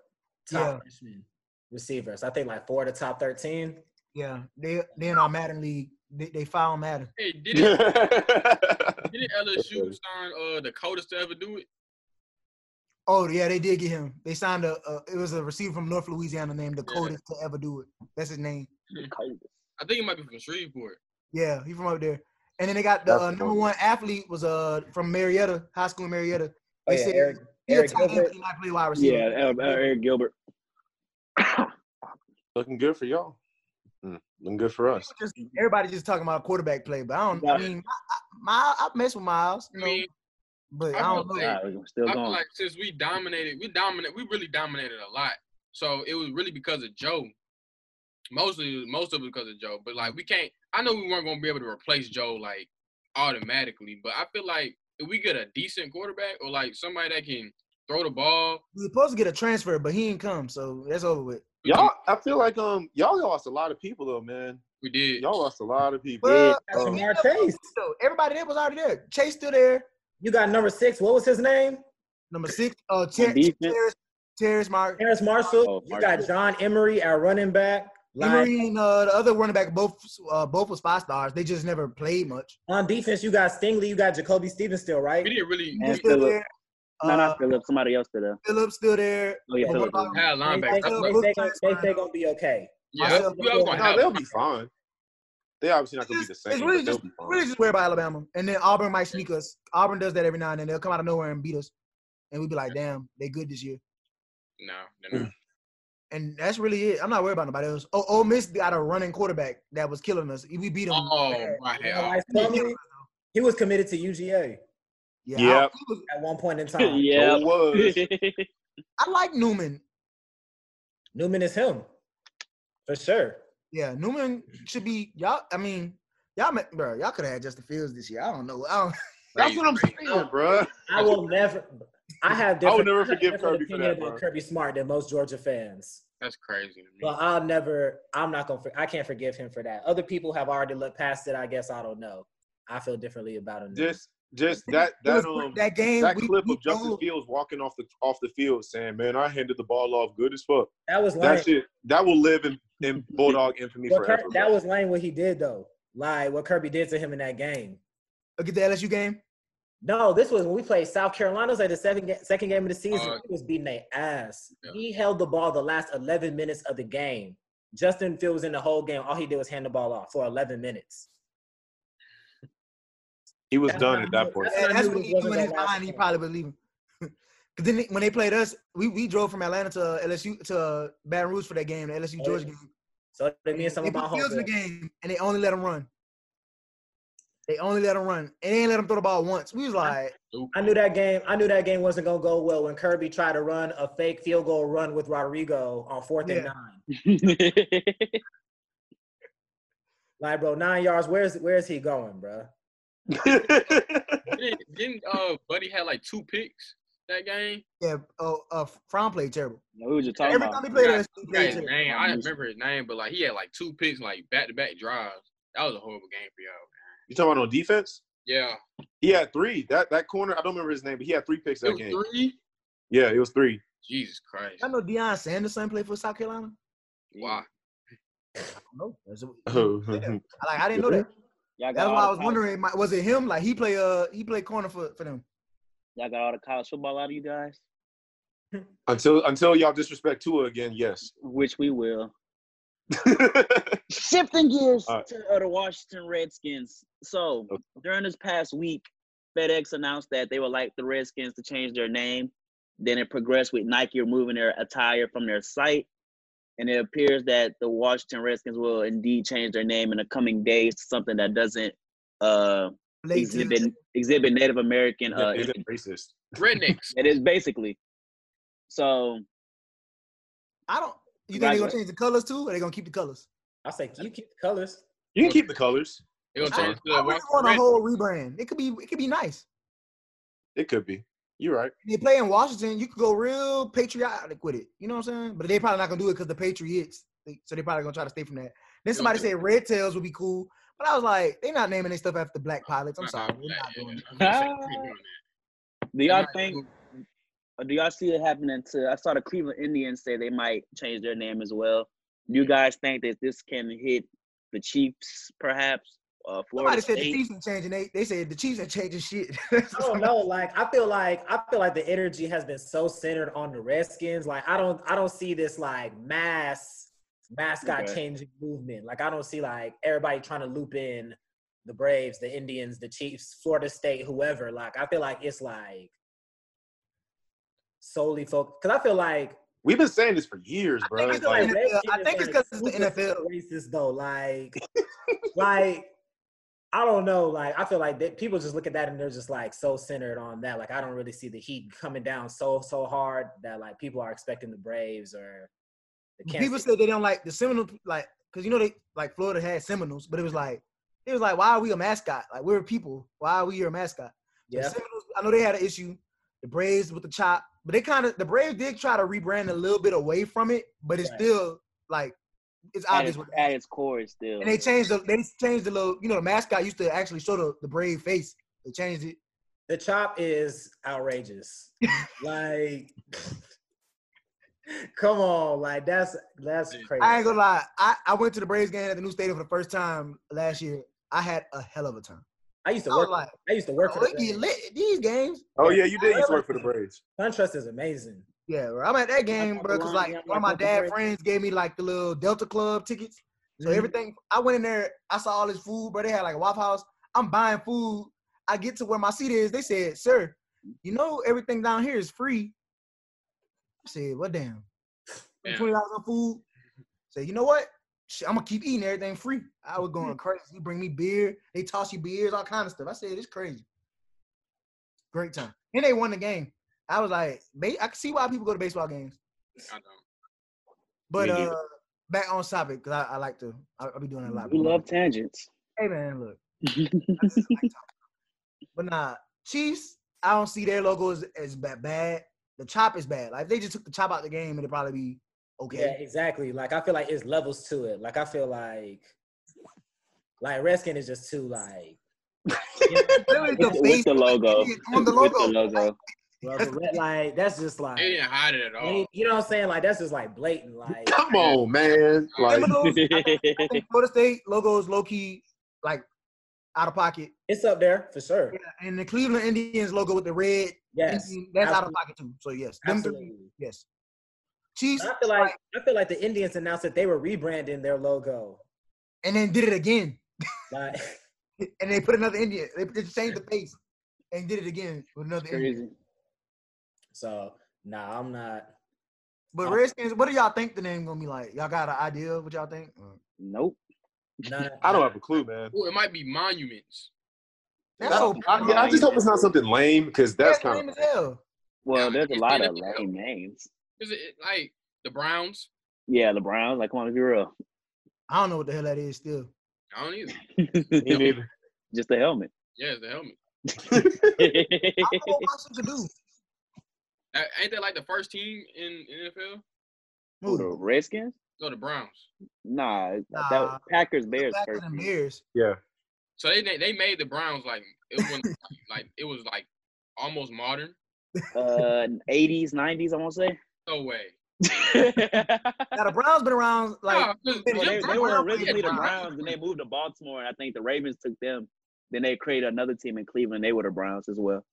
Speaker 3: top
Speaker 2: Yeah.
Speaker 3: freshmen receivers. I think like four to top 13.
Speaker 2: Yeah, they they in our Madden league. They, they foul Madden.
Speaker 6: hey, did it?
Speaker 7: That's
Speaker 6: Did LSU sign uh the coldest to ever do it?
Speaker 2: Oh yeah, they did get him. They signed a, a it was a receiver from North Louisiana named
Speaker 6: Yeah.
Speaker 2: Dakota to ever do it. That's his name.
Speaker 6: I think it might be from Shreveport.
Speaker 2: Yeah, he from up there. And then they got the
Speaker 7: That's
Speaker 2: uh,
Speaker 7: the
Speaker 2: number
Speaker 7: one.
Speaker 2: one athlete was uh from Marietta High School in Marietta.
Speaker 3: Oh,
Speaker 2: They
Speaker 3: yeah,
Speaker 2: said
Speaker 3: Eric,
Speaker 2: he a
Speaker 3: Eric
Speaker 2: tight end,
Speaker 3: Gilbert.
Speaker 2: but he might play wide receiver.
Speaker 1: yeah, Eric- uh, Eric Gilbert.
Speaker 7: Looking good for y'all. Mm, Looking good for us.
Speaker 2: just everybody just talking about quarterback play, but I don't. I
Speaker 1: Yeah.
Speaker 2: mean, my, I, I mess with Miles, you
Speaker 6: I
Speaker 2: know,
Speaker 6: mean,
Speaker 2: but
Speaker 6: I
Speaker 2: I don't
Speaker 6: feel
Speaker 2: know.
Speaker 6: like-
Speaker 1: Nah, we're still
Speaker 6: I feel
Speaker 1: going.
Speaker 6: like since we dominated, we dominate, we really dominated a lot. So it was really because of Joe. Mostly, most of it because of Joe. But like, we can't. I know we weren't gonna be able to replace Joe like automatically, but I feel like if we get a decent quarterback or like somebody that can throw the ball,
Speaker 2: We supposed to get a transfer, but he ain't come, so that's over with.
Speaker 6: we can-
Speaker 7: Y'all, I feel like um, y'all lost a lot of people though, man.
Speaker 6: we did.
Speaker 7: Y'all lost a lot of people.
Speaker 2: Well,
Speaker 3: Got
Speaker 7: Um,
Speaker 3: Jamar Chase.
Speaker 2: so everybody there was already there. Chase still there.
Speaker 3: You got number six. What was his name?
Speaker 2: Number six, uh,
Speaker 1: On
Speaker 2: Ter-
Speaker 1: defense?
Speaker 2: Terrence, Terrence Mark,
Speaker 3: Terrence Marshall.
Speaker 1: Oh,
Speaker 3: you got
Speaker 1: Marshall.
Speaker 3: John Emery, our running back. Like,
Speaker 2: Emery, and uh, the other running back, both uh, both was five stars. They just never played much.
Speaker 3: On defense, you got Stingley. You got Jacoby Stevens still, right?
Speaker 6: We didn't really.
Speaker 1: And
Speaker 2: Still
Speaker 1: Phillip.
Speaker 2: there.
Speaker 1: No,
Speaker 2: Uh,
Speaker 1: not Philip. Somebody else did that.
Speaker 2: Phillips still there.
Speaker 1: Oh yeah,
Speaker 2: But
Speaker 1: Philip.
Speaker 2: what about-
Speaker 6: Had
Speaker 3: They
Speaker 6: linebacker.
Speaker 3: think
Speaker 6: That's
Speaker 2: Myself,
Speaker 6: what,
Speaker 2: look-
Speaker 3: they gonna- they think gonna be okay.
Speaker 6: yeah, that's
Speaker 2: myself,
Speaker 6: what we always gonna
Speaker 7: no, they'll
Speaker 6: have.
Speaker 7: be fine. They obviously not gonna be the
Speaker 2: It's-
Speaker 7: same.
Speaker 2: it's really
Speaker 7: but they'll
Speaker 2: just-
Speaker 7: be fine.
Speaker 2: Really, just worry about Alabama, and then Auburn might sneak us. Auburn does that every now and then. They'll come out of nowhere and beat us, and we'd be like, "Damn, they good this year."
Speaker 6: No, no, no.
Speaker 2: And that's really it. I'm not worried about nobody else. Oh, Ole Miss got a running quarterback that was killing us. We beat him.
Speaker 6: Oh my
Speaker 3: You know,
Speaker 6: hell.
Speaker 3: like, Plumlee, he was committed to UGA
Speaker 2: yeah. I,
Speaker 7: Yep.
Speaker 2: he was-
Speaker 3: at one point in time.
Speaker 7: So
Speaker 1: yeah.
Speaker 7: it was.
Speaker 2: I like Newman.
Speaker 3: Newman is him, for sure.
Speaker 2: Yeah, Newman should be y'all. I mean, y'all, ma- bro, y'all could have had Justin Fields this year. I don't know. I don't,
Speaker 7: That's what I'm saying, bro.
Speaker 3: I will never. I have.
Speaker 7: I will
Speaker 3: different-
Speaker 7: never
Speaker 3: have
Speaker 7: forgive
Speaker 3: different
Speaker 7: Kirby for
Speaker 3: opinion
Speaker 7: that,
Speaker 3: about
Speaker 7: bro.
Speaker 3: Kirby Smart than most Georgia fans.
Speaker 6: That's crazy. to me.
Speaker 3: But I'll never. I'm not gonna. for- I can't forgive him for that. Other people have already looked past it. I guess I don't know. I feel differently about him. now.
Speaker 7: Just, just that that um
Speaker 2: that game,
Speaker 7: that
Speaker 2: we-
Speaker 7: clip
Speaker 2: we
Speaker 7: of Justin
Speaker 2: know-
Speaker 7: Fields walking off the off the field saying, "Man, I handed the ball off good as fuck."
Speaker 3: that was lame.
Speaker 7: That shit that will live in, in Bulldog infamy
Speaker 3: What Kir-
Speaker 7: forever.
Speaker 3: that
Speaker 7: bro.
Speaker 3: was lame. What he did though, like what Kirby did to him in that game.
Speaker 2: Look at the LSU game.
Speaker 3: No, this was when we played South Carolina. It was like the second ga- second game of the season.
Speaker 6: Uh,
Speaker 3: he was beating their ass.
Speaker 6: yeah.
Speaker 3: He held the ball the last 11 minutes of the game. Justin Fields was in the whole game. All he did was hand the ball off for 11 minutes.
Speaker 7: he was
Speaker 3: That's
Speaker 7: done
Speaker 3: not
Speaker 7: at that
Speaker 3: good.
Speaker 7: point.
Speaker 3: what
Speaker 2: Yeah,
Speaker 3: I
Speaker 2: that's
Speaker 3: knew
Speaker 2: what
Speaker 3: it
Speaker 2: he
Speaker 3: wasn't
Speaker 2: knew in his
Speaker 3: gonna last
Speaker 2: mind. He
Speaker 3: long.
Speaker 2: probably was leaving. Cause then they- when they played us, we, we drove from Atlanta to LSU to uh, Baton Rouge for that game, the LSU
Speaker 3: yeah.
Speaker 2: Georgia game.
Speaker 3: So they mean some
Speaker 2: They
Speaker 3: of my
Speaker 2: put Fields in the
Speaker 3: homeboys.
Speaker 2: game, and they only let him run. They only let him run, and they ain't let him throw the ball once. We was like,
Speaker 3: I knew that game. I knew that game wasn't gonna go well when Kirby tried to run a fake field goal run with Rodrigo on fourth and
Speaker 2: Yeah.
Speaker 3: nine. Like, bro, nine yards. Where's where's he going, bro?
Speaker 6: Didn't, didn't uh Buddy had like two picks that game?
Speaker 2: yeah, oh, uh, Fromm played terrible.
Speaker 1: we were just talking
Speaker 2: Every
Speaker 1: about.
Speaker 2: time he played
Speaker 6: Yeah,
Speaker 2: us, he
Speaker 6: Yeah,
Speaker 2: played
Speaker 6: his
Speaker 2: terrible.
Speaker 6: name. I didn't remember his name, but like he had like two picks, like back to back drives. That was a horrible game for y'all.
Speaker 7: You talking about on defense?
Speaker 6: Yeah,
Speaker 7: He had three. That that corner, I don't remember his name, but he had three picks that
Speaker 6: it was
Speaker 7: game.
Speaker 6: three.
Speaker 7: Yeah, it was three.
Speaker 6: Jesus Christ!
Speaker 2: I know Deion Sanderson played for South Carolina.
Speaker 6: Why?
Speaker 2: I don't know. That's what-
Speaker 7: Oh,
Speaker 2: like I didn't know that.
Speaker 1: Y'all got
Speaker 2: That's
Speaker 1: all
Speaker 2: why I
Speaker 1: the
Speaker 2: was
Speaker 1: college-
Speaker 2: wondering, my, was it him? Like he play uh he played corner for, for them.
Speaker 1: Y'all got all the college football out of you guys,
Speaker 7: until until y'all disrespect Tua again, yes.
Speaker 1: which we will.
Speaker 2: uh,
Speaker 1: Shifting gears
Speaker 7: All right.
Speaker 1: to uh, the Washington Redskins. So
Speaker 7: Okay.
Speaker 1: during this past week, FedEx announced that they would like the Redskins to change their name. Then it progressed with Nike removing their attire from their site. And it appears that the Washington Redskins will indeed change their name in the coming days to something that doesn't uh,
Speaker 2: Late
Speaker 1: exhibit, exhibit Native American uh,
Speaker 7: Is it racist?
Speaker 6: Rednecks.
Speaker 1: It is basically. So
Speaker 2: I don't. You think
Speaker 1: Like
Speaker 2: they gonna
Speaker 1: what?
Speaker 2: change the colors too, or they gonna keep the colors?
Speaker 3: I say you keep the colors.
Speaker 7: You can keep the colors.
Speaker 6: It was
Speaker 7: I-
Speaker 6: changed to
Speaker 2: I really want a whole rebrand. It could be. It could be nice.
Speaker 7: It could be. You're right.
Speaker 2: They play in Washington. You could go real patriotic with it. You know what I'm saying? But they probably not gonna do it because the Patriots. they- So they probably gonna try to stay from that. Then somebody
Speaker 6: Okay.
Speaker 2: said Red Tails would be cool, but I was like, they not naming their stuff after black pilots. I'm sorry, we're not doing it.
Speaker 1: do y'all think or do y'all see it happening to I saw the Cleveland Indians say they might change their name as well. Do you guys think that this can hit the Chiefs perhaps? Uh Florida
Speaker 2: Somebody said the
Speaker 1: State?
Speaker 2: Chiefs are changing. They they said the Chiefs are changing shit.
Speaker 3: I don't know. Like I feel like I feel like the energy has been so centered on the Redskins. Like I don't I don't see this like mass mascot
Speaker 1: Okay.
Speaker 3: changing movement. Like I don't see like everybody trying to loop in the Braves, the Indians, the Chiefs, Florida State, whoever. Like I feel like it's like solely focused because I feel like
Speaker 7: We've been saying this for years, bro.
Speaker 2: think it's
Speaker 7: It's
Speaker 2: the
Speaker 7: like,
Speaker 2: NFL. I
Speaker 3: Redskins
Speaker 2: think it's
Speaker 3: are
Speaker 2: 'cause it's the
Speaker 3: super
Speaker 2: NFL.
Speaker 3: Racist though, like, like I don't know. Like I feel like that people just look at that and they're just like so centered on that. Like I don't really see the heat coming down so so hard that like people are expecting the Braves or the Kansas.
Speaker 2: People said they don't like the Seminoles, like because you know they like Florida had Seminoles, but it was like it was like why are we a mascot? Like we're people. Why are we your mascot? The
Speaker 3: yeah.
Speaker 2: Seminoles, I know they had an issue. The Braves with the chop, but they kind of the Braves did try to rebrand a little bit away from it, but it's
Speaker 3: Right.
Speaker 2: still like it's
Speaker 1: At its,
Speaker 2: obvious. what it
Speaker 1: at
Speaker 2: is.
Speaker 1: its core it's still.
Speaker 2: And they changed the they changed the little you know the mascot used to actually show the, the brave face. They changed it.
Speaker 3: The chop is outrageous. like, come on, like that's that's
Speaker 6: Dude,
Speaker 3: crazy.
Speaker 2: I ain't gonna lie. I, I went to the Braves game at the new stadium for the first time last year. I had a hell of a time.
Speaker 3: I used to
Speaker 2: I was
Speaker 3: work.
Speaker 2: like,
Speaker 3: I used to work for
Speaker 2: oh,
Speaker 3: the
Speaker 2: it get
Speaker 3: Braves.
Speaker 2: lit at these games.
Speaker 7: oh yeah, you did used to work for the Braves.
Speaker 3: SunTrust is amazing.
Speaker 2: Yeah, bro. I'm at that game,
Speaker 1: got
Speaker 2: bro, because
Speaker 1: blind,
Speaker 2: like
Speaker 1: yeah,
Speaker 2: one of my
Speaker 1: like,
Speaker 2: dad
Speaker 1: Delta Club.
Speaker 2: friends gave me like the little Delta Club tickets. So
Speaker 3: Mhm.
Speaker 1: Mm-hmm.
Speaker 2: everything I went in there, I saw all this food, bro. They had like a Waffle House. I'm buying food. I get to where my seat is. They said, "Sir, you know everything down here is free." I said, "What damn?
Speaker 6: Yeah.
Speaker 2: Twenty dollars on food." Say, you know what? Shit, I'm gonna keep eating everything free. I was going crazy. You bring me beer. They toss you beers, all kind of stuff. I said, "It's crazy." Great time. And they won the game. I was like, ba- I can see why people go to baseball games.
Speaker 6: I don't.
Speaker 2: But
Speaker 7: Me neither.
Speaker 2: uh, back on topic because I, I like to. I, I be doing a lot.
Speaker 1: we love tangents.
Speaker 2: Hey man, look. I just like talking. But nah, Chiefs. I don't see their logo as, as bad, bad. The chop is bad. Like if they just took the chop out the game, it'd probably be
Speaker 3: Yeah,
Speaker 2: okay.
Speaker 3: exactly. Like I feel like it's levels to it. Like I feel like like Redskin is just too like
Speaker 2: Literally
Speaker 1: With, the- with the logo.
Speaker 2: face on the logo.
Speaker 1: With the logo.
Speaker 3: well, the red, like that's just like
Speaker 6: They didn't hide it at all.
Speaker 3: you know what I'm saying? Like that's just like blatant. Like
Speaker 7: Come on, man. Like
Speaker 2: Seminoles, I think- I think Florida State logo is low key, like out of pocket.
Speaker 3: it's up there for sure.
Speaker 2: Yeah, and the Cleveland Indians logo with the red,
Speaker 3: Yes,
Speaker 2: Indian, that's out of pocket too. So yes, them three,
Speaker 3: absolutely.
Speaker 2: yes. Chiefs,
Speaker 3: I feel like I feel like the Indians announced that they were rebranding their logo.
Speaker 2: and then did it again.
Speaker 3: Like
Speaker 2: and they put another Indian. They, they changed the face and did it again with another
Speaker 1: It's
Speaker 2: Indian.
Speaker 1: crazy.
Speaker 3: So nah, I'm not.
Speaker 2: But Redskins, what do y'all think the name gonna be like? Y'all got an idea of what y'all think? Uh,
Speaker 1: Nope.
Speaker 3: Not,
Speaker 7: I don't have a clue, man.
Speaker 6: Ooh, it might be monuments.
Speaker 2: That's so
Speaker 7: I, mean, I just hope it's not something lame because that's
Speaker 2: that's
Speaker 7: kind
Speaker 2: lame
Speaker 7: of
Speaker 2: as hell.
Speaker 1: Well, there's a
Speaker 6: it's
Speaker 1: lot of
Speaker 6: NFL.
Speaker 1: lame names.
Speaker 6: Is it like the Browns?
Speaker 1: Yeah, the Browns. Like, come on, let's be real.
Speaker 2: I don't know what the hell that is still.
Speaker 6: I don't either.
Speaker 7: me neither.
Speaker 1: Just the helmet.
Speaker 6: Yeah, it's the helmet.
Speaker 2: I don't know what Washington could do.
Speaker 6: That- ain't that like the first team in, in NFL?
Speaker 1: Who, the Redskins?
Speaker 6: No, the Browns.
Speaker 1: Nah, that
Speaker 2: Nah.
Speaker 1: was Packers
Speaker 2: The
Speaker 1: Bears
Speaker 2: fact
Speaker 1: first.
Speaker 2: of the
Speaker 1: year.
Speaker 2: Bears.
Speaker 7: Yeah.
Speaker 6: So they they they made the Browns like it wasn't like, like it was like almost modern.
Speaker 1: Uh, 80s, 90s, I want to say.
Speaker 6: No way.
Speaker 2: Now the Browns been around like
Speaker 6: Nah, 'cause
Speaker 2: they-
Speaker 6: Jim
Speaker 1: Well, they, they
Speaker 6: Brown-
Speaker 2: Yeah,
Speaker 1: were originally the
Speaker 6: Brown.
Speaker 1: Browns, and they moved to Baltimore, and I think the Ravens took them. Then they created another team in Cleveland. They were the Browns as well.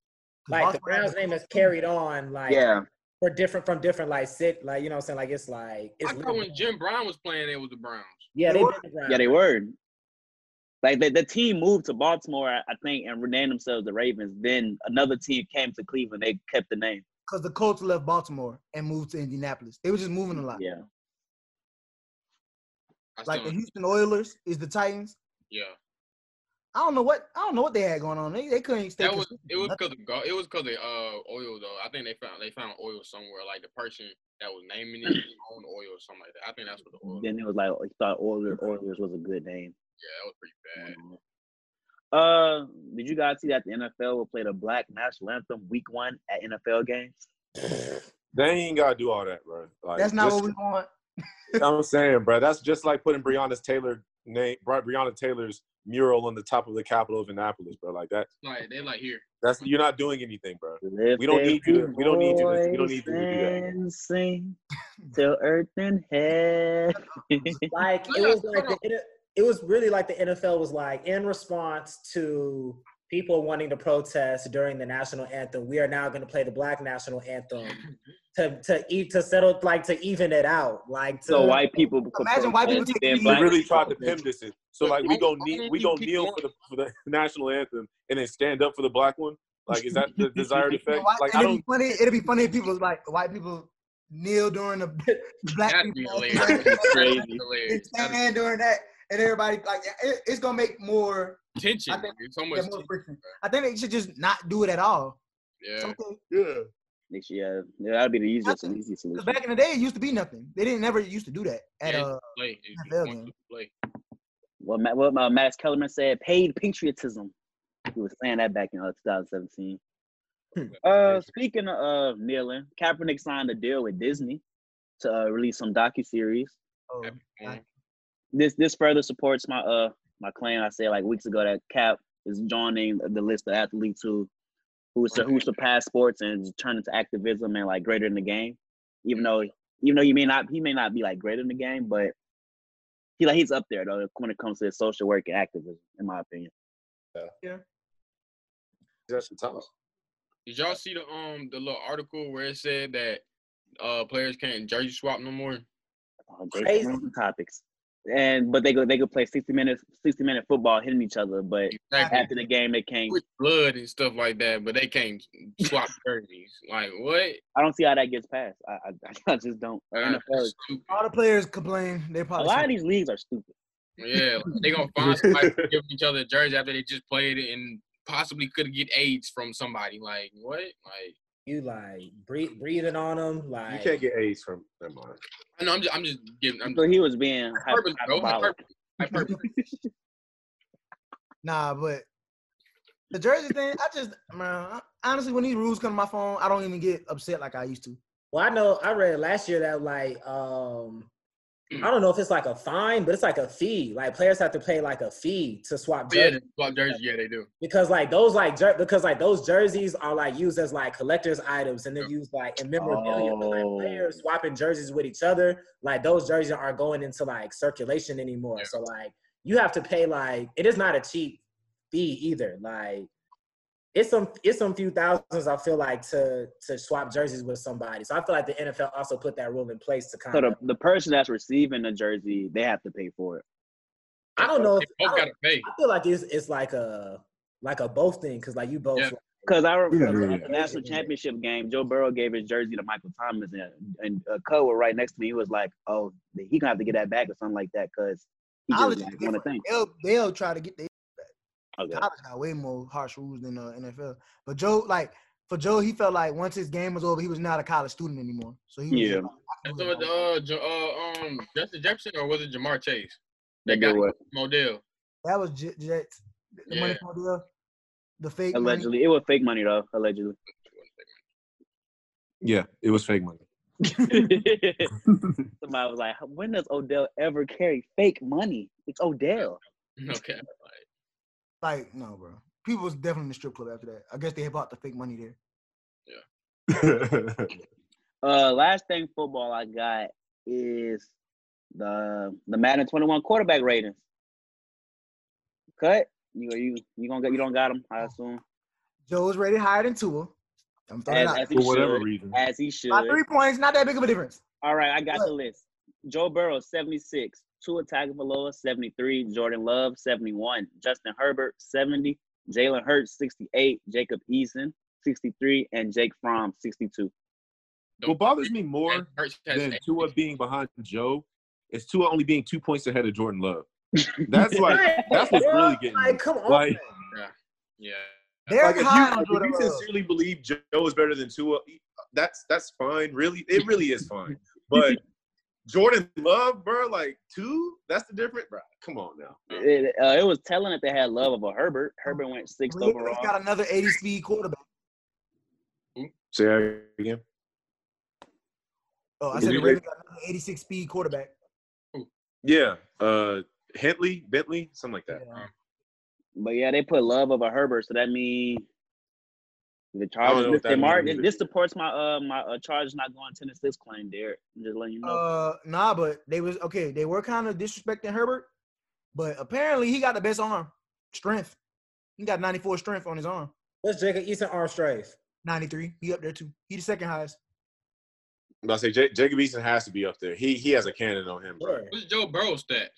Speaker 3: like the
Speaker 2: Boston Red-
Speaker 3: Browns name is carried on like
Speaker 1: Yeah,
Speaker 3: we're different from different like sit like you know what I'm saying like it's like it's
Speaker 6: I thought
Speaker 3: living.
Speaker 6: when Jim Brown was playing, it was the Browns.
Speaker 3: yeah
Speaker 2: They
Speaker 3: they
Speaker 2: were-
Speaker 3: been around.
Speaker 1: yeah, they were. Like the, the team moved to Baltimore, I I think, and renamed themselves the Ravens. Then another team came to Cleveland. They kept the name.
Speaker 2: because the Colts left Baltimore and moved to Indianapolis. They were just moving a lot.
Speaker 1: Yeah,
Speaker 6: I still
Speaker 2: Like the
Speaker 6: don't-
Speaker 2: Houston Oilers is the Titans.
Speaker 6: yeah,
Speaker 2: I don't know what I don't know what they had going on. They, they couldn't stay.
Speaker 6: that was
Speaker 2: consistent.
Speaker 6: it was
Speaker 2: Nothing.
Speaker 6: because of go- it was because of uh oil though. I think they found they found oil somewhere. Like the person that was naming it owned oil or something like that. I think that's what the oil. Yeah,
Speaker 1: then it was like he thought Oilers, Oilers was a good name.
Speaker 6: that was pretty bad.
Speaker 1: Uh, did you guys see that the NFL will play the Black National Anthem Week One at NFL games?
Speaker 7: They ain't gotta do all that, bro. Like,
Speaker 2: That's not
Speaker 7: just-
Speaker 2: what we want.
Speaker 7: You know what I'm saying, bro. That's just like putting Breonna Taylor name, Bre- Breonna Taylor's mural on the top of the Capitol of Annapolis, bro. Like that.
Speaker 6: Like they like here.
Speaker 7: That's you're not doing anything, bro.
Speaker 1: Lift
Speaker 7: We don't need you to-
Speaker 1: every
Speaker 7: we don't need you to- we don't need you to do
Speaker 1: voice
Speaker 7: that.
Speaker 1: and Sing till earth and heaven.
Speaker 3: like it
Speaker 6: Yeah,
Speaker 3: was
Speaker 6: hold
Speaker 3: like the, it, it was really like the NFL was like in response to people wanting to protest during the national anthem. We are now going to play the black national anthem to to eat to settle like to even it out like to
Speaker 1: so white people could
Speaker 2: Imagine white people
Speaker 1: protest,
Speaker 2: taking
Speaker 1: then
Speaker 2: these-
Speaker 7: We
Speaker 1: black
Speaker 7: really
Speaker 1: people
Speaker 7: tried to
Speaker 1: protest.
Speaker 7: pimp this. In. So like we go
Speaker 6: Why
Speaker 7: kneel,
Speaker 6: don't
Speaker 7: we
Speaker 6: you
Speaker 7: go
Speaker 6: keep
Speaker 7: kneel for the, for the national anthem and then stand up for the black one. Like is that the desired effect?
Speaker 2: Why-
Speaker 7: Like
Speaker 2: and
Speaker 7: I
Speaker 2: it'd be
Speaker 7: don't.
Speaker 2: funny. It'd be funny if people was like white people kneel during the black
Speaker 6: That'd be
Speaker 2: people
Speaker 6: hilarious.
Speaker 1: That's crazy.
Speaker 6: That'd be
Speaker 2: and
Speaker 6: hilarious. That'd
Speaker 2: stand during that, and everybody like it, it's gonna make more.
Speaker 6: be tension.
Speaker 2: I think-
Speaker 6: dude. so much.
Speaker 2: Yeah, more
Speaker 6: tension.
Speaker 2: friction. I think they should just not do it at all. It's
Speaker 6: Yeah.
Speaker 2: okay.
Speaker 7: Yeah.
Speaker 1: They should- Yeah, yeah, that'd be the easiest,
Speaker 2: Nothing.
Speaker 1: easiest
Speaker 2: 'Cause
Speaker 1: solution.
Speaker 2: back in the day, it used to be nothing. They didn't never used to do that at
Speaker 6: Yeah.
Speaker 2: uh.
Speaker 6: Play. It's
Speaker 2: NFL
Speaker 6: just
Speaker 2: game.
Speaker 6: one play.
Speaker 1: What, Ma- what uh, Max Kellerman said, paid patriotism. He was saying that back in uh, 2017.
Speaker 2: Hmm.
Speaker 1: Uh, speaking of uh, kneeling, Kaepernick signed a deal with Disney to uh, release some docu series.
Speaker 2: Oh,
Speaker 6: That'd be fun.
Speaker 1: This this further supports my uh my claim I said like weeks ago that Cap is joining the list of athletes who who sur- who surpass sports and is turning to activism and like greater in the game. Even though even though you may not he may not be like greater in the game, but he like he's up there though when it comes to his social work and activism, in my opinion.
Speaker 7: That's the top.
Speaker 6: Did y'all see the um the little article where it said that uh players can't jersey swap no more?
Speaker 1: Uh, they-
Speaker 3: Crazy.
Speaker 1: random topics. And but they go they could play sixty minutes sixty minute football hitting each other, but
Speaker 6: Exactly.
Speaker 1: after the game they can't
Speaker 6: With blood and stuff like that, but they can't swap jerseys. Like what?
Speaker 1: I don't see how that gets passed. I I, I just don't. Or
Speaker 6: Like,
Speaker 1: NFL
Speaker 6: that's
Speaker 1: is-
Speaker 6: stupid.
Speaker 2: All the players complain. They
Speaker 1: a
Speaker 2: probably
Speaker 1: lot of these leagues are stupid.
Speaker 6: Yeah, like, they gonna find somebody to give each other a jersey after they just played it and possibly could get AIDS from somebody. Like what? Like
Speaker 3: you like breathe, breathing on them
Speaker 7: You
Speaker 3: like
Speaker 7: can't get AIDS from. Never mind.
Speaker 6: I know I'm just I'm just giving I'm
Speaker 1: So
Speaker 6: just
Speaker 1: he was being
Speaker 6: hyperbole, bro.
Speaker 1: hyperbolic.
Speaker 6: Hyperbole. hyperbole.
Speaker 2: Nah, but the jersey thing, I just man, honestly, when these rules come to my phone, I don't even get upset like I used to.
Speaker 3: Well, I know I read last year that like um I don't know if it's like a fine, but it's like a fee. Like players have to pay like a fee to swap
Speaker 6: Oh, yeah,
Speaker 3: jerseys
Speaker 6: they swap jerseys. Yeah, they do.
Speaker 3: because like those like jer- because like those jerseys are like used as like collectors items and they're used like in memorabilia. But, like, players
Speaker 1: Oh.
Speaker 3: swapping jerseys with each other, like those jerseys aren't going into like circulation anymore.
Speaker 6: Yeah.
Speaker 3: So like you have to pay like it is not a cheap fee either. Like it's some it's some few thousands I feel like to to swap jerseys with somebody. So I feel like the NFL also put that rule in place to kind
Speaker 1: So
Speaker 3: of
Speaker 1: the, the person that's receiving the jersey, they have to pay for it.
Speaker 3: I don't know if
Speaker 6: They both
Speaker 3: I, don't-
Speaker 6: gotta pay.
Speaker 3: I feel like it's it's like a like a both thing because like you both
Speaker 6: Yeah.
Speaker 3: like,
Speaker 1: Because I
Speaker 8: Yeah,
Speaker 1: remember
Speaker 8: yeah,
Speaker 1: at the
Speaker 3: yeah.
Speaker 1: national championship game, Joe Burrow gave his jersey to Michael Thomas, and and uh, Cole were right next to me. He was like, "Oh, he gonna have to get that back or something like that," because he
Speaker 2: College
Speaker 1: just like,
Speaker 2: is
Speaker 1: want to think.
Speaker 2: different. They'll they'll try to get the
Speaker 1: Okay.
Speaker 2: college got way more harsh rules than uh, NFL. But Joe, like for Joe, he felt like once his game was over, he was not a college student anymore. So he was
Speaker 1: Yeah.
Speaker 6: That's
Speaker 2: Just
Speaker 6: what
Speaker 2: like,
Speaker 6: the uh, J- uh um Justin Jefferson or was it Jamar Chase?
Speaker 1: They
Speaker 6: That
Speaker 1: do
Speaker 6: got
Speaker 1: what?
Speaker 6: Modell.
Speaker 2: that was J- J- the money
Speaker 6: Yeah.
Speaker 2: for the the fake money.
Speaker 1: Allegedly, it was fake money though. Allegedly.
Speaker 4: Yeah, it was fake money.
Speaker 1: Somebody was like, "When does Odell ever carry fake money? It's Odell."
Speaker 6: Okay.
Speaker 2: Like no, bro. People was definitely in the strip club after that. I guess they bought the fake money there.
Speaker 1: Uh, last thing football I got is the the Madden 21 quarterback ratings. Cut. You you you gonna get you don't got them? I assume.
Speaker 2: Joe was rated higher than Tua. I'm throwing it
Speaker 1: As,
Speaker 2: out.
Speaker 1: as he
Speaker 4: For whatever
Speaker 1: should.
Speaker 4: reason.
Speaker 1: As he should.
Speaker 2: By three points, not that big of a difference.
Speaker 1: All right, I got the list. Joe Burrow, 76. Tua Tagovailoa, 73. Jordan Love, 71. Justin Herbert, 70. Jalen Hurts, 68. Jacob Eason, 63. And Jake Fromm, 62.
Speaker 4: What bothers me more
Speaker 6: Hurts has
Speaker 4: than
Speaker 6: eight.
Speaker 4: Tua being behind Joe is Tua only being two points ahead of Jordan Love. That's like that's what's really getting me.
Speaker 3: Like, come on.
Speaker 4: Like-
Speaker 3: man.
Speaker 6: Yeah.
Speaker 2: They're
Speaker 4: Like, if you,
Speaker 2: high on
Speaker 4: if
Speaker 2: Jordan
Speaker 4: you
Speaker 2: Love.
Speaker 4: sincerely believe Joe is better than Tua, that's that's fine. Really, it really is fine. But Jordan Love, bro, like two, that's the difference, bro. Come on now.
Speaker 1: It, uh, it was telling that they had love of a Herbert. Herbert went sixth
Speaker 2: Ravens
Speaker 1: overall.
Speaker 2: got another 80 speed quarterback.
Speaker 4: Say that again.
Speaker 2: Oh, I
Speaker 4: Did
Speaker 2: said the
Speaker 4: you
Speaker 2: Ravens got another 86 speed quarterback.
Speaker 4: Yeah, uh, Hentley, Bentley, something like that.
Speaker 2: Yeah.
Speaker 1: But yeah, they put love of a Herbert, so that means the
Speaker 4: I don't know
Speaker 1: Chargers.
Speaker 4: what
Speaker 1: This,
Speaker 4: that
Speaker 1: they mar-
Speaker 4: means either.
Speaker 1: this supports my uh my uh, Chargers not going ten and six claim, Derek. I'm just letting you know.
Speaker 2: Uh, nah, but they was okay. They were kind of disrespecting Herbert, but apparently he got the best arm strength. He got 94 strength on his arm.
Speaker 3: What's Jacob Eason arm strength?
Speaker 2: 93. He up there too. He the second highest.
Speaker 4: I'm about to say J- Jacob Eason has to be up there. He he has a cannon on him, bro.
Speaker 3: Yeah.
Speaker 6: What's Joe Burrow's stats?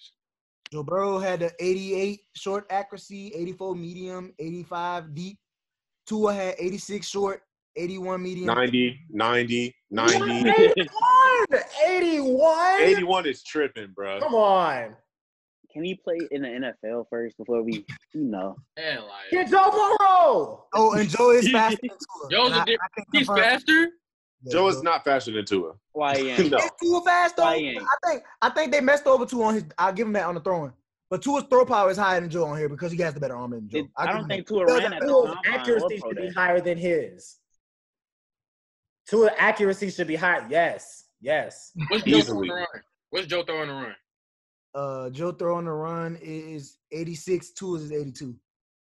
Speaker 2: Joe Burrow had the 88 short accuracy, 84 medium, 85 deep. Tua had 86 short, 81 medium.
Speaker 4: 90, 90, 90.
Speaker 3: 81! 81?
Speaker 4: 81 is tripping, bro.
Speaker 3: Come on.
Speaker 1: Can he play in the NFL first before we, you know?
Speaker 6: Yeah, like
Speaker 3: Get Joe Burrow!
Speaker 2: Oh, and Joe is faster than Tua.
Speaker 6: Joe's
Speaker 2: And
Speaker 6: a
Speaker 2: I-
Speaker 6: different-
Speaker 2: I can
Speaker 6: he's
Speaker 2: confirm-
Speaker 6: faster.
Speaker 2: Yeah,
Speaker 4: Joe is not faster than Tua.
Speaker 1: Why ain't?
Speaker 4: No.
Speaker 2: Is Tua fast though?
Speaker 1: Why
Speaker 2: I
Speaker 1: ain't?
Speaker 2: think I think they messed over two on his. I'll give him that on the throwing. But Tua's throw power is higher than Joe on here because he has the better arm than Joe.
Speaker 1: Did,
Speaker 2: I'll
Speaker 1: I
Speaker 2: give
Speaker 1: don't
Speaker 2: him
Speaker 1: think Tua
Speaker 2: Does
Speaker 1: ran
Speaker 2: that
Speaker 1: at the
Speaker 3: Tua's
Speaker 1: combine or
Speaker 3: accuracy
Speaker 1: pro
Speaker 3: should
Speaker 1: day.
Speaker 3: be higher than his. Tua's accuracy should be high. Yes. Yes.
Speaker 6: What's Joe
Speaker 4: Easily.
Speaker 6: throwing a run? What's Joe throwing a run?
Speaker 2: that. Uh, Joe throw on the run is 86. Tua's is 82.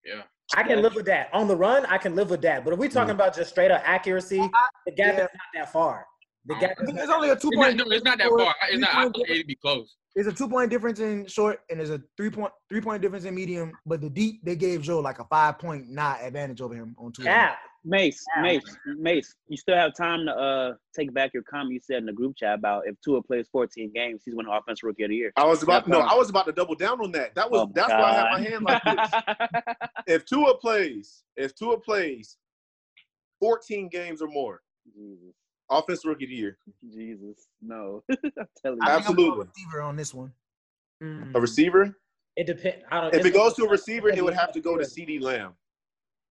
Speaker 6: Yeah.
Speaker 3: I can live with that. On the run, I can live with that. But if we're
Speaker 4: Mm.
Speaker 3: talking about just straight up
Speaker 1: Uh,
Speaker 3: accuracy, the gap
Speaker 2: Yeah.
Speaker 3: is not that far. The
Speaker 6: I
Speaker 3: gap
Speaker 2: I
Speaker 3: is
Speaker 2: mean,
Speaker 3: not
Speaker 2: It's only a two
Speaker 6: It's
Speaker 2: point.
Speaker 6: not, no, it's not that
Speaker 2: Tua-
Speaker 6: far. It's
Speaker 2: three
Speaker 6: not. I
Speaker 2: point
Speaker 6: think
Speaker 2: difference-
Speaker 6: it'd be close.
Speaker 2: There's a two point difference in short, and there's a three point three point difference in medium. But the deep they gave Joe like a five point nine advantage over him on two.
Speaker 3: cap.
Speaker 1: Mace,
Speaker 3: Yeah.
Speaker 1: Mace, Mace. You still have time to uh take back your comment you said in the group chat about if Tua plays 14 games, he's winning offensive rookie of the year.
Speaker 4: I was about
Speaker 1: That's
Speaker 4: no,
Speaker 1: fine.
Speaker 4: I was about to double down on that. That was
Speaker 1: Oh,
Speaker 4: that's why I had my
Speaker 1: God.
Speaker 4: hand like this. if Tua plays, if Tua plays 14 games or more,
Speaker 1: Jesus,
Speaker 4: offense rookie of the year.
Speaker 1: Jesus, no! I'm telling
Speaker 2: I
Speaker 1: you,
Speaker 2: think I'm going
Speaker 4: Absolutely.
Speaker 2: receiver on this one. Mm-hmm.
Speaker 4: A receiver?
Speaker 3: It depends. I don't.
Speaker 4: Mm. If it goes to a receiver, it would have to go to CD Lamb.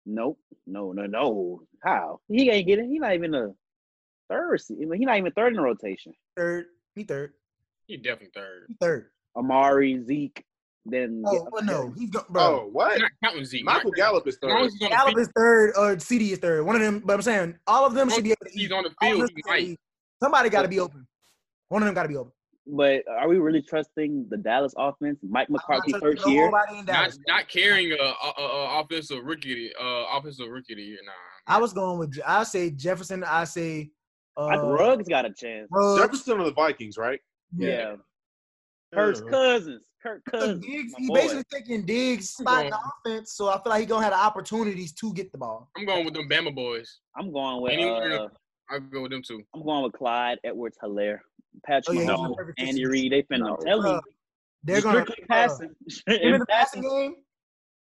Speaker 1: nope, no, no, no. How he ain't getting? He not even a third. se- I mean, He not even third in the rotation.
Speaker 2: Third, he third,
Speaker 6: He definitely third.
Speaker 2: he third.
Speaker 1: Amari, Zeke, then
Speaker 2: Oh, well, no, he's go- bro.
Speaker 4: Oh, what?
Speaker 6: You're not counting Zeke.
Speaker 4: Michael Gallup is
Speaker 6: As long
Speaker 4: third.
Speaker 6: as he's on the
Speaker 2: Gallup
Speaker 6: field,
Speaker 2: is third or CD is third. One of them, but I'm saying all of them should be able to
Speaker 6: he's
Speaker 2: eat.
Speaker 6: on the
Speaker 2: All of them
Speaker 6: field.
Speaker 2: should
Speaker 6: He
Speaker 2: be able to
Speaker 6: might.
Speaker 2: eat. Somebody got to be open. One of them got to be open.
Speaker 1: But are we really trusting the Dallas offense? Mike
Speaker 2: I'm not
Speaker 1: McCarthy
Speaker 2: trusting
Speaker 1: first year.
Speaker 2: nobody in
Speaker 6: Not,
Speaker 2: Dallas.
Speaker 6: not carrying a, a, a, a offensive rookie, uh, offensive rookie of the year. Nah.
Speaker 2: I was going with. I say Jefferson. I say.
Speaker 1: I,
Speaker 2: Uh,
Speaker 1: Ruggs got a chance.
Speaker 2: Ruggs.
Speaker 4: Jefferson of the Vikings, right?
Speaker 1: Yeah.
Speaker 2: Yeah.
Speaker 1: Kirk's cousins. Kirk Cousins.
Speaker 2: Diggs,
Speaker 1: my
Speaker 2: he
Speaker 1: boy.
Speaker 2: basically taking Diggs' spot in the offense, so I feel like he's gonna have the opportunities to get the ball.
Speaker 6: I'm going with them Bama boys.
Speaker 1: I'm going with
Speaker 6: Anywhere-
Speaker 1: uh,
Speaker 6: I'll go with them too.
Speaker 1: I'm going with Clyde Edwards Hilaire.
Speaker 2: Oh,
Speaker 1: Patrick
Speaker 2: yeah, he's
Speaker 1: Mahomes,
Speaker 2: the perfect
Speaker 1: Andy
Speaker 2: fit.
Speaker 1: Reid, they finna
Speaker 4: No.
Speaker 1: tell you.
Speaker 2: They're
Speaker 1: They're
Speaker 2: gonna uh,
Speaker 1: strictly passing.
Speaker 2: Even
Speaker 1: And
Speaker 2: the passing
Speaker 1: passing.
Speaker 2: game.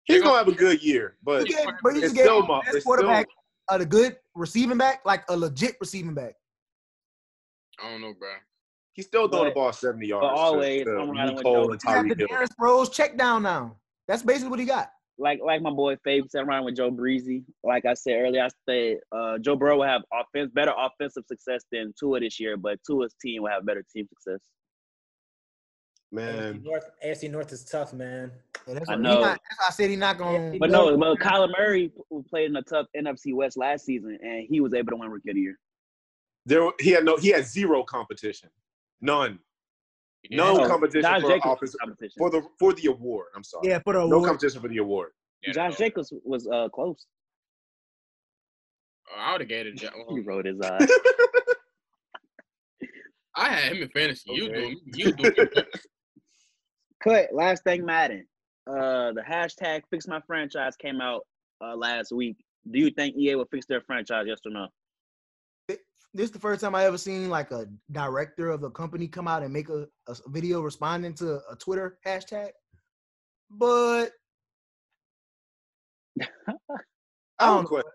Speaker 7: He's gonna have a good year, but
Speaker 2: You gave- but you
Speaker 7: it's
Speaker 2: just gave
Speaker 7: still
Speaker 2: him the
Speaker 7: my. It's
Speaker 2: best
Speaker 7: still
Speaker 2: quarterback, uh, the good receiving back, like a legit receiving back.
Speaker 6: I don't know, bro.
Speaker 7: he's still throwing the
Speaker 1: But-
Speaker 7: ball seventy yards.
Speaker 1: but always,
Speaker 7: to, to
Speaker 1: I'm riding
Speaker 7: Nick
Speaker 1: with
Speaker 7: Cole
Speaker 1: Joe.
Speaker 2: He
Speaker 7: and
Speaker 2: got the
Speaker 7: Tyreek Hill.
Speaker 2: Darren Sproles check down now. That's basically what he got.
Speaker 1: like like my boy Fabe said, I'm riding with Joe Breezy. Like I said earlier, I said uh, Joe Burrow will have offense better offensive success than Tua this year, but Tua's team will have better team success.
Speaker 7: Man,
Speaker 3: AFC North, AFC North is tough, man.
Speaker 2: Yeah, that's
Speaker 1: I
Speaker 2: what- he
Speaker 1: know.
Speaker 2: Not, that's why I said he's not going.
Speaker 1: But no, but Kyler Murray who played in a tough NFC West last season, and he was able to win Rookie of the Year.
Speaker 7: there he had no. He had zero competition. None. No
Speaker 1: Oh,
Speaker 7: competition
Speaker 1: Josh
Speaker 7: for
Speaker 1: Jacobs
Speaker 7: offensive-
Speaker 1: competition.
Speaker 7: for the for the award. I'm sorry.
Speaker 2: Yeah, for the
Speaker 7: No
Speaker 2: award.
Speaker 7: competition for the award.
Speaker 6: Yeah,
Speaker 1: Josh
Speaker 6: no.
Speaker 1: Jacobs was uh, close.
Speaker 6: I would have gave it to Josh.
Speaker 1: He wrote his uh, eyes.
Speaker 6: I had him in fantasy. You
Speaker 7: Okay.
Speaker 6: do him. You do him.
Speaker 1: Cut. Last thing, Madden. Uh, the hashtag fix my franchise came out uh, last week. Do you think EA will fix their franchise? Yes or no?
Speaker 2: this is the first time I ever seen like a director of a company come out and make a, a s- video responding to a Twitter hashtag. But
Speaker 7: I
Speaker 2: I
Speaker 7: have a
Speaker 2: don't know.
Speaker 7: question.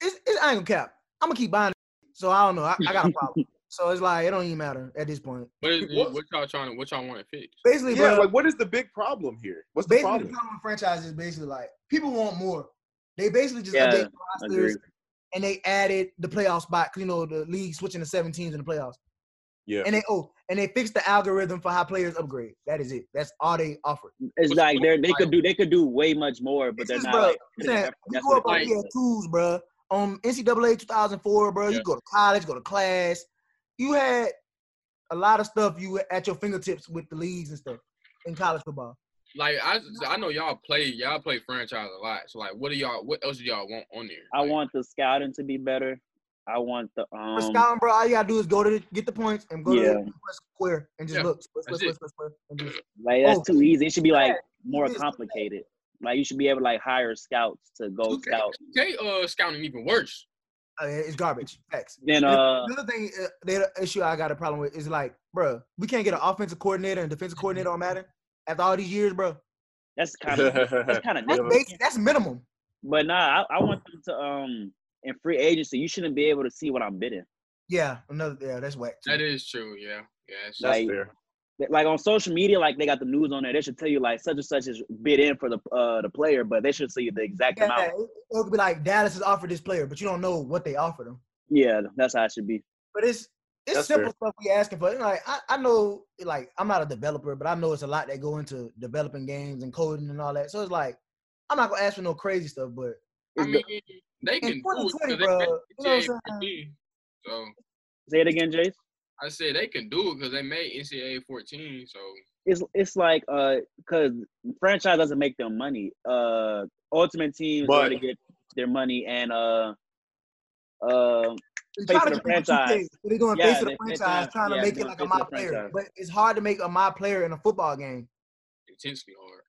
Speaker 2: It's, it's, I ain't gonna cap. I'm gonna keep buying it. So I don't know. I, I got a problem. so it's like it don't even matter at this point.
Speaker 6: What, is,
Speaker 7: What?
Speaker 6: what y'all trying to? What y'all want to fix?
Speaker 2: Basically,
Speaker 7: Yeah,
Speaker 2: bro,
Speaker 7: like what is the big problem here? What's the
Speaker 2: basically the
Speaker 7: problem?
Speaker 2: problem with franchise is basically like people want more. They basically just
Speaker 1: Yeah,
Speaker 2: update
Speaker 1: I
Speaker 2: rosters
Speaker 1: agree.
Speaker 2: and they added the playoff spot. 'cause, You know, the league switching to seven teams in the playoffs,
Speaker 7: Yeah.
Speaker 2: and they oh, and they fixed the algorithm for how players upgrade. That is it. That's all they offer.
Speaker 1: It's
Speaker 6: What's-
Speaker 1: like they they could do they could do way much more, but
Speaker 2: It's
Speaker 1: they're
Speaker 2: just,
Speaker 1: not
Speaker 2: bro.
Speaker 1: like
Speaker 2: I'm saying, you
Speaker 1: that's
Speaker 2: grew
Speaker 1: what
Speaker 2: up on
Speaker 1: it
Speaker 6: like-
Speaker 1: is.
Speaker 2: PS2s, bro. On NCAA 2004, bro.
Speaker 6: Yeah.
Speaker 2: You go to college, go to class. You had a lot of stuff you had at your fingertips with the leagues and stuff in college football.
Speaker 6: Like I, I know y'all play. Y'all play franchise a lot. So like, what do y'all? What else do y'all want on there?
Speaker 1: I
Speaker 6: Like,
Speaker 1: want the scouting to be better. I want the
Speaker 2: For
Speaker 1: um
Speaker 2: scouting, bro, all you gotta do is go to the, get the points and go
Speaker 1: Yeah.
Speaker 2: to the square and just
Speaker 6: Yeah,
Speaker 2: look. Square, square,
Speaker 6: that's it.
Speaker 2: square, square, and just
Speaker 1: like that's
Speaker 2: Oh.
Speaker 1: too easy. It should be like more
Speaker 2: It is.
Speaker 1: complicated. Like you should be able to like hire scouts to go
Speaker 6: 2K,
Speaker 1: scout.
Speaker 6: 2K, uh, scouting even worse.
Speaker 2: I mean, uh, it's garbage. Facts.
Speaker 1: Then uh
Speaker 2: Another thing, uh, the issue I got a problem with is like, bro, we can't get an offensive coordinator and defensive coordinator on Madden after all these years, bro.
Speaker 1: that's kind of that's kind of
Speaker 2: That's, base, that's minimum.
Speaker 1: But nah, I, I want them to um in free agency. You shouldn't be able to see what I'm bidding.
Speaker 2: Yeah, another. Yeah, that's whack. too.
Speaker 6: That is true. Yeah. Yeah. it's-
Speaker 1: Like-
Speaker 7: That's fair.
Speaker 1: Th- Like on social media, like they got the news on there. They should tell you like such and such is bid in for the uh the player, but they should see the exact
Speaker 2: Yeah,
Speaker 1: amount.
Speaker 2: it, it would be like Dallas has offered this player, but you don't know what they offered him.
Speaker 1: Yeah, that's how it should be.
Speaker 2: But it's it's
Speaker 7: That's
Speaker 2: simple stuff we asking for. And, Like I, I know, like I'm not a developer, but I know it's a lot that go into developing games and coding and all that. So it's like I'm not gonna ask for no crazy stuff, but
Speaker 6: I
Speaker 1: Is the-
Speaker 6: mean, they can
Speaker 2: in
Speaker 6: do
Speaker 2: 2020,
Speaker 6: it. 'cause
Speaker 2: bro, you know
Speaker 6: they
Speaker 2: what I'm
Speaker 6: made
Speaker 2: saying?
Speaker 6: NCAA 14. So
Speaker 1: Say it again, Jace.
Speaker 6: I said they can do it because they made NCAA 14. So
Speaker 1: it's it's like uh because franchise doesn't make them money. Uh, ultimate teams
Speaker 7: But-
Speaker 1: only get their money and uh uh
Speaker 2: They
Speaker 1: Face
Speaker 2: try
Speaker 1: the
Speaker 2: to do it with 2K.
Speaker 1: franchise.
Speaker 2: So They're doing
Speaker 1: Yeah,
Speaker 2: face of the
Speaker 1: they- they
Speaker 2: franchise,
Speaker 1: tryna-
Speaker 2: trying to
Speaker 1: yeah,
Speaker 2: make
Speaker 1: they
Speaker 2: it like a
Speaker 1: doing
Speaker 2: my
Speaker 1: face of the
Speaker 2: player,
Speaker 1: franchise.
Speaker 2: but it's hard to make a my player in a football game.
Speaker 6: intensely hard.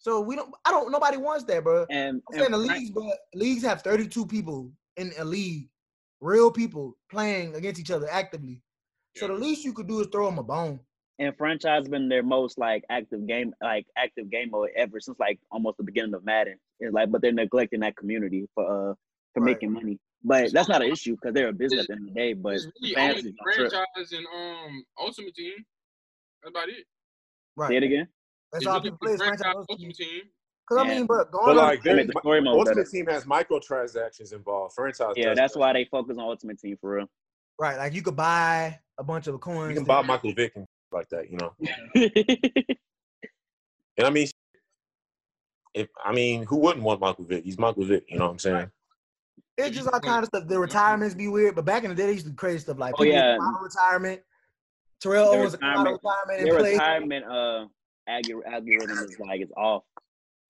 Speaker 2: So we don't. I don't. Nobody wants that, bro.
Speaker 1: and,
Speaker 2: I'm saying
Speaker 1: and
Speaker 2: the
Speaker 1: fran-
Speaker 2: leagues, but leagues have 32 people in a league, real people playing against each other actively. So the least you could do is throw them a bone.
Speaker 1: and franchise been their most like active game like active game mode ever since like almost the beginning of Madden. It's like but they're neglecting that community for uh for
Speaker 2: Right.
Speaker 1: making money. But that's not an issue because they're a business at the end of the day. But
Speaker 6: It's really
Speaker 1: fans
Speaker 6: only
Speaker 1: is gonna trip.
Speaker 6: franchise and um ultimate team. That's about it.
Speaker 1: Say it
Speaker 2: Right.
Speaker 1: again.
Speaker 2: That's
Speaker 6: It's
Speaker 2: all
Speaker 6: really
Speaker 2: people play is franchise.
Speaker 6: ultimate team.
Speaker 2: Because I
Speaker 1: Yeah.
Speaker 2: mean, bro,
Speaker 7: But
Speaker 2: going on.
Speaker 7: like,
Speaker 1: They
Speaker 7: there,
Speaker 1: make the story mode
Speaker 7: ultimate
Speaker 1: better.
Speaker 7: team has microtransactions involved. Franchise.
Speaker 1: Yeah,
Speaker 7: doesn't.
Speaker 1: that's why they focus on Ultimate Team for
Speaker 2: Right. Like you could buy a bunch of coins.
Speaker 7: You can
Speaker 2: to-
Speaker 7: buy Michael Vick and like that, you know.
Speaker 1: real.
Speaker 7: And I mean, if I mean, who wouldn't want Michael Vick? He's Michael Vick. You know what I'm saying?
Speaker 2: It's just all kind of stuff. The retirements be weird, but back in the day, they used to do crazy stuff like
Speaker 1: Oh,
Speaker 2: people
Speaker 1: yeah.
Speaker 2: come out of retirement. Terrell
Speaker 1: Their
Speaker 2: Owens come out of retirement and
Speaker 1: their
Speaker 2: play.
Speaker 1: retirement uh algor- algorithm is like it's off.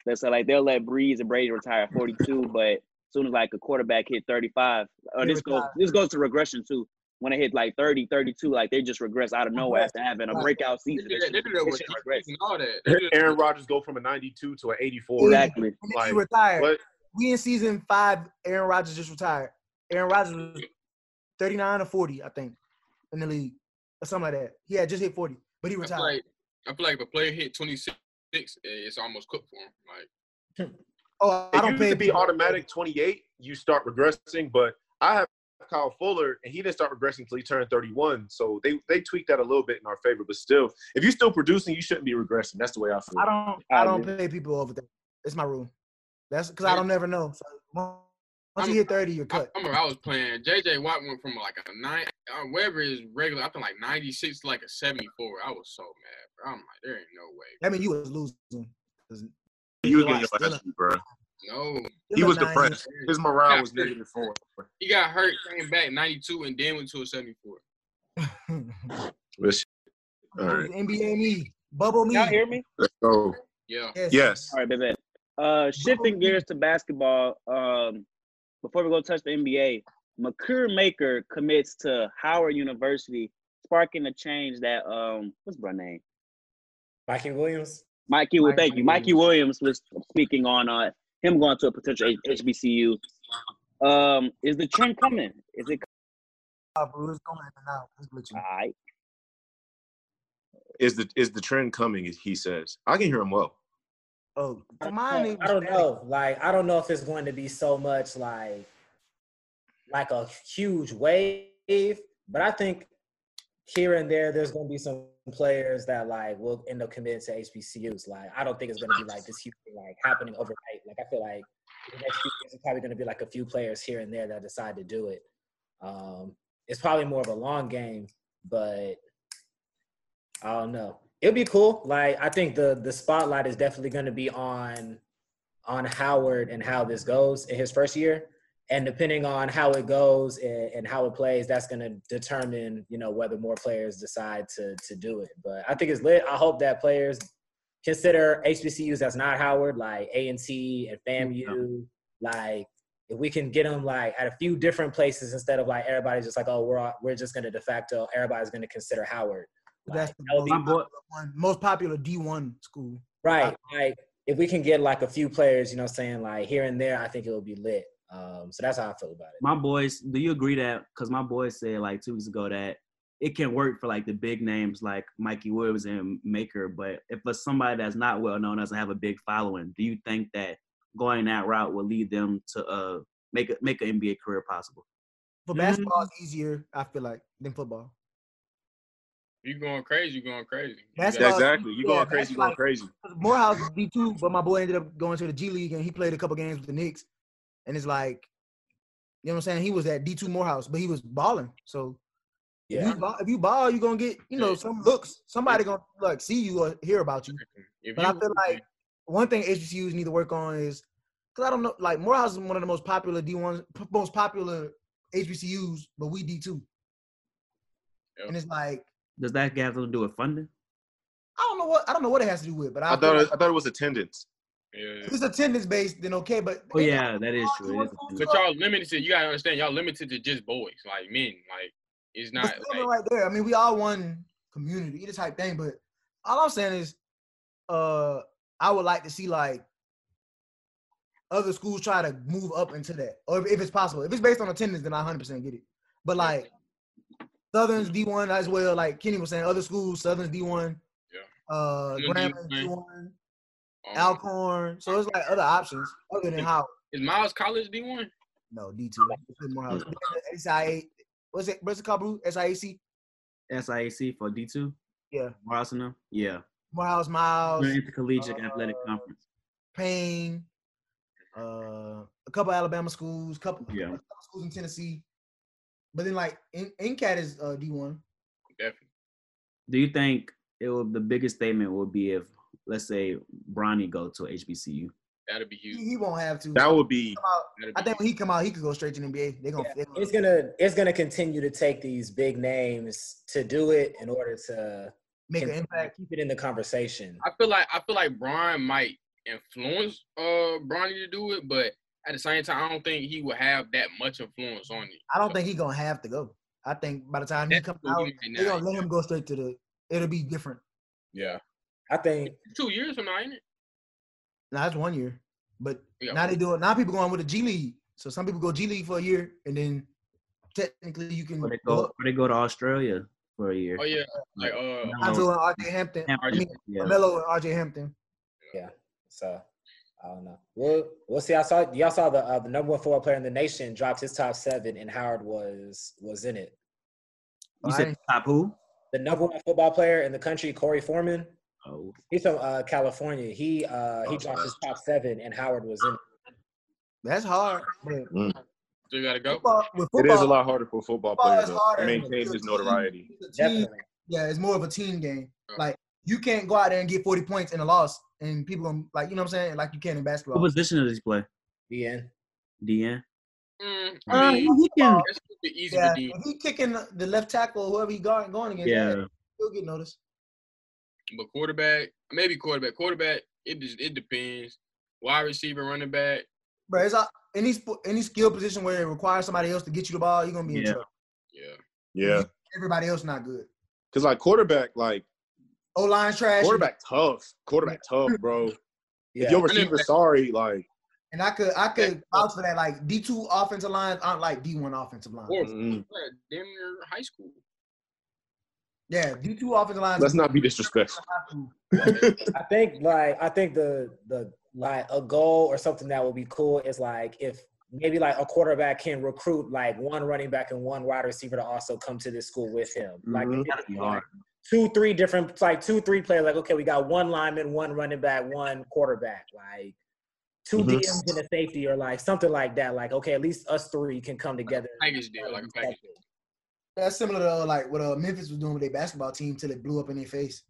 Speaker 1: They so like they'll let Breeze and Brady retire at 42, but as soon as like a quarterback hit 35, or
Speaker 2: They
Speaker 1: this goes
Speaker 2: retire.
Speaker 1: this goes to regression too. When they hit like 30, 32, like they just regress out of nowhere after having a
Speaker 2: Right.
Speaker 1: breakout
Speaker 6: They
Speaker 1: season.
Speaker 6: did
Speaker 1: They
Speaker 6: that,
Speaker 1: should-
Speaker 6: they did that
Speaker 1: they
Speaker 6: with
Speaker 1: should
Speaker 6: defense
Speaker 1: regress.
Speaker 6: and all that. They did-
Speaker 7: Aaron Rodgers go from a 92 to an 84.
Speaker 1: Exactly.
Speaker 2: And then
Speaker 7: Like,
Speaker 2: he retired.
Speaker 7: What?
Speaker 2: We in season five. Aaron Rodgers just retired. Aaron Rodgers was 39 or 40, I think, in the league or something like that. He had just hit 40, but he
Speaker 6: I feel
Speaker 2: retired.
Speaker 6: like I feel like if a player hit 26, eh, it's almost cooked for him. Like
Speaker 2: Oh, I
Speaker 7: It
Speaker 2: don't
Speaker 7: used
Speaker 2: pay
Speaker 7: to be automatic 28. You start regressing, but I have Kyle Fuller, and he didn't start regressing until he turned 31. So they they tweaked that a little bit in our favor. But still, if you're still producing, you shouldn't be regressing. That's the way I feel.
Speaker 2: I don't. I don't pay people over that. It's my rule. That's because I don't never know. So once once you hit thirty, you're
Speaker 6: I
Speaker 2: cut.
Speaker 6: remember I was playing. JJ Watt went from like a nine, uh, whatever is regular. I think like ninety six, like a seventy four. I was so mad. Bro. I'm like, there ain't no way.
Speaker 2: That mean you was losing. 'Cause
Speaker 7: He was
Speaker 2: Kawhi
Speaker 7: getting your
Speaker 2: still
Speaker 7: ass beat, bro.
Speaker 6: No,
Speaker 7: He was
Speaker 2: a nine.
Speaker 7: depressed. His morale
Speaker 6: Yeah.
Speaker 7: was negative four.
Speaker 6: he got hurt, came back ninety two, and then went to a seventy four.
Speaker 7: But shit. All right,
Speaker 2: NBA me, bubble me.
Speaker 1: Y'all hear me?
Speaker 7: let's go.
Speaker 6: Yeah,
Speaker 2: Yes.
Speaker 7: Yes.
Speaker 1: All right, bet, bet. Uh, shifting gears to basketball. Um, before we go touch the NBA, McCure Maker commits to Howard University, sparking a change that um, what's her name?
Speaker 3: Mikey Williams.
Speaker 1: Mikey, well,
Speaker 2: Mikey
Speaker 1: thank you. Mikey Williams was speaking on uh, him going to a potential H- HBCU. Um, is the trend coming? Is it
Speaker 2: Oh, bro, it's going in and out. It's glitching.
Speaker 1: all right?
Speaker 7: Is the is the trend coming? He says. I can hear him well.
Speaker 2: Oh,
Speaker 3: I
Speaker 2: mine
Speaker 3: don't,
Speaker 2: ain't
Speaker 3: I don't
Speaker 2: static.
Speaker 3: know. Like, I don't know if it's going to be so much like, like a huge wave, but I think here and there, there's going to be some players that like will end up committing to HBCUs. Like, I don't think it's going to be like this huge thing, like happening overnight. Like, I feel like the next few years, it's probably going to be like a few players here and there that decide to do it. Um, it's probably more of a long game, but I don't know. It'll be cool. Like I think the the spotlight is definitely going to be on on Howard and how this goes in his first year, and depending on how it goes and, and how it plays, that's going to determine you know whether more players decide to to do it. But I think it's lit. I hope that players consider HBCUs that's not Howard, like A and T and FAMU, like. If we can get them like at a few different places instead of like everybody's just like oh we're all, we're just gonna de facto everybody's gonna consider Howard
Speaker 2: That's
Speaker 3: like,
Speaker 2: the
Speaker 3: that would be
Speaker 2: most,
Speaker 3: more-
Speaker 2: popular one, most popular D1 school.
Speaker 3: right. Like if we can get like a few players, you know, what I'm saying like here and there, I think it would be lit. Um, so that's how I feel about it.
Speaker 9: My boys, do you agree that? Because my boys said like two weeks ago that it can work for like the big names like Mikey Williams and Maker, but if for somebody that's not well known doesn't have a big following, do you think that going that route will lead them to uh make a, make an NBA career possible?
Speaker 2: For
Speaker 9: Mm.
Speaker 2: basketball, it's easier, I feel like, than football.
Speaker 6: you going crazy? You going crazy? You
Speaker 2: That's
Speaker 6: got-
Speaker 2: why-
Speaker 7: exactly. You
Speaker 2: Yeah,
Speaker 7: going crazy?
Speaker 2: that's
Speaker 7: You going
Speaker 2: like-
Speaker 7: crazy?
Speaker 2: Morehouse was D2, but my boy ended up going to the G League and he played a couple games with the Knicks. And it's like, you know what I'm saying? He was at D2 Morehouse, but he was balling. So if,
Speaker 3: Yeah,
Speaker 2: you ball, if you ball, you're going to get, you know,
Speaker 6: Yeah.
Speaker 2: some looks. Somebody going to like see you or hear about you.
Speaker 6: if
Speaker 2: But I feel like one thing HBCUs need to work on is because I don't know, like Morehouse is one of the most popular D ones, p- most popular HBCUs, but we D two,
Speaker 6: Yeah.
Speaker 2: and it's like
Speaker 9: Does that have something to do with funding?
Speaker 2: I don't know what I don't know what it has to do with, but I,
Speaker 7: I
Speaker 2: feel
Speaker 7: thought it,
Speaker 2: like
Speaker 7: I thought it was attendance.
Speaker 6: yeah.
Speaker 2: if it's attendance based, then okay. But
Speaker 9: Oh yeah, that is true. It is a
Speaker 2: But
Speaker 9: thing.
Speaker 6: But y'all limited. You gotta understand. Y'all limited to just boys, like men. Like it's
Speaker 2: but
Speaker 6: not.
Speaker 2: still,
Speaker 6: Like,
Speaker 2: they're right there. I mean, we all one community, either type thing. But all I'm saying is, uh, I would like to see like other schools try to move up into that, or if, if it's possible. If it's based on attendance, then I 100 percent get it. But like Southern's D1 as well, like Kenny was saying, other schools, Southern's D1, uh,
Speaker 6: Southern
Speaker 2: Grambling
Speaker 6: D1.
Speaker 2: D1,
Speaker 6: um,
Speaker 2: Alcorn. So it's like other options other than how
Speaker 6: is Miles College D one?
Speaker 2: no D2. It's been Morehouse. SIA, what's it? What's it called? Brew? SIAC.
Speaker 9: SIAC for D two.
Speaker 2: Yeah,
Speaker 9: Morales and them? Yeah.
Speaker 2: Morehouse Miles.
Speaker 9: They're Intercollegiate Athletic
Speaker 2: uh,
Speaker 9: Conference.
Speaker 2: Payne, uh, a couple Alabama schools, couple,
Speaker 9: Yeah.
Speaker 2: couple schools in Tennessee. But then like in NCAT is uh, D1.
Speaker 6: Definitely.
Speaker 9: Do you think it will the biggest statement will be if let's say Bronny go to HBCU?
Speaker 6: That'd be
Speaker 2: He,
Speaker 6: huge.
Speaker 2: he won't have to.
Speaker 7: That would be
Speaker 2: Come out-
Speaker 6: That'd be
Speaker 2: I think when he come out, he could go straight to the NBA. They're gonna.
Speaker 3: Yeah,
Speaker 2: they gonna-
Speaker 3: it's gonna it's gonna continue to take these big names to do it in order to
Speaker 2: make an
Speaker 3: continue to
Speaker 2: impact.
Speaker 3: keep it in the conversation.
Speaker 6: I feel like I feel like Brian might influence uh Bronny to do it, but at the same time, I don't think he would have that much influence on it.
Speaker 2: I don't think he's gonna have to go. I think by the time he
Speaker 6: That's
Speaker 2: comes
Speaker 6: what
Speaker 2: out,
Speaker 6: we might
Speaker 2: they're
Speaker 6: not-
Speaker 2: gonna let him go straight to the. It'll be different.
Speaker 6: Yeah.
Speaker 3: I think
Speaker 6: Two years from now, ain't it?
Speaker 2: Now that's one year, but
Speaker 6: Yeah.
Speaker 2: now they do it. Now people going with the G League, so some people go G League for a year, and then technically you can
Speaker 9: Or they
Speaker 2: go
Speaker 9: go
Speaker 2: up.
Speaker 9: or they go to Australia for a year.
Speaker 6: Oh yeah. Like uh,
Speaker 9: No.
Speaker 2: Lonzo and RJ Hampton, I
Speaker 9: Hampton,
Speaker 2: mean
Speaker 9: yeah.
Speaker 2: Melo and RJ Hampton.
Speaker 3: so. I don't know. We'll we'll see. I saw y'all saw the uh, the number one football player in the nation dropped his top seven, and Howard was was in it.
Speaker 1: You
Speaker 2: I
Speaker 1: said
Speaker 2: ain't-
Speaker 1: top who?
Speaker 3: The number one football player in the country, Corey Foreman.
Speaker 1: Oh,
Speaker 3: He's from uh, California. He uh, he
Speaker 10: Oh,
Speaker 3: dropped
Speaker 10: wow.
Speaker 3: his top seven, and Howard was in it.
Speaker 2: That's hard. but
Speaker 6: Still gotta go.
Speaker 2: Football, with
Speaker 4: It is
Speaker 2: football,
Speaker 4: a lot harder for a football
Speaker 2: Football
Speaker 4: player
Speaker 2: is
Speaker 4: to
Speaker 2: harder.
Speaker 4: maintain his notoriety.
Speaker 2: it's a team-
Speaker 3: Definitely.
Speaker 2: Yeah, it's more of a team game.
Speaker 6: Yeah.
Speaker 2: Like you can't go out there and get 40 points in a loss, and people gonna like you know what I'm saying, like you can
Speaker 1: what
Speaker 2: in basketball.
Speaker 1: position does he play?
Speaker 3: DN.
Speaker 1: DN.
Speaker 6: Mm,
Speaker 1: Uh,
Speaker 6: I mean,
Speaker 1: he can.
Speaker 6: that's super easy
Speaker 2: yeah,
Speaker 6: for D,
Speaker 2: if he kicking the left tackle, or whoever he guard going against, yeah,
Speaker 1: Yeah,
Speaker 2: he'll get noticed.
Speaker 6: but quarterback, maybe quarterback, quarterback. It just it depends. Wide receiver, running back.
Speaker 2: Bro, it's all, any sp- any skill position where it requires somebody else to get you the ball, you're gonna be in
Speaker 1: Yeah.
Speaker 2: trouble.
Speaker 6: Yeah,
Speaker 4: Yeah,
Speaker 2: Everybody else not good.
Speaker 4: because like quarterback, like
Speaker 2: O line trash.
Speaker 4: quarterback tough, quarterback tough, bro. If
Speaker 3: Yeah.
Speaker 4: your receiver sorry, like
Speaker 2: And I could I could vouch for that. Like D two offensive lines aren't like D one offensive lines.
Speaker 6: or
Speaker 4: mm,
Speaker 6: yeah, damn near high school.
Speaker 2: Yeah, D two offensive lines.
Speaker 4: let's not be disrespectful.
Speaker 3: I think like I think the the like a goal or something that would be cool is like if maybe like a quarterback can recruit like one running back and one wide receiver to also come to this school with him. Like,
Speaker 4: Mhm.
Speaker 1: Mm-hmm. that'd be hard.
Speaker 3: two, three different it's like two, three players. Like, okay, we got one lineman, one running back, one quarterback. Like 2
Speaker 1: Mm-hmm.
Speaker 4: Mhm.
Speaker 3: DMs and a safety or like something like that. Like, okay, at least us three can come together.
Speaker 6: Package deal, like a package.
Speaker 2: That's similar to uh, like what uh, Memphis was doing with their basketball team till it blew up in their face.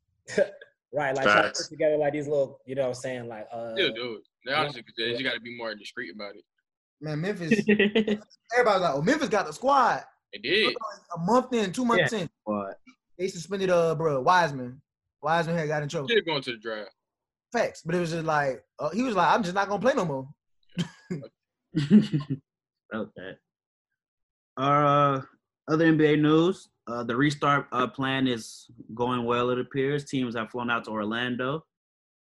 Speaker 3: Right, like try to
Speaker 4: Facts.
Speaker 3: put together like these little, you know what I'm saying? Like uh
Speaker 6: Still do it. They honestly, they just gotta be more discreet about it.
Speaker 2: Man, Memphis. everybody's like, "Oh, Memphis got the squad."
Speaker 6: They did.
Speaker 2: A month in, two months in,
Speaker 1: but
Speaker 2: they suspended uh, bro, Wiseman. Wiseman had got in trouble.
Speaker 6: Still going to the draft.
Speaker 2: Facts, but it was just like uh, he was like, "I'm just not gonna play no more."
Speaker 1: okay. Uh, other NBA news. Uh, the restart uh, plan is going well. It appears teams have flown out to Orlando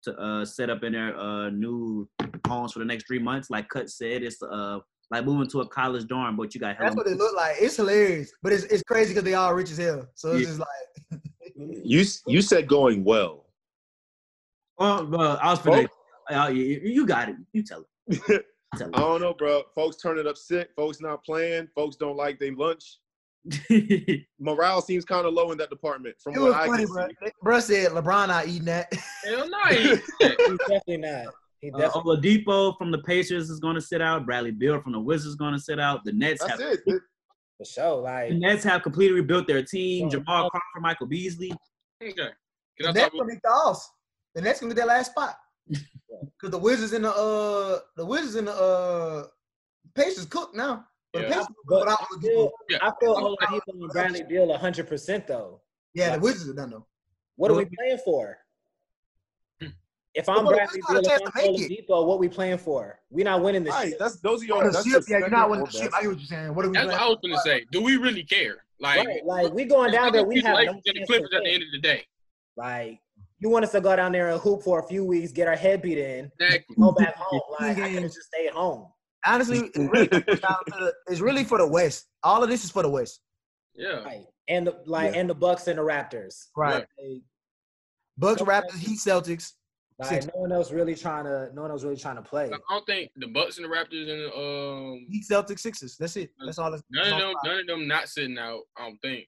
Speaker 1: to uh, set up in their uh, new homes for the next three months. Like Cut said, it's uh like moving to a college dorm, but you got hella
Speaker 2: That's what it looked like. It's hilarious, but it's it's crazy because they all rich as hell. So it's
Speaker 1: Yeah.
Speaker 2: just like,
Speaker 4: You s- you said going well.
Speaker 1: Oh, well, I was finna. Oh, you, you got it. You tell it. tell
Speaker 4: I don't know, bro. Folks turning up sick. Folks not playing. Folks don't like their lunch.
Speaker 1: it.
Speaker 4: Morale seems kind of low in that department, from
Speaker 2: it
Speaker 4: what
Speaker 2: was
Speaker 4: I
Speaker 2: funny,
Speaker 4: can
Speaker 2: bro.
Speaker 4: see.
Speaker 2: Bro said LeBron not eating that.
Speaker 6: Hell no. he ain't.
Speaker 3: he's definitely not. He
Speaker 1: Uh,
Speaker 3: definitely
Speaker 1: Oladipo from the Pacers is going to sit out. Bradley Beal from the Wizards is going to sit out. The Nets
Speaker 4: That's
Speaker 1: have
Speaker 4: it.
Speaker 3: for sure. Like
Speaker 1: the Nets have completely rebuilt their team.
Speaker 3: Right.
Speaker 1: Jamal Crawford, Michael Beasley.
Speaker 6: Okay. Can I
Speaker 2: The
Speaker 6: talk
Speaker 2: Nets
Speaker 6: about
Speaker 2: gonna be the offs. The Nets gonna get that last spot. Cause the Wizards in the uh the Wizards in the uh Pacers cooked now. But the
Speaker 6: Yeah.
Speaker 2: Pacers
Speaker 3: But
Speaker 2: without
Speaker 3: I
Speaker 2: Oladipo.
Speaker 3: feel,
Speaker 6: Yeah.
Speaker 3: I feel Oladipo and Bradley Beal 100 percent though.
Speaker 2: Yeah, the Wizards are done though.
Speaker 3: What are we playing for? If I'm
Speaker 2: Well, we
Speaker 3: Bradley
Speaker 2: got a
Speaker 3: Beal, if
Speaker 2: chance
Speaker 3: I'm
Speaker 2: to make
Speaker 3: Oladipo, what we playing for? We're not winning this.
Speaker 4: Right.
Speaker 3: shit.
Speaker 4: That's those are your.
Speaker 2: On the
Speaker 4: that's
Speaker 2: ship,
Speaker 4: your
Speaker 2: yeah, you're not
Speaker 4: second
Speaker 2: winning
Speaker 4: or
Speaker 2: the ship.
Speaker 4: best.
Speaker 2: I hear Oh, what you're saying. What are we
Speaker 6: That's what
Speaker 2: playing?
Speaker 6: I was gonna say. Do we really care? Like,
Speaker 3: Right, like we going down there, we
Speaker 6: These
Speaker 3: have no
Speaker 6: Lakers and the
Speaker 3: chance
Speaker 6: Clippers
Speaker 3: to
Speaker 6: at the
Speaker 3: win.
Speaker 6: end of the day.
Speaker 3: Like you want us to go down there and hoop for a few weeks, get our head beat in,
Speaker 6: Exactly.
Speaker 3: go back home. Like I
Speaker 2: Games.
Speaker 3: could just stay at home.
Speaker 2: Honestly, it's really, comes down to the- it's really for the West. All of this is for the West.
Speaker 6: Yeah.
Speaker 3: Right, and the like, and the Bucks and the Raptors.
Speaker 2: Right.
Speaker 3: Like,
Speaker 2: Bucks, Raptors, Heat, Celtics.
Speaker 3: like no one else really trying to. No one else really trying to play.
Speaker 6: I don't think the Bucks and the Raptors and the, um
Speaker 2: Heat, Celtics, Sixers. That's it. That's all. That's,
Speaker 6: none of
Speaker 2: that's
Speaker 6: them
Speaker 2: all five.
Speaker 6: none of them not sitting out. I don't think.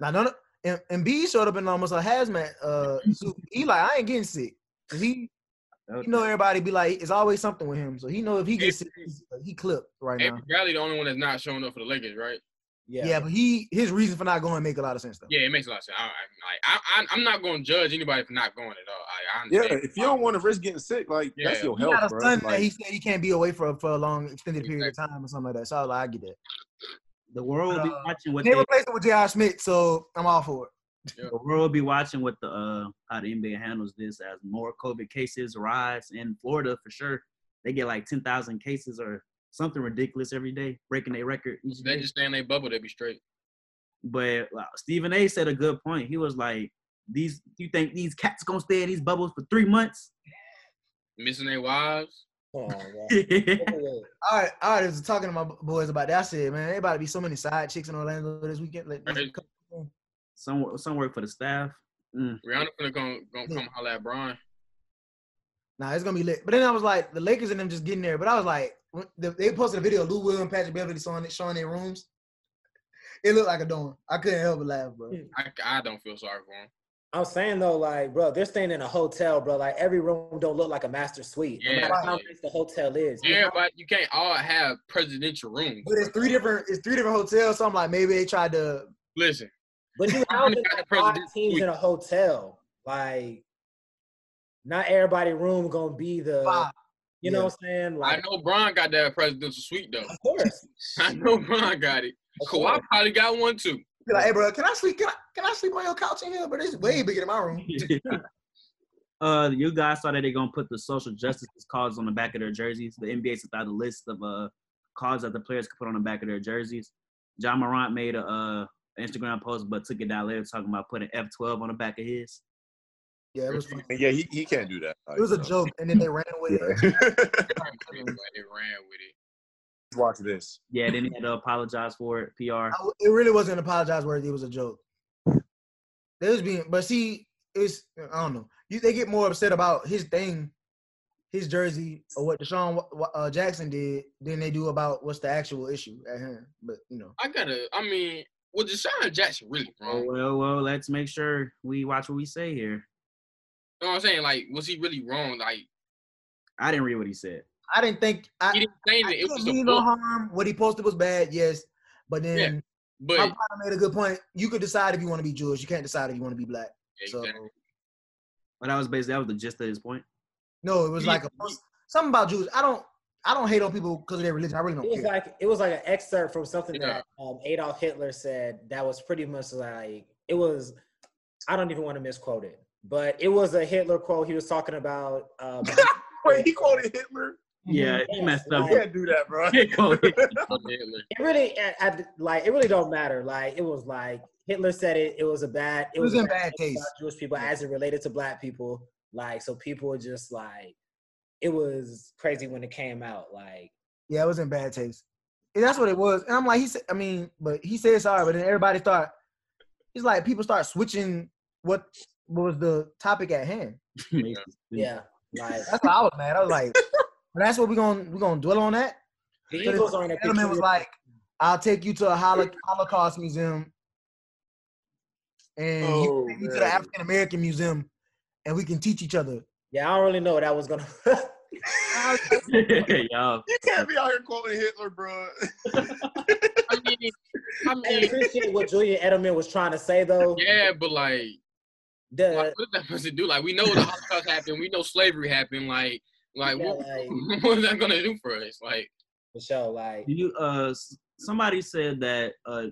Speaker 2: Now, none of, and, and B showed up in almost a hazmat uh, suit. He like, I ain't getting sick. 'Cause He, you know, everybody be like, it's always something with him. So he know if he gets sick, he's- he clipped right now.
Speaker 6: Avery Bradley the only one that's not showing up for the Lakers, right?
Speaker 3: Yeah.
Speaker 2: Yeah. but he his reason for not going make a lot of sense though.
Speaker 6: Yeah, it makes a lot of sense. I, I, like, I, I I'm not gonna judge anybody for not going at all. I, I
Speaker 4: Yeah,
Speaker 6: understand.
Speaker 4: if you don't want to risk getting sick, like that's
Speaker 6: Yeah.
Speaker 4: your
Speaker 2: He
Speaker 4: health,
Speaker 2: got a
Speaker 4: bro.
Speaker 2: son that
Speaker 4: Like,
Speaker 2: he said he can't be away for for a long extended period of time or something like that. So I was like, I get that.
Speaker 1: The world will be
Speaker 2: Uh,
Speaker 1: watching what
Speaker 2: They
Speaker 1: they,
Speaker 2: replaced it with J.R. Smith, so I'm all for it.
Speaker 1: the world will be watching what the uh, how the NBA handles this as more COVID cases rise in Florida for sure. They get like ten thousand cases or something ridiculous every day, breaking their record each
Speaker 6: If they
Speaker 1: day.
Speaker 6: just stay in their bubble, they be straight.
Speaker 1: But like, Stephen A. said a good point. He was like, "These, you think these cats gonna stay in these bubbles for three months?"
Speaker 6: Missing their wives.
Speaker 3: Come on, bro.
Speaker 1: yeah,
Speaker 2: All right, all right. I was talking to my boys about that. I said, man, there about to be so many side chicks in Orlando this weekend. Like,
Speaker 6: Right.
Speaker 1: some some work for the staff. Mm.
Speaker 6: Rihanna gonna come, gonna come holler at Brian.
Speaker 2: Nah, it's gonna be lit. But then I was like, the Lakers and them just getting there. But I was like, when the, they posted a video of Lou Will and Patrick Beverly showing it, showing their rooms. It looked like a dorm. I couldn't help but laugh, bro.
Speaker 6: I, I don't feel sorry for him.
Speaker 3: I'm saying though, like, bro, they're staying in a hotel, bro. Like every room don't look like a master suite. no
Speaker 6: Yeah,
Speaker 3: matter how
Speaker 6: yeah.
Speaker 3: nice the hotel is. you
Speaker 6: Yeah,
Speaker 3: know?
Speaker 6: but you can't all have presidential rooms.
Speaker 2: But it's three different. It's three different hotels. So I'm like, maybe they tried to.
Speaker 6: Listen,
Speaker 3: But you
Speaker 6: I'm
Speaker 3: housing
Speaker 6: not the
Speaker 3: like five
Speaker 6: president.
Speaker 3: teams in a hotel. Like, not everybody room gonna be the.
Speaker 2: Five.
Speaker 3: You know what I'm saying?
Speaker 6: I
Speaker 3: Like,
Speaker 6: know Bron got that presidential suite though.
Speaker 3: of course.
Speaker 6: I know Bron got it.
Speaker 3: Of
Speaker 6: Kawhi
Speaker 3: course.
Speaker 6: probably got one too.
Speaker 2: Be like, hey, bro, can I sleep? Can I can I sleep on your couch in here? But it's way bigger than my room.
Speaker 1: uh, you guys saw that they're gonna put the social justice causes on the back of their jerseys. The NBA sent out a list of uh causes that the players could put on the back of their jerseys. John Morant made a uh, Instagram post, but took it down later, talking about putting F12 on the back of his.
Speaker 2: Yeah, it was. Funny.
Speaker 4: Yeah, he, he can't do that.
Speaker 2: It was a joke, and then they ran with it.
Speaker 6: Probably did, but they ran with it.
Speaker 4: Watch this.
Speaker 1: Yeah, then he had to apologize for it. PR.
Speaker 2: I w it really wasn't apologize worthy. It was a joke. They was being, but see, it's I don't know. You they get more upset about his thing, his jersey, or what Deshaun Wa- Wa- uh, Jackson did than they do about what's the actual issue at hand. But you know,
Speaker 6: I gotta. I mean, was Deshaun Jackson really
Speaker 1: Oh,
Speaker 6: wrong? You
Speaker 1: well, well, let's make sure we watch what we say here.
Speaker 6: know what I'm saying? Like, was he really wrong? Like,
Speaker 1: I didn't read what he said.
Speaker 2: I didn't think
Speaker 6: he
Speaker 2: I,
Speaker 6: didn't say
Speaker 2: I
Speaker 6: anything. It
Speaker 2: didn't
Speaker 6: was
Speaker 2: mean
Speaker 6: a
Speaker 2: no
Speaker 6: book,
Speaker 2: harm. What he posted was bad, yes, but then
Speaker 6: Yeah,
Speaker 2: my
Speaker 6: but
Speaker 2: partner made a good point. You could decide if you want to be Jewish. You can't decide if you want to be black. So
Speaker 6: Exactly.
Speaker 1: But that was basically that was the gist of his point.
Speaker 2: no, it was
Speaker 6: Yeah.
Speaker 2: like a, something about Jews. I don't. I don't hate on people because of their religion. I really
Speaker 3: It
Speaker 2: don't
Speaker 3: was
Speaker 2: care.
Speaker 3: like it was like an excerpt from something
Speaker 6: Yeah.
Speaker 3: that um, Adolf Hitler said. That was pretty much like it was. I don't even want to misquote it, but it was a Hitler quote. He was talking about. Um,
Speaker 4: Wait, he quoted Hitler?
Speaker 1: Yeah, he messed up.
Speaker 4: He can't do that, bro.
Speaker 6: Hitler.
Speaker 3: it really at, at, like it really don't matter. Like it was like Hitler said it. It was a bad. It
Speaker 2: was
Speaker 3: was,
Speaker 2: in
Speaker 3: a
Speaker 2: bad
Speaker 3: thing
Speaker 2: taste.
Speaker 3: about Jewish people as it related to black people. Like so, people were just like it was crazy when it came out. Like
Speaker 2: Yeah, it was in bad taste. And that's what it was. And I'm like, he said, I mean, but he said sorry, but then everybody start, it's like people start switching what was the topic at hand.
Speaker 1: Mm.
Speaker 3: yeah, like
Speaker 2: That's why I was mad. I was like, but that's what we're going we're gonna dwell on that.
Speaker 3: the
Speaker 2: So
Speaker 3: Eagles are in a
Speaker 2: this gentleman was
Speaker 3: peculiar-
Speaker 2: like, I'll take you to a holo- Holocaust museum and
Speaker 4: Oh,
Speaker 2: you take me to the
Speaker 4: man.
Speaker 2: African American museum and we can teach each other.
Speaker 3: yeah, I don't really know what that was gonna.
Speaker 1: Y'all,
Speaker 4: you can't be out here quoting Hitler, bro.
Speaker 6: I mean, I
Speaker 3: I
Speaker 6: mean,
Speaker 3: appreciate what Julian Edelman was trying to say though.
Speaker 6: yeah, but like,
Speaker 3: The-
Speaker 6: like, what does that person do? Like, we know the Holocaust happened. We know slavery happened. Like, like,
Speaker 3: Yeah,
Speaker 6: what,
Speaker 3: like-
Speaker 6: what is that gonna do for us? Like,
Speaker 3: for sure, like
Speaker 1: do you uh s- somebody said that uh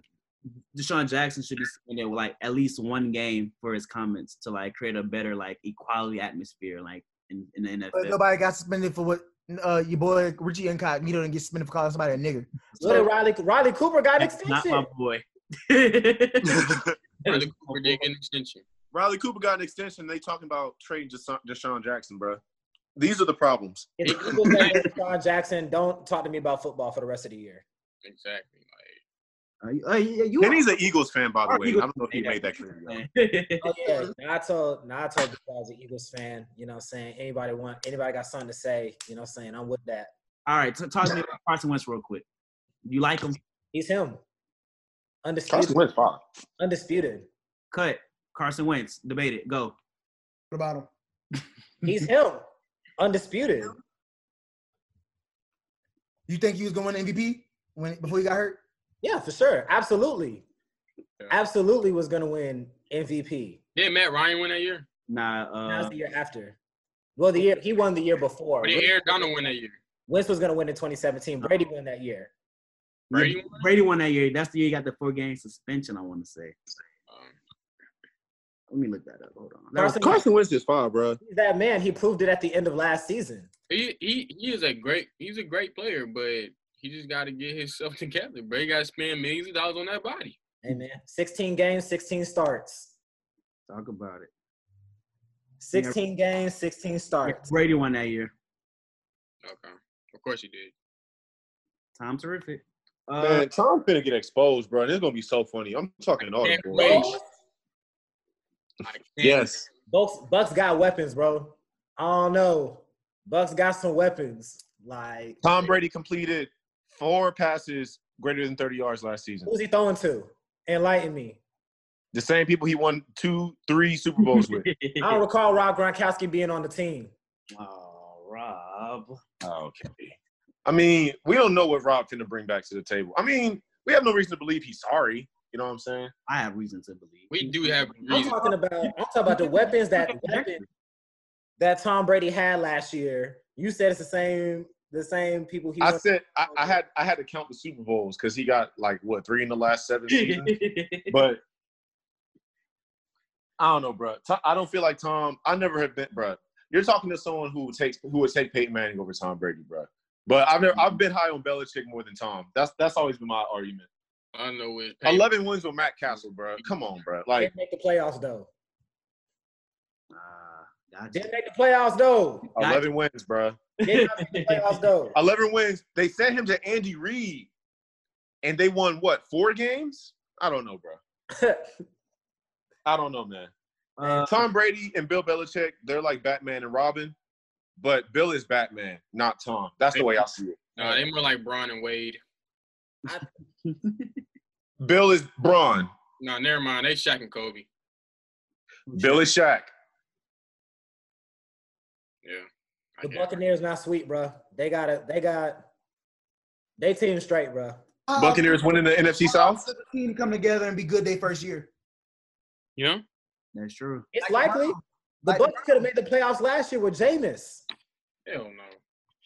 Speaker 1: Deshaun Jackson should be sitting there with like at least one game for his comments to like create a better like equality atmosphere like in, in the NFL.
Speaker 2: But nobody got suspended for what uh, your boy Richie Incognito didn't get suspended for calling somebody a nigger.
Speaker 3: what did Riley Riley Cooper got an
Speaker 1: That's not
Speaker 3: extension.
Speaker 1: my boy. That
Speaker 6: Bradley
Speaker 1: is
Speaker 6: Cooper did get an extension.
Speaker 4: Riley Cooper got an extension. They talking about trading Desha- Deshaun Jackson, bro. These are the problems.
Speaker 3: If the Eagles don't get Deshaun Jackson, don't talk to me about football for the rest of the year.
Speaker 6: Exactly. Like,
Speaker 1: Uh, you- uh, you you
Speaker 4: And he's an Eagles fan, by the
Speaker 1: are
Speaker 4: way. I
Speaker 1: Eagles
Speaker 4: don't know if he
Speaker 1: fan.
Speaker 4: made that clear. though.
Speaker 3: Oh yeah, Nato, Nato was an Eagles fan. You know, what I'm saying anybody want anybody got something to say. You know, what I'm saying I'm with that.
Speaker 1: All right, t- talk to me about Carson Wentz real quick. You like him?
Speaker 3: He's him,
Speaker 4: Carson
Speaker 3: undisputed,
Speaker 4: Wentz, fine.
Speaker 3: undisputed.
Speaker 1: Cut Carson Wentz. Debate it. Go.
Speaker 2: What about him?
Speaker 3: He's him, undisputed.
Speaker 2: You think he was going to win MVP when before he got hurt?
Speaker 3: Yeah, for sure, absolutely,
Speaker 6: Yeah.
Speaker 3: absolutely was gonna win MVP.
Speaker 6: did Matt Ryan win that year?
Speaker 3: That
Speaker 1: Nah,
Speaker 3: was
Speaker 1: uh,
Speaker 3: the year after. Well, the year he won Uh-huh. the year before.
Speaker 6: Or did Aaron Donald win that year?
Speaker 3: Wentz was gonna win in 2017. Brady won that year.
Speaker 6: Brady
Speaker 1: Brady, won
Speaker 6: won it?
Speaker 1: that year. That's the year he got the four game suspension. I want to say.
Speaker 6: Um,
Speaker 1: Let me look that up. Hold on. That was-
Speaker 3: Carson,
Speaker 4: Carson Wentz is fine, bro.
Speaker 3: he's that man. He proved it at the end of last season.
Speaker 6: he he he is a great he's a great player, but he just got to get himself together. Bro, he got to spend millions of dollars on that body.
Speaker 3: Hey man, 16 games, 16 starts.
Speaker 1: talk about it.
Speaker 3: 16 games, 16 starts.
Speaker 1: Brady won that year.
Speaker 6: Okay, of course he did.
Speaker 1: Tom terrific. Uh,
Speaker 4: Man, Tom finna get exposed, bro. And it's gonna be so funny. I'm talking all the
Speaker 6: Can't
Speaker 4: boys.
Speaker 6: wait. I can't.
Speaker 4: Yes.
Speaker 3: Bucks, Bucks got weapons, bro. I don't know. Bucks got some weapons. Like
Speaker 4: Tom Brady completed four passes greater than 30 yards last season.
Speaker 3: who's he throwing to? Enlighten me.
Speaker 4: The same people he won two, three Super Bowls with.
Speaker 3: I don't recall Rob Gronkowski being on the team.
Speaker 9: Oh, Rob.
Speaker 4: okay. I mean, we don't know what Rob can bring back to the table. I mean, we have no reason to believe he's sorry. You know what I'm saying?
Speaker 9: I have reason to believe.
Speaker 6: We do have
Speaker 3: I'm
Speaker 6: reason.
Speaker 3: talking about I'm talking about the weapons that weapon that Tom Brady had last year. You said it's the same the same people he
Speaker 4: I
Speaker 3: was-
Speaker 4: said I, I had I had to count the Super Bowls because he got like what three in the last seven seasons. but
Speaker 9: But
Speaker 4: I don't know, bro. I I don't feel like Tom. I never have been, bro. You're talking to someone who takes who would take Peyton Manning over Tom Brady, bro. But I've never I've been high on Belichick more than Tom. That's that's always been my argument.
Speaker 6: I know where it's paid.
Speaker 4: Eleven wins with Matt Castle, bro. Come on, bro. Like
Speaker 3: didn't make the playoffs though.
Speaker 9: uh,
Speaker 3: Didn't make the playoffs though.
Speaker 4: eleven wins, bro.
Speaker 3: Didn't make the playoffs though.
Speaker 4: 11 wins. They sent him to Andy Reid, and they won what four games? I don't know, bro. I don't know, man.
Speaker 9: uh,
Speaker 4: Tom Brady and Bill Belichick, they're like Batman and Robin, but Bill is Batman, not Tom. That's the way I see it.
Speaker 6: No, they more like Braun and Wade.
Speaker 4: Bill is Braun.
Speaker 6: No, never mind. They Shaq and Kobe.
Speaker 4: Bill is Shaq.
Speaker 6: Yeah. I
Speaker 3: The
Speaker 6: hear it.
Speaker 3: Buccaneers not sweet, bro. They got it. They got they team straight, bro.
Speaker 4: Buccaneers winning the
Speaker 3: uh,
Speaker 4: NFC South.
Speaker 2: Oh, The team come together and be good their first year.
Speaker 6: You know?
Speaker 9: that's true.
Speaker 3: It's
Speaker 2: Like the
Speaker 3: likely
Speaker 2: Browns.
Speaker 3: the
Speaker 2: Like the
Speaker 3: Bucks could have made the playoffs last year with Jameis.
Speaker 6: Hell no.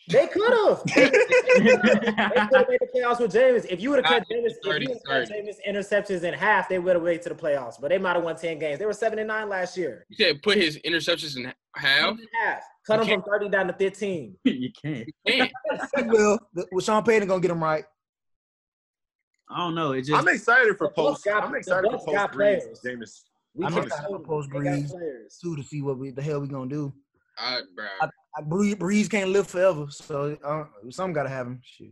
Speaker 3: They could have. they could have made the playoffs with Jameis. If you would have cut Jameis, if you would have cut Jameis interceptions in half, they would have made it to the playoffs. But they might have won ten games. They were seven and nine last year.
Speaker 6: You said put his interceptions in half?
Speaker 3: Half. Cut them from thirty down to fifteen.
Speaker 9: you can't.
Speaker 6: Damn.
Speaker 2: well, the- well, Sean Payton gonna get him right.
Speaker 9: I don't know. It just
Speaker 4: I'm excited for
Speaker 3: The Bucs
Speaker 4: post.
Speaker 3: got-
Speaker 4: I'm
Speaker 3: the
Speaker 4: excited for
Speaker 3: Bucs got
Speaker 4: post Breeze,
Speaker 3: players.
Speaker 4: Jameis.
Speaker 3: We
Speaker 2: I'm
Speaker 3: just
Speaker 4: excited
Speaker 3: told
Speaker 2: for Post
Speaker 3: them they got
Speaker 2: Breeze.
Speaker 3: players.
Speaker 2: Too to see what we, the hell we gonna do.
Speaker 6: I, bro.
Speaker 2: I, Breeze, Breeze can't live forever, so uh, something gotta happen. Shit,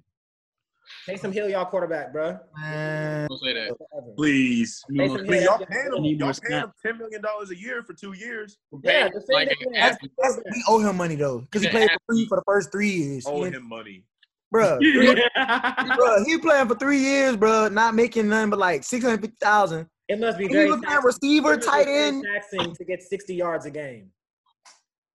Speaker 3: Taysom Hill, y'all quarterback, bro.
Speaker 2: man.
Speaker 6: Don't say that.
Speaker 4: Please.
Speaker 9: you know,
Speaker 3: Taysom
Speaker 4: Please,
Speaker 3: Hill,
Speaker 4: y'all
Speaker 3: that's-
Speaker 4: paying him,
Speaker 9: I need
Speaker 4: y'all
Speaker 9: more
Speaker 4: paying him
Speaker 9: snaps.
Speaker 4: ten million dollars a year for two years.
Speaker 3: Yeah,
Speaker 6: Like
Speaker 3: the same
Speaker 6: an
Speaker 3: thing.
Speaker 6: athlete.
Speaker 2: That's, we owe him money though, because he played for free for the first three years.
Speaker 4: Owe
Speaker 2: And-
Speaker 4: him money.
Speaker 2: Bruh,
Speaker 9: Yeah.
Speaker 2: bruh, he playing for three years, bruh, not making nothing but like six hundred fifty thousand.
Speaker 3: It must be
Speaker 2: He
Speaker 3: very
Speaker 2: was at
Speaker 3: taxing.
Speaker 2: receiver,
Speaker 3: It must be
Speaker 2: tight
Speaker 3: very
Speaker 2: end.
Speaker 3: taxing to get 60 yards a game.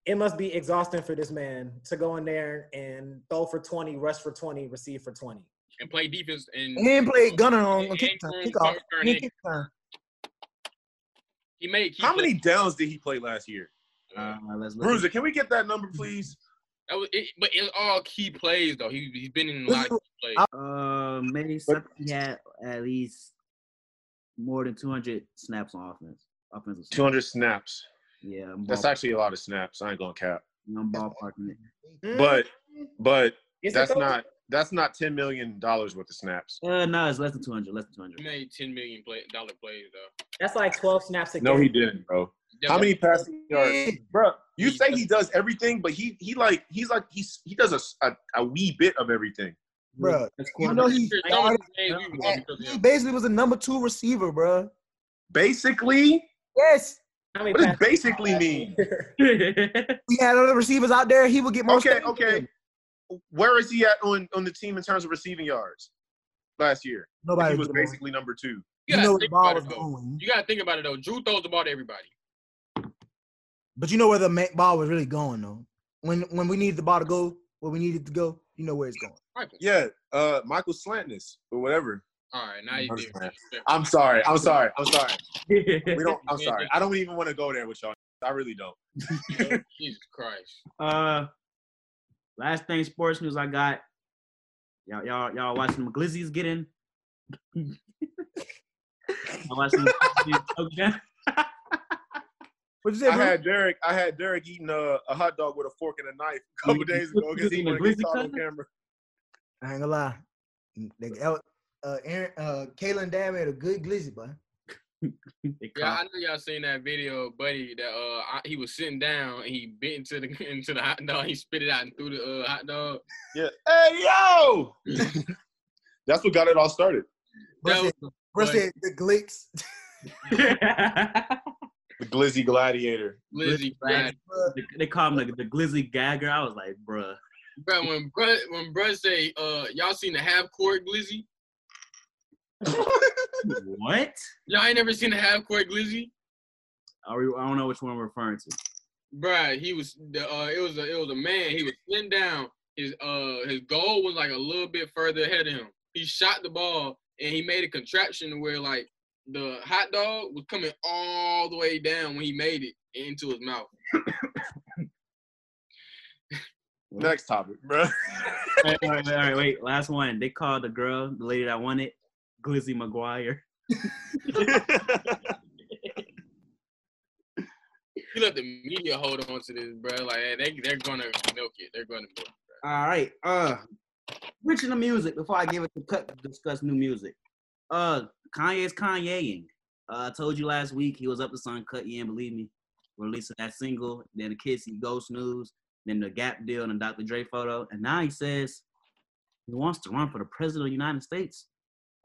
Speaker 3: It must be exhausting for this man to go in there and throw for 20, rush for 20, receive for 20.
Speaker 6: And play defense and
Speaker 2: And then played gunner on, on
Speaker 6: And
Speaker 2: kick time,
Speaker 6: thrown
Speaker 2: kickoff,
Speaker 6: cover
Speaker 2: and then
Speaker 6: and-
Speaker 2: kick time.
Speaker 6: he made
Speaker 4: How many downs did he play last year?
Speaker 9: Uh, let's look.
Speaker 4: Bruiser, can we get that number, please?
Speaker 6: That was it, but it's all key plays though. He he's been in a
Speaker 2: This
Speaker 6: lot
Speaker 2: is-
Speaker 6: of key plays.
Speaker 9: Uh, maybe something he had at least more than 200 snaps on offense. Offensive. snaps.
Speaker 4: 200 snaps.
Speaker 9: Yeah, I'm,
Speaker 4: That's
Speaker 9: ball,
Speaker 4: actually a lot of snaps. I ain't gonna cap.
Speaker 9: I'm ballparking it.
Speaker 2: Mm-hmm.
Speaker 4: But but
Speaker 3: Is it
Speaker 4: that's
Speaker 3: though?
Speaker 4: not that's not ten million dollars worth of snaps.
Speaker 9: Uh, no, it's less than 200. Less than 200.
Speaker 6: He made ten million play, dollar plays though.
Speaker 3: That's like 12 snaps a game.
Speaker 4: No, he didn't, bro. How many passing yards, bro? Mm-hmm. You say he does everything, but he he like he's like he's he does a s- a, a wee bit of everything.
Speaker 2: Bruh,
Speaker 9: That's cool.
Speaker 2: you know he,
Speaker 6: There's so many plays we won because of
Speaker 2: he
Speaker 6: him.
Speaker 2: basically was a number two receiver, bruh.
Speaker 4: Basically,
Speaker 2: Yes,
Speaker 3: How many
Speaker 4: what does
Speaker 3: passes-
Speaker 4: basically mean?
Speaker 2: we had other receivers out there. He would get more.
Speaker 4: Okay,
Speaker 2: snaps than
Speaker 4: okay.
Speaker 2: him.
Speaker 4: Where is he at on on the team in terms of receiving yards last year?
Speaker 2: Nobody
Speaker 4: He
Speaker 2: was
Speaker 4: was
Speaker 2: doing.
Speaker 4: basically number two.
Speaker 6: You
Speaker 2: You
Speaker 6: gotta
Speaker 2: know where the
Speaker 6: think
Speaker 2: ball
Speaker 6: about
Speaker 2: was
Speaker 6: it though.
Speaker 2: going,
Speaker 6: You gotta think about it though. Drew throws the ball to everybody.
Speaker 2: but you know where the ma- ball was really going though. When when we needed the ball to go, where we needed to go, you know where it's going.
Speaker 6: Michael.
Speaker 4: Yeah, uh, Michael Slantness or whatever.
Speaker 6: All right, now you
Speaker 4: I'm
Speaker 6: did.
Speaker 4: sorry. I'm sorry. I'm sorry. I'm sorry. We don't. I'm sorry. I don't even want to go there with y'all. I really don't.
Speaker 6: Jesus Christ.
Speaker 9: Uh, last thing sports news I got. Y'all, y'all, y'all watching McGlizzy's getting. Y'all watching McGlizzy's touchdown?
Speaker 2: What you say,
Speaker 4: I
Speaker 2: bro?
Speaker 4: had Derek. I had Derek eating a, a hot dog with a fork and a knife a couple days ago because he
Speaker 9: Eating a
Speaker 4: wanted to
Speaker 9: glizzy
Speaker 4: get caught on
Speaker 9: cutter?
Speaker 4: camera.
Speaker 2: I ain't gonna lie. They- Uh, Aaron, uh, Kalen Dam had a good glizzy, boy.
Speaker 9: They
Speaker 6: Yeah, I
Speaker 9: caught-
Speaker 6: know y'all seen that video, of buddy. That uh, I, he was sitting down and he bit into the into the hot dog. He spit it out and threw the uh, hot dog.
Speaker 4: Yeah. Hey yo. That's what got it all started.
Speaker 2: Bro
Speaker 6: That was
Speaker 2: said, bro
Speaker 6: funny.
Speaker 2: said the glicks.
Speaker 7: The Glizzy Gladiator.
Speaker 6: Lizzie,
Speaker 9: Glizzy
Speaker 6: Glad.
Speaker 9: They, they call him the, the Glizzy Gagger. I was like, bruh.
Speaker 6: Bruh, when bruh, when bruh say, uh, y'all seen the half court glizzy?
Speaker 9: What?
Speaker 6: Y'all ain't never seen the half court glizzy?
Speaker 9: Are we, I don't know which one I'm referring to.
Speaker 6: Bruh, he was the uh, it was a it was a man. He was sitting down. His uh his goal was like a little bit further ahead of him. He shot the ball and he made a contraption to where like the hot dog was coming all the way down when he made it into his mouth.
Speaker 4: Mm-hmm.
Speaker 7: Next topic, bro.
Speaker 9: all, right, all right, all right, wait. Last one. They called the girl, the lady that won it, Glizzy McGuire.
Speaker 6: He let the media hold on to this, bruh. Like hey, they they're gonna milk it. They're gonna milk it.
Speaker 9: All right. Uh, switching the music before I give it to cut to discuss new music. Uh, Kanye's Kanyeing. Uh, I told you last week he was up to something. Cut you in, believe me. Releasing that single, then the Kissy Ghost News, then the Gap deal and the Dr. Dre photo, and now he says he wants to run for the president of the United States.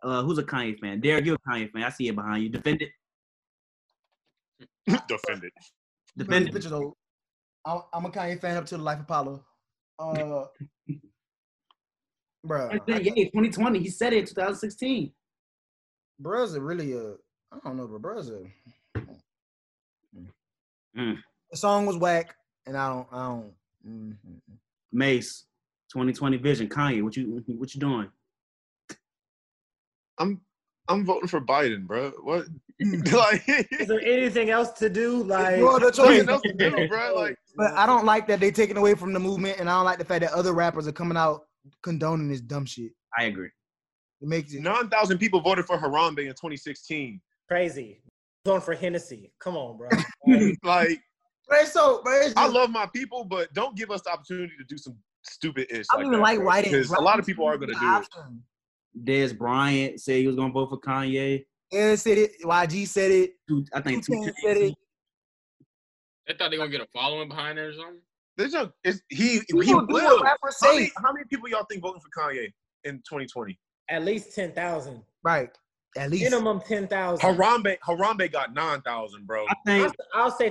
Speaker 9: Uh, who's a Kanye fan? Derek, you're a Kanye fan. I see it behind you. Defend it.
Speaker 7: Defend it.
Speaker 2: Defend
Speaker 9: Defend
Speaker 2: these
Speaker 9: it.
Speaker 2: pictures though. I'm, I'm a Kanye fan up to the life of Apollo. Uh, bruh,
Speaker 9: Yeah, 2020. He said it in 2016.
Speaker 2: bruh's a really a I don't know, but bruh's a.
Speaker 9: Mm.
Speaker 2: The song was whack, and I don't, I don't. mm, mm, mm.
Speaker 9: Mace, 2020 vision. Kanye, what you what you doing?
Speaker 7: I'm I'm voting for Biden, bro. What? like,
Speaker 3: Is there anything else to do? Like,
Speaker 2: Well, the choice-
Speaker 7: nothing else to do, bro. Like,
Speaker 2: But I don't like that they taking away from the movement, and I don't like the fact that other rappers are coming out condoning this dumb shit.
Speaker 9: I agree.
Speaker 2: It makes it.
Speaker 7: nine thousand people voted for Harambe in 2016.
Speaker 3: crazy. Going for Hennessy. Come on, bro.
Speaker 7: Like,
Speaker 2: But it's so, but it's
Speaker 7: I
Speaker 2: just-
Speaker 7: love my people, but don't give us the opportunity to do some stupid ish.
Speaker 2: I don't
Speaker 7: like
Speaker 2: even
Speaker 7: that,
Speaker 2: like
Speaker 7: bro,
Speaker 2: writing.
Speaker 7: because a lot of people are gonna do it.
Speaker 2: it.
Speaker 9: Des Bryant said he was gonna vote for Kanye.
Speaker 2: Ed said it. YG said it.
Speaker 9: Two, I think two
Speaker 2: Two said it.
Speaker 6: They thought they gonna get a following behind there or something.
Speaker 7: There's no, it's, he
Speaker 2: People
Speaker 7: he
Speaker 2: do what
Speaker 7: will.
Speaker 2: rappers
Speaker 7: How
Speaker 2: say.
Speaker 7: many, how many people y'all think voting for Kanye in 2020?
Speaker 3: At least 10,000.
Speaker 2: Right. At least.
Speaker 3: Minimum 10,000.
Speaker 7: Harambe Harambe got nine thousand, bro.
Speaker 9: I
Speaker 3: I'll,
Speaker 9: think
Speaker 3: I'll say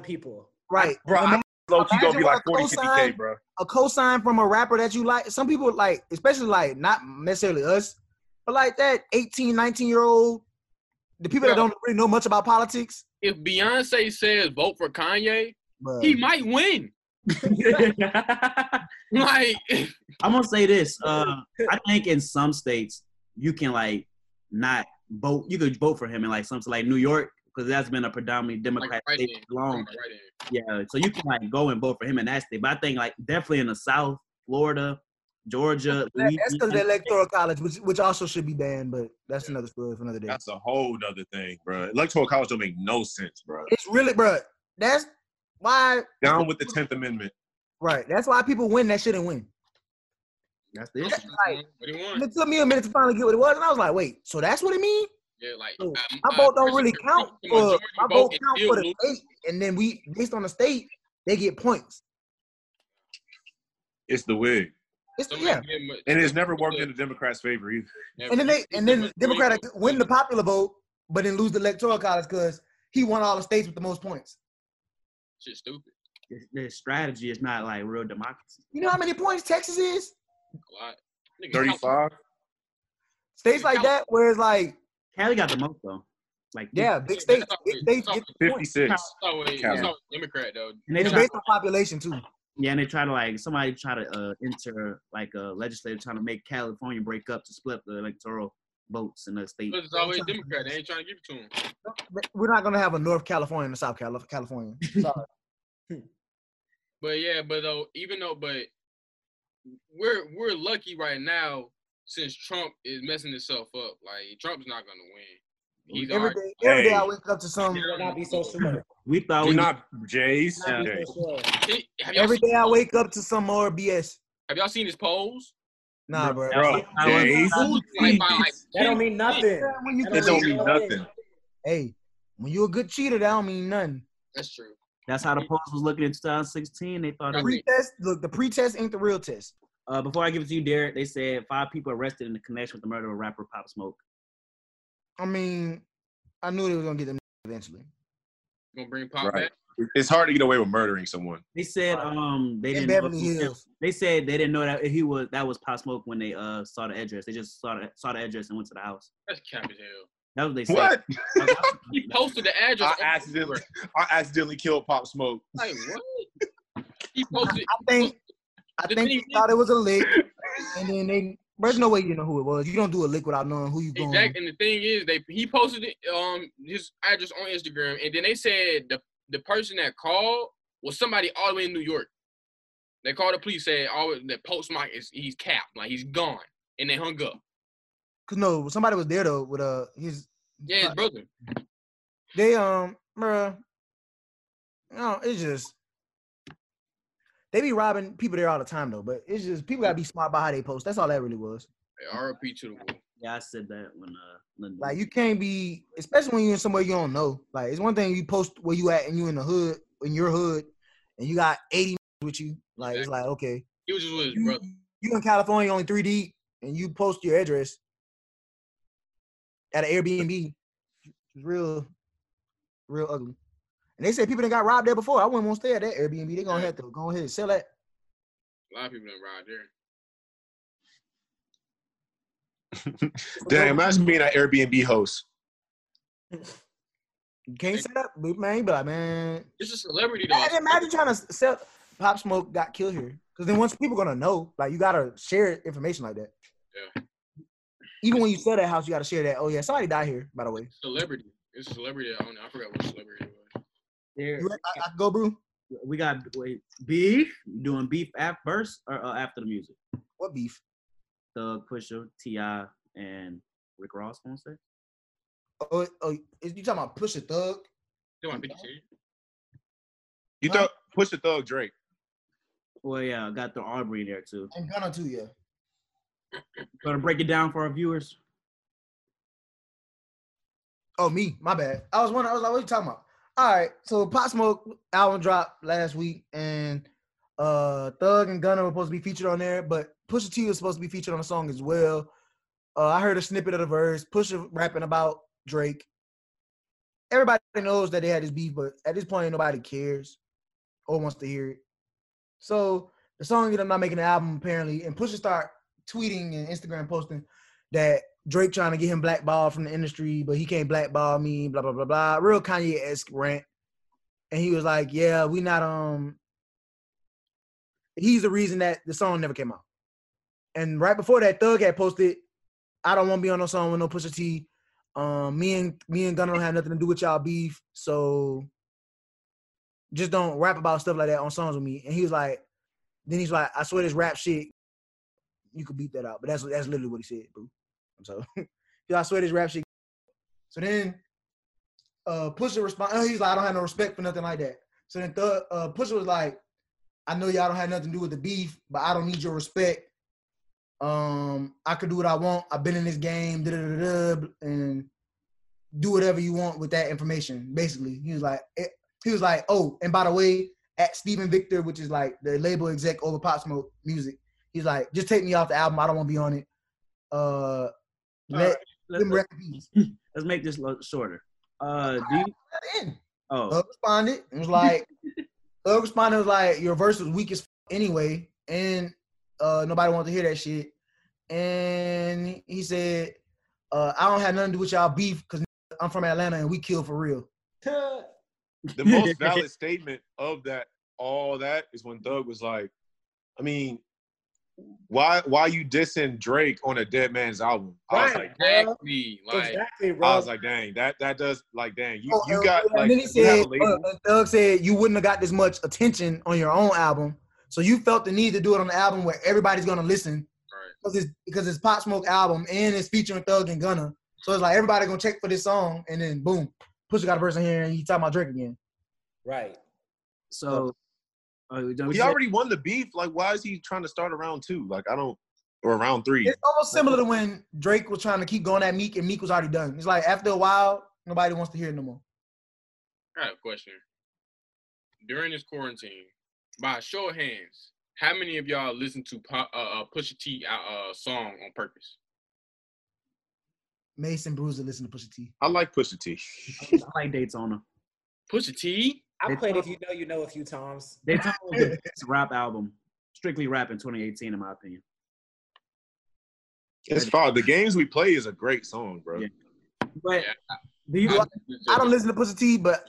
Speaker 3: people.
Speaker 2: right.
Speaker 7: Bro, I low key
Speaker 2: imagine
Speaker 7: gonna be like
Speaker 2: what a
Speaker 7: 40, 50 k,
Speaker 2: cosign-
Speaker 7: bro.
Speaker 2: a cosign from a rapper that you like. Some people like, especially like not necessarily us, but like that 18, 19 year old, the people that
Speaker 6: Yeah.
Speaker 2: don't really know much about politics.
Speaker 6: If Beyonce says vote for Kanye,
Speaker 2: But
Speaker 6: he might win. Like
Speaker 9: I'm gonna say this. Uh, I think in some states you can like not vote. You could vote for him in like something like New York because that's been a predominantly Democrat
Speaker 6: right
Speaker 9: state
Speaker 6: there.
Speaker 9: for
Speaker 1: um,
Speaker 9: long.
Speaker 6: Right there.
Speaker 9: Yeah, so you can like go and vote for him in that state. But I think like definitely in the South, Florida, Georgia,
Speaker 2: that- that's because of the
Speaker 9: Louisiana,
Speaker 2: electoral college, which which also should be banned, but that's another story for another day.
Speaker 7: That's a whole other thing, bro. Electoral college don't make no sense, bro.
Speaker 2: It's really, bruh. That's why.
Speaker 7: Down with the Tenth Amendment.
Speaker 2: Right. That's why people win that shouldn't win.
Speaker 9: that's the issue.
Speaker 2: Like-
Speaker 6: what do you
Speaker 2: And
Speaker 6: want?
Speaker 2: it took me a minute to finally get what it was, and I was like, wait, so that's what it means?
Speaker 6: Yeah, like
Speaker 2: So,
Speaker 6: um,
Speaker 2: My
Speaker 6: uh,
Speaker 2: vote don't
Speaker 6: person
Speaker 2: really
Speaker 6: can
Speaker 2: count
Speaker 6: reach
Speaker 2: for
Speaker 6: the majority
Speaker 2: my vote
Speaker 6: and
Speaker 2: count
Speaker 6: still
Speaker 2: for the
Speaker 6: lose.
Speaker 2: state, and then we based on the state, they get points.
Speaker 7: It's the wig,
Speaker 2: It's
Speaker 6: Somebody
Speaker 2: yeah,
Speaker 6: give him a-
Speaker 7: and it's never worked in the Democrats' favor either.
Speaker 6: Never.
Speaker 2: and then they and then
Speaker 6: Never.
Speaker 2: Democratic win the popular vote, but then lose the electoral college because he won all the states with the most points.
Speaker 6: Shit's stupid.
Speaker 9: Their- Their strategy is not like real democracy.
Speaker 2: You know how many points Texas is?
Speaker 6: A lot. Nigga,
Speaker 7: Thirty-five.
Speaker 2: States like that where it's like
Speaker 9: Cali got the most though. Like
Speaker 2: yeah, big states, big states get the points.
Speaker 7: 56.
Speaker 6: It's always, it's
Speaker 7: Count.
Speaker 6: always Democrat though.
Speaker 9: and they
Speaker 2: It's
Speaker 9: try
Speaker 2: based on population too.
Speaker 9: Yeah, and they try to like somebody try to uh, enter like a legislator trying to make California break up to split the electoral votes in the state.
Speaker 6: But it's always Democrat. They ain't trying to give it to him.
Speaker 2: We're not gonna have a North California and a South Cali- California. Sorry.
Speaker 6: But yeah, but though, even though, but we're we're lucky right now since Trump is messing himself up. Like Trump's not gonna win. He's
Speaker 2: every
Speaker 6: already,
Speaker 2: day, every day I
Speaker 7: Hey.
Speaker 2: wake up to some.
Speaker 3: Better not be so sure.
Speaker 9: We thought
Speaker 7: Do
Speaker 9: we
Speaker 7: not, Jays.
Speaker 3: Not
Speaker 7: Jays.
Speaker 3: be so sure.
Speaker 6: He- have, y'all
Speaker 2: Every
Speaker 6: seen,
Speaker 2: day I wake up to some more BS.
Speaker 6: have y'all seen his polls?
Speaker 2: Nah, bro.
Speaker 7: Bro,
Speaker 9: I was-
Speaker 7: Jays.
Speaker 6: Who's like by like
Speaker 3: That don't mean nothing.
Speaker 2: When you
Speaker 3: That
Speaker 7: It don't mean nothing.
Speaker 2: hey, when you a good cheater, that don't mean nothing.
Speaker 6: That's true.
Speaker 9: that's how the polls was looking in 2016. They thought. It was,
Speaker 2: Pretest, look, the pretest ain't the real test.
Speaker 9: uh, before I give it to you, Derek, they said five people arrested in the connection with the murder of rapper Pop Smoke.
Speaker 2: I mean, I knew they was gonna get them eventually.
Speaker 6: Gonna bring Pop
Speaker 4: Right.
Speaker 6: back.
Speaker 4: It's hard to get away with murdering someone.
Speaker 9: They said um they
Speaker 2: in
Speaker 9: didn't know
Speaker 2: Beverly
Speaker 9: who-
Speaker 2: Hills.
Speaker 9: they said they didn't know that he was that was Pop Smoke when they uh saw the address. They just saw the, saw the address and went to the house.
Speaker 6: That's cap as hell.
Speaker 9: That's what they said.
Speaker 4: What?
Speaker 6: He posted the address.
Speaker 4: I
Speaker 6: on-
Speaker 4: accidentally, I accidentally killed Pop Smoke.
Speaker 6: Like what? He posted.
Speaker 2: I think I
Speaker 6: The
Speaker 2: think
Speaker 6: thing
Speaker 2: they thought it was a lick, and then they. There's no way you know who it was. You don't do a lick without knowing who you going.
Speaker 6: Exactly. And the thing is, they he posted it, um his address on Instagram, and then they said the the person that called was somebody all the way in New York. They called the police, said all that Postmark is he's capped, like he's gone, and they hung up.
Speaker 2: Cause no, somebody was there though with uh his.
Speaker 6: Yeah, his
Speaker 2: Right.
Speaker 6: brother.
Speaker 2: They um, bruh. No, it's just they be robbing people there all the time though. But it's just people gotta be smart about how they post. That's all that really was.
Speaker 6: R.I.P. to the world.
Speaker 9: Yeah, I said that when uh Linda.
Speaker 2: Like you can't be, especially when you're in somewhere you don't know. Like it's one thing you post where you at and you in the hood, in your hood, and you got 80 with you. Like it's like okay,
Speaker 6: He was just with his
Speaker 2: you,
Speaker 6: brother.
Speaker 2: you in California only three D, and you post your address at an Airbnb. It's real, real ugly. And they say people that got robbed there before. I wouldn't want to stay at that Airbnb. They gonna have to go ahead and sell that.
Speaker 6: A lot of people done ride there.
Speaker 4: Damn, imagine being an Airbnb host.
Speaker 2: You can't sell that, but man. You be like, man.
Speaker 6: It's a celebrity though.
Speaker 2: Imagine, imagine trying to sell. Pop Smoke got killed here. Cause then once people gonna know, like you gotta share information like that.
Speaker 6: Yeah.
Speaker 2: Even when you sell that house, you gotta share that. Oh yeah, somebody died here, by the way.
Speaker 6: Celebrity. It's a celebrity. I don't know. I forgot what celebrity it was.
Speaker 9: There-
Speaker 2: You, I, I can go, bro.
Speaker 9: we got wait, beef doing beef at first or uh, after the music.
Speaker 2: What beef?
Speaker 9: Thug, Pusha, Ti, and Rick Ross. I want to say.
Speaker 2: Oh, oh, is you talking about Push a Thug?
Speaker 6: They want 50 Cent.
Speaker 4: You
Speaker 2: Huh?
Speaker 4: thought push the thug Drake.
Speaker 9: Well, yeah, I got the Aubrey in there too.
Speaker 2: And Gunna too, yeah.
Speaker 9: Gonna break it down for our viewers.
Speaker 2: Oh, me, my bad. I was wondering, I was like, what you talking about? All right, so Pop Smoke album dropped last week, and uh Thug and Gunna were supposed to be featured on there, but Pusha T was supposed to be featured on the song as well. Uh, I heard a snippet of the verse, Pusha rapping about Drake. Everybody knows that they had this beef, but at this point, nobody cares or wants to hear it. So the song ended up not making the album apparently, and Pusha start tweeting and Instagram posting that Drake trying to get him blackballed from the industry, but he can't blackball me, blah blah blah blah. Real Kanye esque rant. And he was like, Yeah, we not um he's the reason that the song never came out. And right before that, Thug had posted, I don't wanna be on no song with no Pusha T. Um me and me and Gunna don't have nothing to do with y'all beef, so just don't rap about stuff like that on songs with me. And he was like, then he's like, I swear this rap shit, you could beat that out. But that's that's literally what he said, bro. So yo, I swear this rap shit. So then uh Pusha respond oh, he's like, I don't have no respect for nothing like that. So then Thug uh Pusha was like, I know y'all don't have nothing to do with the beef, but I don't need your respect. Um, I could do what I want. I've been in this game, da da da da, and do whatever you want with that information. Basically, he was like, eh, he was like, oh, and by the way, at Steven Victor, which is like the label exec over Pop Smoke Music, he's like, just take me off the album. I don't want to be on it. Uh, let
Speaker 9: right. Let's,
Speaker 2: them rest in peace.
Speaker 9: let's make this lo- shorter. Uh, do you,
Speaker 2: in.
Speaker 9: oh,
Speaker 2: Thug responded and was like, Thug responded was like, your verse was weak as f- anyway, and uh, nobody wanted to hear that shit. And he said, uh, I don't have nothing to do with y'all beef because I'm from Atlanta and we kill for real.
Speaker 4: The most valid statement of that, all that, is when Thug was like, I mean, why why you dissing Drake on a dead man's album? I was
Speaker 3: Right.
Speaker 4: like,
Speaker 6: Exactly. Like
Speaker 3: exactly, bro.
Speaker 4: I was like, dang, that that does like dang, you,
Speaker 2: Oh,
Speaker 4: you
Speaker 2: uh,
Speaker 4: got
Speaker 2: and
Speaker 4: like
Speaker 2: then he
Speaker 4: you have
Speaker 2: said,
Speaker 4: a label.
Speaker 2: uh, Thug said you wouldn't have got this much attention on your own album, so you felt the need to do it on the album where everybody's gonna listen.
Speaker 6: Right.
Speaker 2: Because it's because it's Pop Smoke album and it's featuring Thug and Gunna, so it's like everybody gonna check for this song, and then boom, Pusha got a person here, and you talking about Drake again.
Speaker 3: right.
Speaker 9: so oh, we done- we
Speaker 4: He
Speaker 9: said-
Speaker 4: already won the beef. Like, why is he trying to start a round two? Like, I don't or a round three.
Speaker 2: It's almost similar to when Drake was trying to keep going at Meek, and Meek was already done. It's like after a while, nobody wants to hear it no more.
Speaker 6: I have a question. During this quarantine, by show of hands, how many of y'all listen to Pu- uh, uh, Pusha T uh, uh, song on purpose?
Speaker 2: Mason Bruiser listen to Pusha T.
Speaker 4: I like Pusha T.
Speaker 9: I like Daytona.
Speaker 6: Pusha T.
Speaker 3: I
Speaker 9: They
Speaker 3: played
Speaker 9: talk-
Speaker 3: if you know, you know a few times.
Speaker 9: They told me the best rap album, strictly rap in 2018, in my opinion.
Speaker 4: It's fine. The games we play is a great song, bro.
Speaker 9: Yeah. But
Speaker 6: Yeah.
Speaker 9: do you
Speaker 6: I,
Speaker 2: I don't listen to Pusha T, but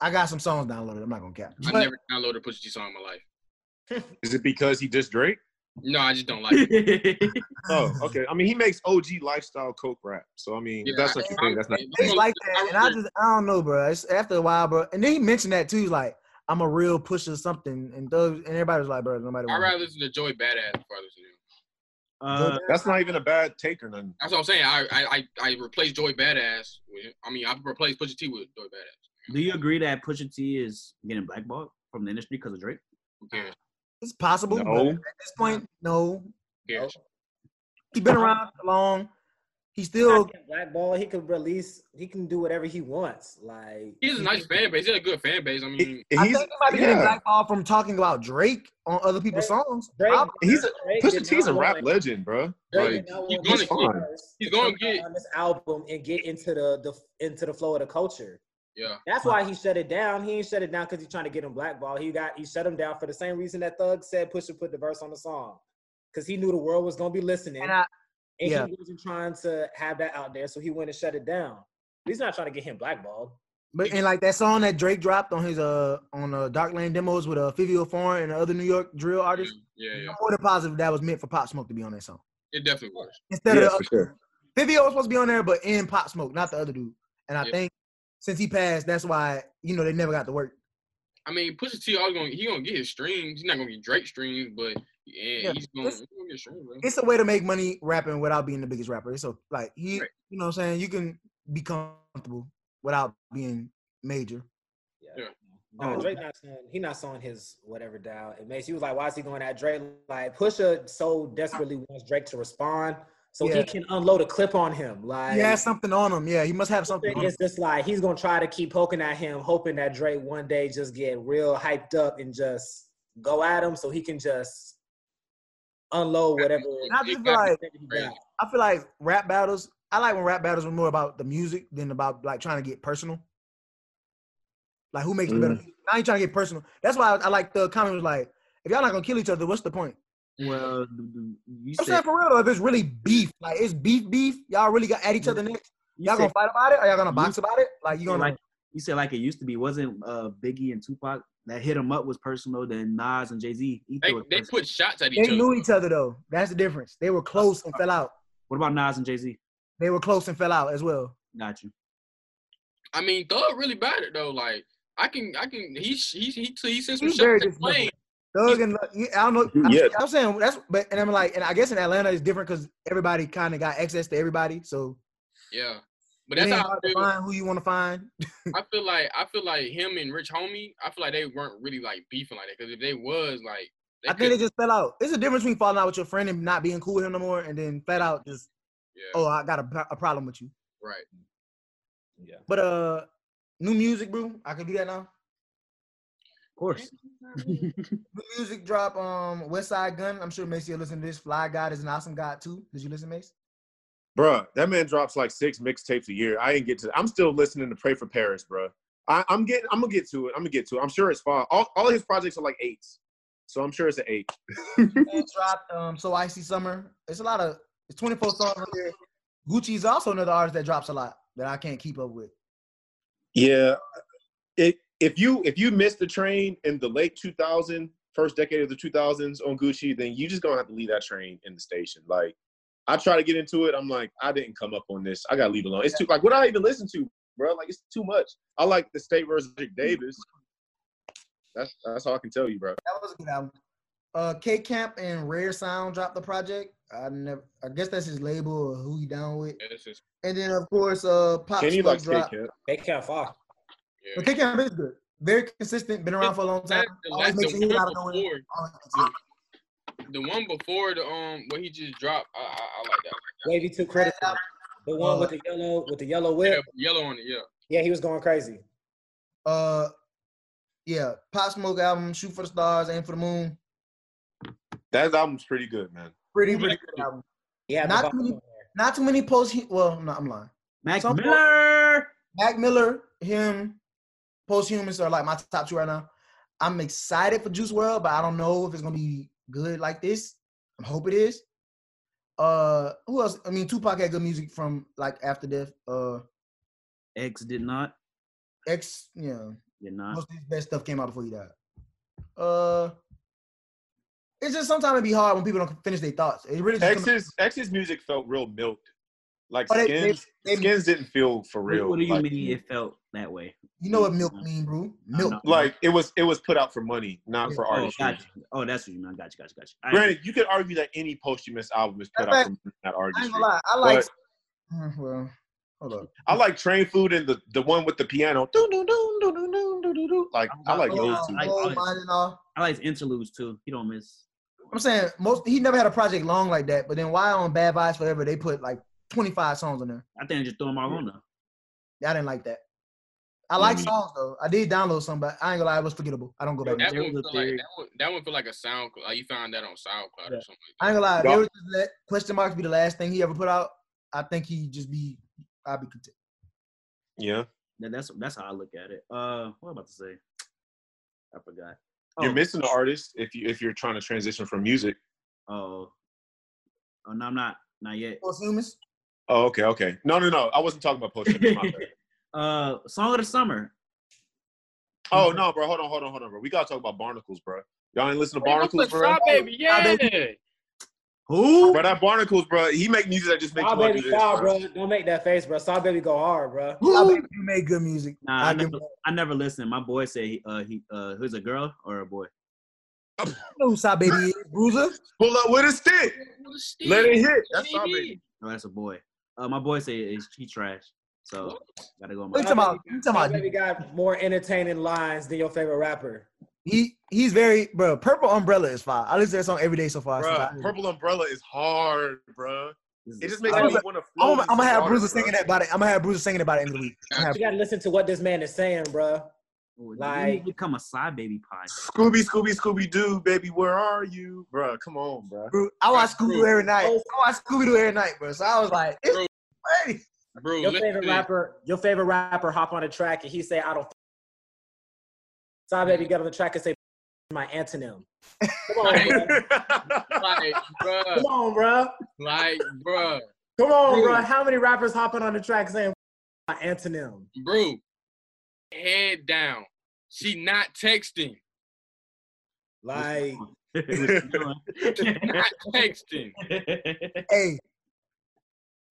Speaker 2: I got some songs downloaded. I'm not gonna cap.
Speaker 6: I
Speaker 2: But
Speaker 6: never downloaded a Pusha T song in my life.
Speaker 4: Is it because he dissed Drake?
Speaker 6: No, I just don't like it.
Speaker 4: Oh, okay. I mean, he makes OG lifestyle coke rap. So I mean,
Speaker 6: Yeah,
Speaker 4: if that's
Speaker 6: I-
Speaker 4: what you think. That's not.
Speaker 6: if I'm
Speaker 2: it's
Speaker 6: a-
Speaker 2: like that, and I
Speaker 6: really-
Speaker 2: just I don't know, bro. It's after a while, bro. And then he mentioned that too. He's like, I'm a real pusher something, and those and everybody was like, bro, nobody.
Speaker 6: I'd
Speaker 2: wants
Speaker 6: rather listen to Joey Badass before I listen to him.
Speaker 9: uh,
Speaker 4: That's not even a bad take or nothing.
Speaker 6: That's what I'm saying. I I I, I replaced Joey Badass. With, I mean, I replaced Pusha T with Joey Badass.
Speaker 9: do you agree that Pusha T is getting blackballed from the industry because of Drake?
Speaker 6: Who cares?
Speaker 2: It's possible. but
Speaker 4: No.
Speaker 2: at this point, no.
Speaker 6: Who
Speaker 2: Oh.
Speaker 6: cares?
Speaker 2: He's been around long. He's still
Speaker 3: Blackball, he can release, he can do whatever he wants. Like
Speaker 6: He has a nice fan base. He has a good fan base. I mean,
Speaker 4: He-
Speaker 2: I
Speaker 4: he's
Speaker 2: think he might be
Speaker 4: yeah.
Speaker 2: getting blackballed from talking about Drake on other people's
Speaker 3: Drake-
Speaker 2: songs.
Speaker 3: Drake,
Speaker 2: I-
Speaker 4: he's a-
Speaker 3: Drake did
Speaker 4: Pusha
Speaker 3: not
Speaker 4: T's a rap
Speaker 3: want-
Speaker 4: legend, bro.
Speaker 3: Drake
Speaker 4: Like
Speaker 3: did not
Speaker 6: he's
Speaker 3: want
Speaker 6: gonna
Speaker 3: these
Speaker 4: get-
Speaker 3: stars
Speaker 6: he's
Speaker 3: to
Speaker 6: gonna
Speaker 3: come out
Speaker 6: get-
Speaker 3: on this album and get into the, the into the flow of the culture.
Speaker 6: yeah.
Speaker 3: That's why he shut it down. He ain't shut it down because he's trying to get him blackball. He got he shut him down for the same reason that Thug said Pusha put the verse on the song, because he knew the world was gonna be listening,
Speaker 2: And
Speaker 3: and,
Speaker 2: I, yeah.
Speaker 3: he wasn't trying to have that out there. So he went and shut it down. He's not trying to get him blackballed.
Speaker 2: but and like that song that Drake dropped on his uh on uh Dark Lane demos with uh Fivio Foreign and other New York drill
Speaker 6: Yeah,
Speaker 2: artists.
Speaker 6: yeah, yeah.
Speaker 2: I'm more than positive that was meant for Pop Smoke to be on that song
Speaker 6: It definitely was.
Speaker 2: instead
Speaker 4: Yeah,
Speaker 2: of the
Speaker 4: for sure.
Speaker 2: Fivio was supposed to be on there, but in Pop Smoke, not the other dude. And I
Speaker 6: Yeah.
Speaker 2: think since he passed, that's why you know they never got to work.
Speaker 6: I mean, Pusha T always gonna he gonna get his streams. He's not gonna get Drake streams, but yeah,
Speaker 2: Yeah,
Speaker 6: he's gonna,
Speaker 2: it's-
Speaker 6: he's gonna get streams. Bro.
Speaker 2: It's a way to make money rapping without being the biggest rapper. So like he,
Speaker 6: Right.
Speaker 2: you know, what I'm saying you can be comfortable without being major.
Speaker 6: Yeah.
Speaker 3: No,
Speaker 9: Oh.
Speaker 3: Drake not sawing, he not sawing his whatever down. It makes you was like, why is he going at Drake? Like Pusha so desperately wants Drake to respond so
Speaker 2: Yeah.
Speaker 3: he can unload a clip on him. Like
Speaker 2: He has something on him. Yeah, he must have something. on him.
Speaker 3: it's just like he's gonna try to keep poking at him, hoping that Drake one day just get real hyped up and just go at him so he can just unload whatever.
Speaker 2: And I just
Speaker 6: It
Speaker 2: feel
Speaker 6: got me
Speaker 2: like
Speaker 3: he
Speaker 6: crazy.
Speaker 3: got.
Speaker 2: I feel like rap battles. I like when rap battles were more about the music than about like trying to get personal. Like who makes the
Speaker 9: Mm.
Speaker 2: better? I ain't trying to get personal. That's why I, I like the comment was like, if y'all not gonna kill each other, what's the point?
Speaker 9: Well, th- th- you
Speaker 2: I'm saying
Speaker 9: said
Speaker 2: for real though, if it's really beef, like it's beef beef, y'all really got at each other next.
Speaker 9: you
Speaker 2: Y'all gonna
Speaker 9: said-
Speaker 2: fight about it? Or y'all gonna
Speaker 9: You-
Speaker 2: box about it? Like you
Speaker 9: you said
Speaker 2: gonna
Speaker 9: like you said like it used to be. Wasn't uh, Biggie and Tupac that hit him up was personal? Then Nas and Jay Z.
Speaker 6: They, they put shots at each
Speaker 2: They
Speaker 6: other.
Speaker 2: knew each other though. That's the difference. They were close and fell out.
Speaker 9: What about Nas and Jay Z?
Speaker 2: They were close and fell out as well.
Speaker 9: Got you.
Speaker 6: I mean, Thug really bad it though. Like I can I can he he he, he sent some
Speaker 2: He's very
Speaker 6: shots at
Speaker 2: disrespectful.
Speaker 6: Wayne.
Speaker 2: Thug and I don't know. I'm,
Speaker 4: Yeah.
Speaker 2: I'm saying that's but and I'm like and I guess in Atlanta it's different because everybody kind of got access to everybody, so
Speaker 6: Yeah, but
Speaker 2: it ain't
Speaker 6: that's how
Speaker 2: hard
Speaker 6: I
Speaker 2: to
Speaker 6: feel.
Speaker 2: find who you want to find.
Speaker 6: I feel like I feel like him and Rich Homie. I feel like they weren't really like beefing like that because if they was like, they
Speaker 2: I think they
Speaker 6: could've-
Speaker 2: just fell out. It's a difference between falling out with your friend and not being cool with him no more, and then flat out just
Speaker 6: yeah,
Speaker 2: oh I got a, pro- a problem with you.
Speaker 6: right.
Speaker 3: Yeah.
Speaker 2: But uh, new music, bro. I can do that now.
Speaker 9: Of course.
Speaker 2: New music drop. Um, West Side Gun. I'm sure Mace you listen to this. Fly God is an awesome god too. Did you listen, Mace?
Speaker 4: Bruh, that man drops like six mixtapes a year. I ain't get to. I'm still listening to Pray for Paris, bruh. I, I'm getting. I'm gonna get to it. I'm gonna get to it. I'm sure it's fine. All, all his projects are like eights, so I'm sure it's an eight.
Speaker 2: And dropped. Um, so icy summer. It's a lot of. It's 24 songs on there. Gucci is also another artist that drops a lot that I can't keep up with.
Speaker 4: Yeah, it, if you if you missed the train in the late 2000, first decade of the 2000s on Gucci, then you just gonna have to leave that train in the station. Like, I try to get into it. I'm like, I didn't come up on this. I gotta leave it alone. It's too like what I even listen to, bro. Like it's too much. I like the State versus Rick Davis. That's that's all I can tell you, bro.
Speaker 2: That was a good album. Uh, K Camp and Rare Sound dropped the project. I never. I guess that's his label or who he down with.
Speaker 6: Yeah, it's just,
Speaker 2: And then of course, uh, Pop
Speaker 4: Kenny
Speaker 2: Smoke
Speaker 4: likes Kid
Speaker 2: dropped.
Speaker 4: Kid.
Speaker 3: They can't fall.
Speaker 6: yeah.
Speaker 2: But K Camp is good. Very consistent. Been around for a long time.
Speaker 6: That- the,
Speaker 2: Always
Speaker 6: last,
Speaker 2: makes a
Speaker 6: the,
Speaker 2: hit out of
Speaker 6: one
Speaker 2: nowhere.
Speaker 6: before,
Speaker 2: Always makes a hit.
Speaker 6: the one before the um what he just dropped, I, I, I like that.
Speaker 3: Wavy too critical. The one with the yellow with the yellow
Speaker 6: Yeah,
Speaker 3: whip.
Speaker 6: yellow on it, yeah.
Speaker 3: Yeah, he was going crazy.
Speaker 2: Uh, yeah, Pop Smoke album, Shoot for the Stars, Aim for the Moon.
Speaker 4: That album's pretty good, man.
Speaker 2: Pretty, pretty good album.
Speaker 3: Yeah,
Speaker 2: Not too many- Not too many posts. He, well, no, I'm lying.
Speaker 9: Mac
Speaker 2: Some-
Speaker 9: Miller.
Speaker 2: Mac Miller, him, posthumans are like my top two right now. I'm excited for Juice World, but I don't know if it's gonna be good like this. I hope it is. Uh, who else? I mean, Tupac had good music from like After Death. Uh,
Speaker 9: X did not.
Speaker 2: X, yeah,
Speaker 9: Did not.
Speaker 2: most of his best stuff came out before he died. Uh, it's just sometimes it be hard when people don't finish their thoughts. It really just
Speaker 4: X's X's music felt real milked. Like
Speaker 2: Oh, they- they-
Speaker 4: skins,
Speaker 2: they-
Speaker 4: skins didn't feel for
Speaker 9: What-
Speaker 4: real.
Speaker 9: What do you
Speaker 4: like,
Speaker 9: mean it felt that way?
Speaker 2: you know what milk mean, bro? Milk.
Speaker 4: Like it was it was put out for money, not for
Speaker 9: Oh,
Speaker 4: artistry.
Speaker 9: gotcha. Oh, that's what you mean. Gotcha, gotcha, gotcha. I
Speaker 4: Granted, you could argue that any posthumous album is put
Speaker 2: Matter
Speaker 4: out
Speaker 2: of
Speaker 4: for money, not
Speaker 2: I ain't
Speaker 4: artistry.
Speaker 2: gonna lie. I like.
Speaker 4: But-
Speaker 2: Mm, Well, hold up.
Speaker 4: I like Train Food and the, the one with the piano. Doo, doo, doo, doo, doo, doo, doo, doo, doo. Like I like
Speaker 9: Oh,
Speaker 4: those
Speaker 9: wow.
Speaker 4: two.
Speaker 9: I-
Speaker 2: Gold mine and all.
Speaker 9: I like his interludes too. He don't miss.
Speaker 2: I'm saying most he never had a project long like that, but then why on Bad Vibes Forever they put like 25 songs on there.
Speaker 9: I think I just throw him all on there.
Speaker 2: I didn't like that. I like
Speaker 9: Mhm.
Speaker 2: songs though. I did download some, but I ain't gonna lie, it was forgettable. I don't go back.
Speaker 6: That
Speaker 2: to it.
Speaker 6: one,
Speaker 9: there
Speaker 6: feel
Speaker 9: was a
Speaker 6: like,
Speaker 9: theory.
Speaker 6: that, one, that one feel like a sound. Like you found that on SoundCloud
Speaker 2: Yeah.
Speaker 6: or something.
Speaker 2: I ain't gonna lie. if
Speaker 4: Yeah.
Speaker 2: They was just let question marks be the last thing he ever put out. I think he just be. I'd be content.
Speaker 4: Yeah,
Speaker 9: That, that's that's how I look at it. Uh, what am I about to say? I forgot. Oh,
Speaker 4: you're missing the artist if you if you're trying to transition from music.
Speaker 9: Oh, oh no, I'm not. Not yet.
Speaker 2: Most humans.
Speaker 4: Oh, okay, okay. No, no, no. I wasn't talking about posthumous. my bad.
Speaker 9: uh, song of the summer.
Speaker 4: oh no, bro. Hold on, hold on, hold on, bro. We gotta talk about Barnacles, bro. Y'all ain't listen to
Speaker 6: Like,
Speaker 4: Barnacles,
Speaker 6: that.
Speaker 4: bro.
Speaker 6: Shy baby, yeah.
Speaker 9: Who?
Speaker 4: Bro, that Barnacles, bro. He make music that just makes
Speaker 3: Saw
Speaker 4: you want to
Speaker 3: baby
Speaker 4: do this,
Speaker 3: foul,
Speaker 4: bro.
Speaker 3: bro. Don't make that face, bro. Saw baby go hard, bro.
Speaker 2: I bet you made good music.
Speaker 9: Nah, I,
Speaker 2: I give
Speaker 9: never,
Speaker 2: him
Speaker 9: I never listened. My boy said he, uh, he, uh, who's a girl or a boy?
Speaker 2: You know who Side Baby is, Bruiser.
Speaker 4: Pull up with a stick. Let it hit. That's Saw Baby.
Speaker 9: No, that's a boy. Uh, my boy said is she trash. So gotta go.
Speaker 2: What
Speaker 9: My,
Speaker 2: you talking about? You
Speaker 3: Saw
Speaker 2: talking
Speaker 3: baby
Speaker 2: about?
Speaker 3: got more entertaining lines than your favorite rapper.
Speaker 2: He he's very bro. Purple Umbrella is fire. I listen to that song every day so far.
Speaker 4: Bro,
Speaker 2: since I-
Speaker 4: Purple Umbrella is hard, bro.
Speaker 9: this is
Speaker 4: It
Speaker 9: a-
Speaker 4: just makes
Speaker 2: I'm
Speaker 4: me
Speaker 2: gonna-
Speaker 4: want to.
Speaker 2: I'm, I'm gonna have Bruiser singing that by the, I'm gonna have Bruiser singing it by the end of the week. I'm gonna have-
Speaker 3: You gotta listen to what this man is saying, bro.
Speaker 9: Ooh,
Speaker 3: like-
Speaker 9: oh, you become a side baby pod.
Speaker 4: Scooby, Scooby, Scooby Doo, baby, where are you, bro? Come on, bro.
Speaker 2: Bro, I watch Scooby Doo every night.
Speaker 3: Oh.
Speaker 2: I watch Scooby Doo every night, bro. So I was like, it's
Speaker 6: Bro.
Speaker 2: crazy.
Speaker 6: Bro,
Speaker 3: Your
Speaker 6: listen
Speaker 3: favorite
Speaker 6: to this.
Speaker 3: rapper, your favorite rapper, hop on a track and he say, "I don't." Saw baby get on the track and say, "My antonym." Come on,
Speaker 6: Right.
Speaker 3: bro.
Speaker 6: Like,
Speaker 4: Uh,
Speaker 6: bruh,
Speaker 3: Come on, bro.
Speaker 6: like, bruh,
Speaker 3: Come on,
Speaker 6: Dude.
Speaker 3: bro. How many rappers hopping on the track saying my antonym?
Speaker 6: bro, head down. She not texting.
Speaker 3: Like,
Speaker 6: Not texting.
Speaker 2: Hey,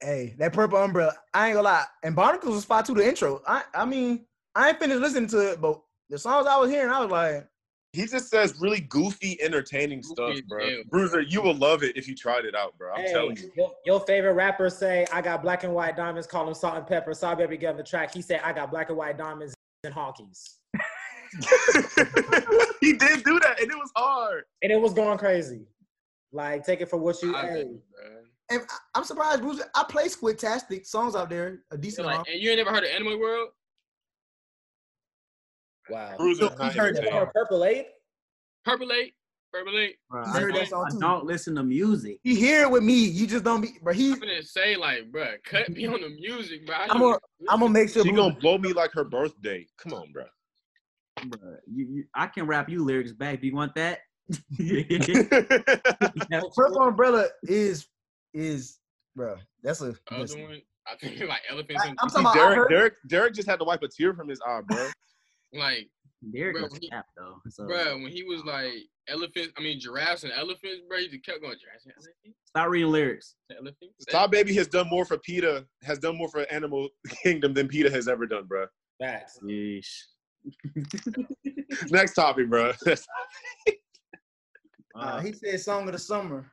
Speaker 2: hey, that purple umbrella. I ain't gonna lie. And Barnacles was fire too. The intro. I, I mean, I ain't finished listening to it, but the songs I was hearing, I was like,
Speaker 4: He just says really goofy, entertaining stuff,
Speaker 6: Goofy as
Speaker 4: bro.
Speaker 6: hell.
Speaker 4: Bruiser, you will love it if you tried it out, bro. I'm
Speaker 3: hey,
Speaker 4: telling you.
Speaker 3: your, your favorite rapper say, "I got black and white diamonds." Call him salt and pepper. Saw baby get on the track. He said, "I got black and white diamonds and honkies,"
Speaker 4: he did do that, and it was hard.
Speaker 3: and it was going crazy. Like, take it for what you.
Speaker 6: I
Speaker 3: hey.
Speaker 6: mean, bruh.
Speaker 2: and I- I'm surprised, Bruce. I play Squid-tastic songs out there, a decent
Speaker 6: Like,
Speaker 2: amount.
Speaker 6: and you ain't never heard of Anime World?
Speaker 3: Wow.
Speaker 4: Bruiser's
Speaker 2: He
Speaker 4: not
Speaker 2: heard that
Speaker 4: entertaining.
Speaker 3: Or Purple Eight.
Speaker 6: Purple Eight? Purple Eight?
Speaker 9: Bruh,
Speaker 2: You
Speaker 9: I,
Speaker 2: heard that song
Speaker 9: don't, I
Speaker 2: too.
Speaker 9: don't listen to music.
Speaker 2: You hear it with me. You just don't be. But he,
Speaker 6: I'm gonna say like, bruh, cut me on the music, bro.
Speaker 2: I'm gonna, I'm gonna make sure.
Speaker 4: She
Speaker 2: Bruiser-
Speaker 4: gonna blow me like her birthday. Come on, bro.
Speaker 9: Bruh, you, you, I can rap you lyrics back. Do you want that?
Speaker 2: Purple umbrella is is bro. That's a.
Speaker 6: Other
Speaker 2: Listen.
Speaker 6: one, I think like elephants.
Speaker 2: I,
Speaker 6: and
Speaker 2: I'm
Speaker 6: I'm
Speaker 2: talking about. I
Speaker 4: Derek,
Speaker 2: heard,
Speaker 4: Derek, Derek just had to wipe a tear from his eye, bro.
Speaker 6: like,
Speaker 9: Derek
Speaker 6: Bruh,
Speaker 9: was
Speaker 6: he-
Speaker 9: cap though. So
Speaker 6: bruh, when he was like elephants, I mean giraffes and elephants, bruh, he just kept going giraffes and elephants,
Speaker 9: stop reading lyrics.
Speaker 6: elephants.
Speaker 4: Top Baby has done more for PETA, has done more for Animal Kingdom than PETA has ever done, bro.
Speaker 3: Facts.
Speaker 4: Oh,
Speaker 9: Yeesh.
Speaker 4: Next topic, bro.
Speaker 2: uh, he said song of the summer.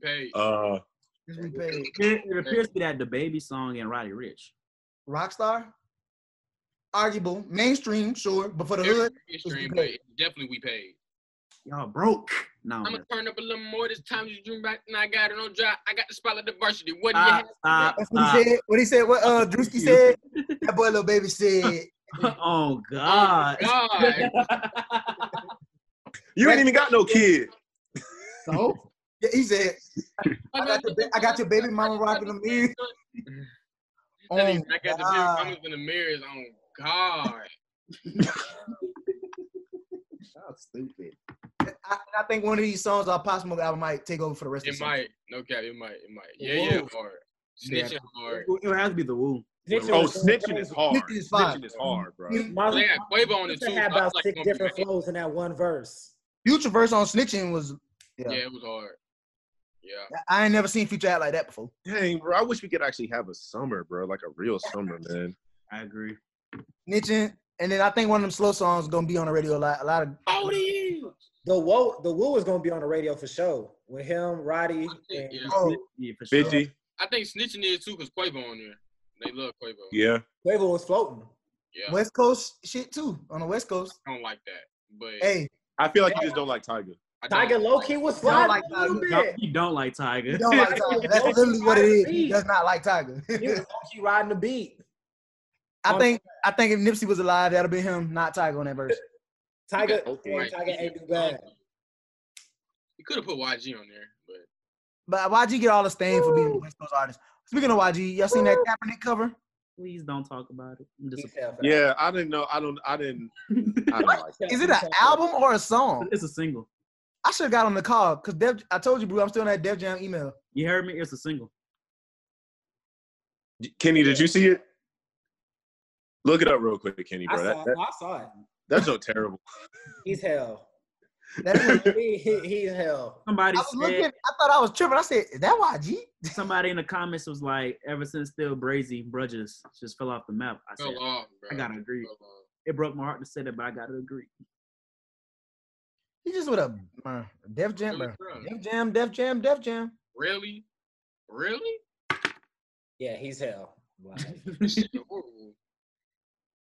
Speaker 6: Hey,
Speaker 4: uh,
Speaker 2: This we paid.
Speaker 9: it, it appears to be that the baby song and Roddy Rich.
Speaker 2: Rockstar. Arguable, mainstream, sure, but for the
Speaker 6: every
Speaker 2: hood,
Speaker 6: it's stream,
Speaker 2: we
Speaker 6: but
Speaker 2: paid.
Speaker 6: it's definitely we paid.
Speaker 9: Y'all broke. No, I'm
Speaker 6: I'm gonna
Speaker 9: messing.
Speaker 6: turn up a little more this time. You dream back, and I got it on dry. I got the spotlight the varsity. What do
Speaker 2: Ah,
Speaker 6: you
Speaker 9: stop,
Speaker 6: have?
Speaker 2: that's
Speaker 9: stop,
Speaker 2: what he
Speaker 9: stop.
Speaker 2: said. What he said? What uh, Drewski said? That boy, little baby said.
Speaker 9: oh
Speaker 2: ah.
Speaker 9: God.
Speaker 6: Oh, God,
Speaker 4: you ain't even got no kid.
Speaker 9: so
Speaker 2: Yeah, he said, I got your, ba- I got your baby mama rocking the mirror.
Speaker 6: Tell him
Speaker 2: Oh,
Speaker 6: I got the mirror.
Speaker 2: God.
Speaker 6: Mama's in the mirrors. Oh God.
Speaker 3: How stupid.
Speaker 2: I, I think one of these songs on Pop Smoke album might take over for the rest of
Speaker 6: It
Speaker 2: the summer.
Speaker 6: might. No cap. It might. It might. Yeah, yeah.
Speaker 3: Whoa.
Speaker 6: Hard.
Speaker 9: Yeah.
Speaker 6: Snitching hard.
Speaker 9: It would have to be the Woo.
Speaker 4: Oh, snitching is hard.
Speaker 2: Snitching is fine.
Speaker 4: Snitching is hard, bro.
Speaker 3: My,
Speaker 6: They had Quavo on it
Speaker 3: Future
Speaker 6: too.
Speaker 3: had
Speaker 6: so I
Speaker 3: about
Speaker 6: was like,
Speaker 3: six
Speaker 6: gonna be
Speaker 3: different
Speaker 6: mad.
Speaker 3: flows in that one verse.
Speaker 2: Future verse on snitching was yeah.
Speaker 6: Yeah. it was hard. Yeah.
Speaker 2: I ain't never seen Future act like that before.
Speaker 4: Dang, bro. I wish we could actually have a summer, bro. Like a real summer, man.
Speaker 9: I agree.
Speaker 2: Snitching, and then I think one of them slow songs gonna be on the radio a lot. A lot of
Speaker 6: Forty years.
Speaker 3: The Woo, the Woo is gonna be on the radio for sure with him, Roddy, and
Speaker 6: Yeah.
Speaker 2: oh,
Speaker 9: Yeah, for sure.
Speaker 4: Fiji.
Speaker 6: I think snitching is too, cause Quavo on there. They love Quavo.
Speaker 4: Yeah.
Speaker 3: Quavo was floating.
Speaker 6: Yeah.
Speaker 2: West Coast shit too on the West Coast.
Speaker 6: I don't like that. But
Speaker 2: Hey,
Speaker 4: I feel like you just don't like Tiger.
Speaker 6: I don't-
Speaker 3: Tiger low key was
Speaker 2: Y'all
Speaker 3: floating
Speaker 2: like
Speaker 3: a little
Speaker 2: Tiger.
Speaker 3: bit.
Speaker 9: You don't like Tiger.
Speaker 2: he don't like Tiger. That's literally what it is. He does not like Tiger.
Speaker 3: He was low key riding the beat.
Speaker 2: I think I think if Nipsey was alive, that'd be him, not Tiger on that verse.
Speaker 3: Tiger,
Speaker 6: Okay.
Speaker 3: yeah, Tiger ain't do bad.
Speaker 6: You could have put YG on there, but
Speaker 2: But YG get all the stain for being a West Coast artist. Speaking of YG, y'all seen that Kaepernick cover?
Speaker 9: Please don't talk about it. I'm
Speaker 3: He
Speaker 9: disappointed.
Speaker 3: fell for that.
Speaker 4: Yeah, I didn't know. I don't. I didn't. I don't like.
Speaker 3: Yeah,
Speaker 2: Is
Speaker 3: he
Speaker 2: it an
Speaker 3: fell for that.
Speaker 2: album or a song?
Speaker 9: It's a single.
Speaker 2: I should have got on the call because Dev. I told you, bro, I'm still in that Dev Jam email.
Speaker 9: You heard me? It's a single.
Speaker 4: It. Kenny, did you see it? Look it up real quick, Kenny,
Speaker 3: I
Speaker 4: bro.
Speaker 3: saw,
Speaker 4: That,
Speaker 3: it.
Speaker 4: that,
Speaker 3: No, I saw it.
Speaker 4: that's so terrible.
Speaker 3: He's hell.
Speaker 2: That-
Speaker 3: he, he, he's hell.
Speaker 9: Somebody
Speaker 2: I was looking.
Speaker 9: said,
Speaker 2: I thought I was tripping. I said, "Is that YG?"
Speaker 9: somebody in the comments was like, ever since Still Brazy, Brudges just fell off the map. I said,
Speaker 6: fell off, bro.
Speaker 9: I gotta agree.
Speaker 6: Fell off.
Speaker 9: It broke my heart to say that, but I gotta agree.
Speaker 2: He just with a uh, Def Jam, bro.
Speaker 6: Really, bro?
Speaker 2: Def Jam, Def Jam, Def Jam.
Speaker 6: Really? Really?
Speaker 3: Yeah, he's hell. Like,
Speaker 6: This shit is horrible.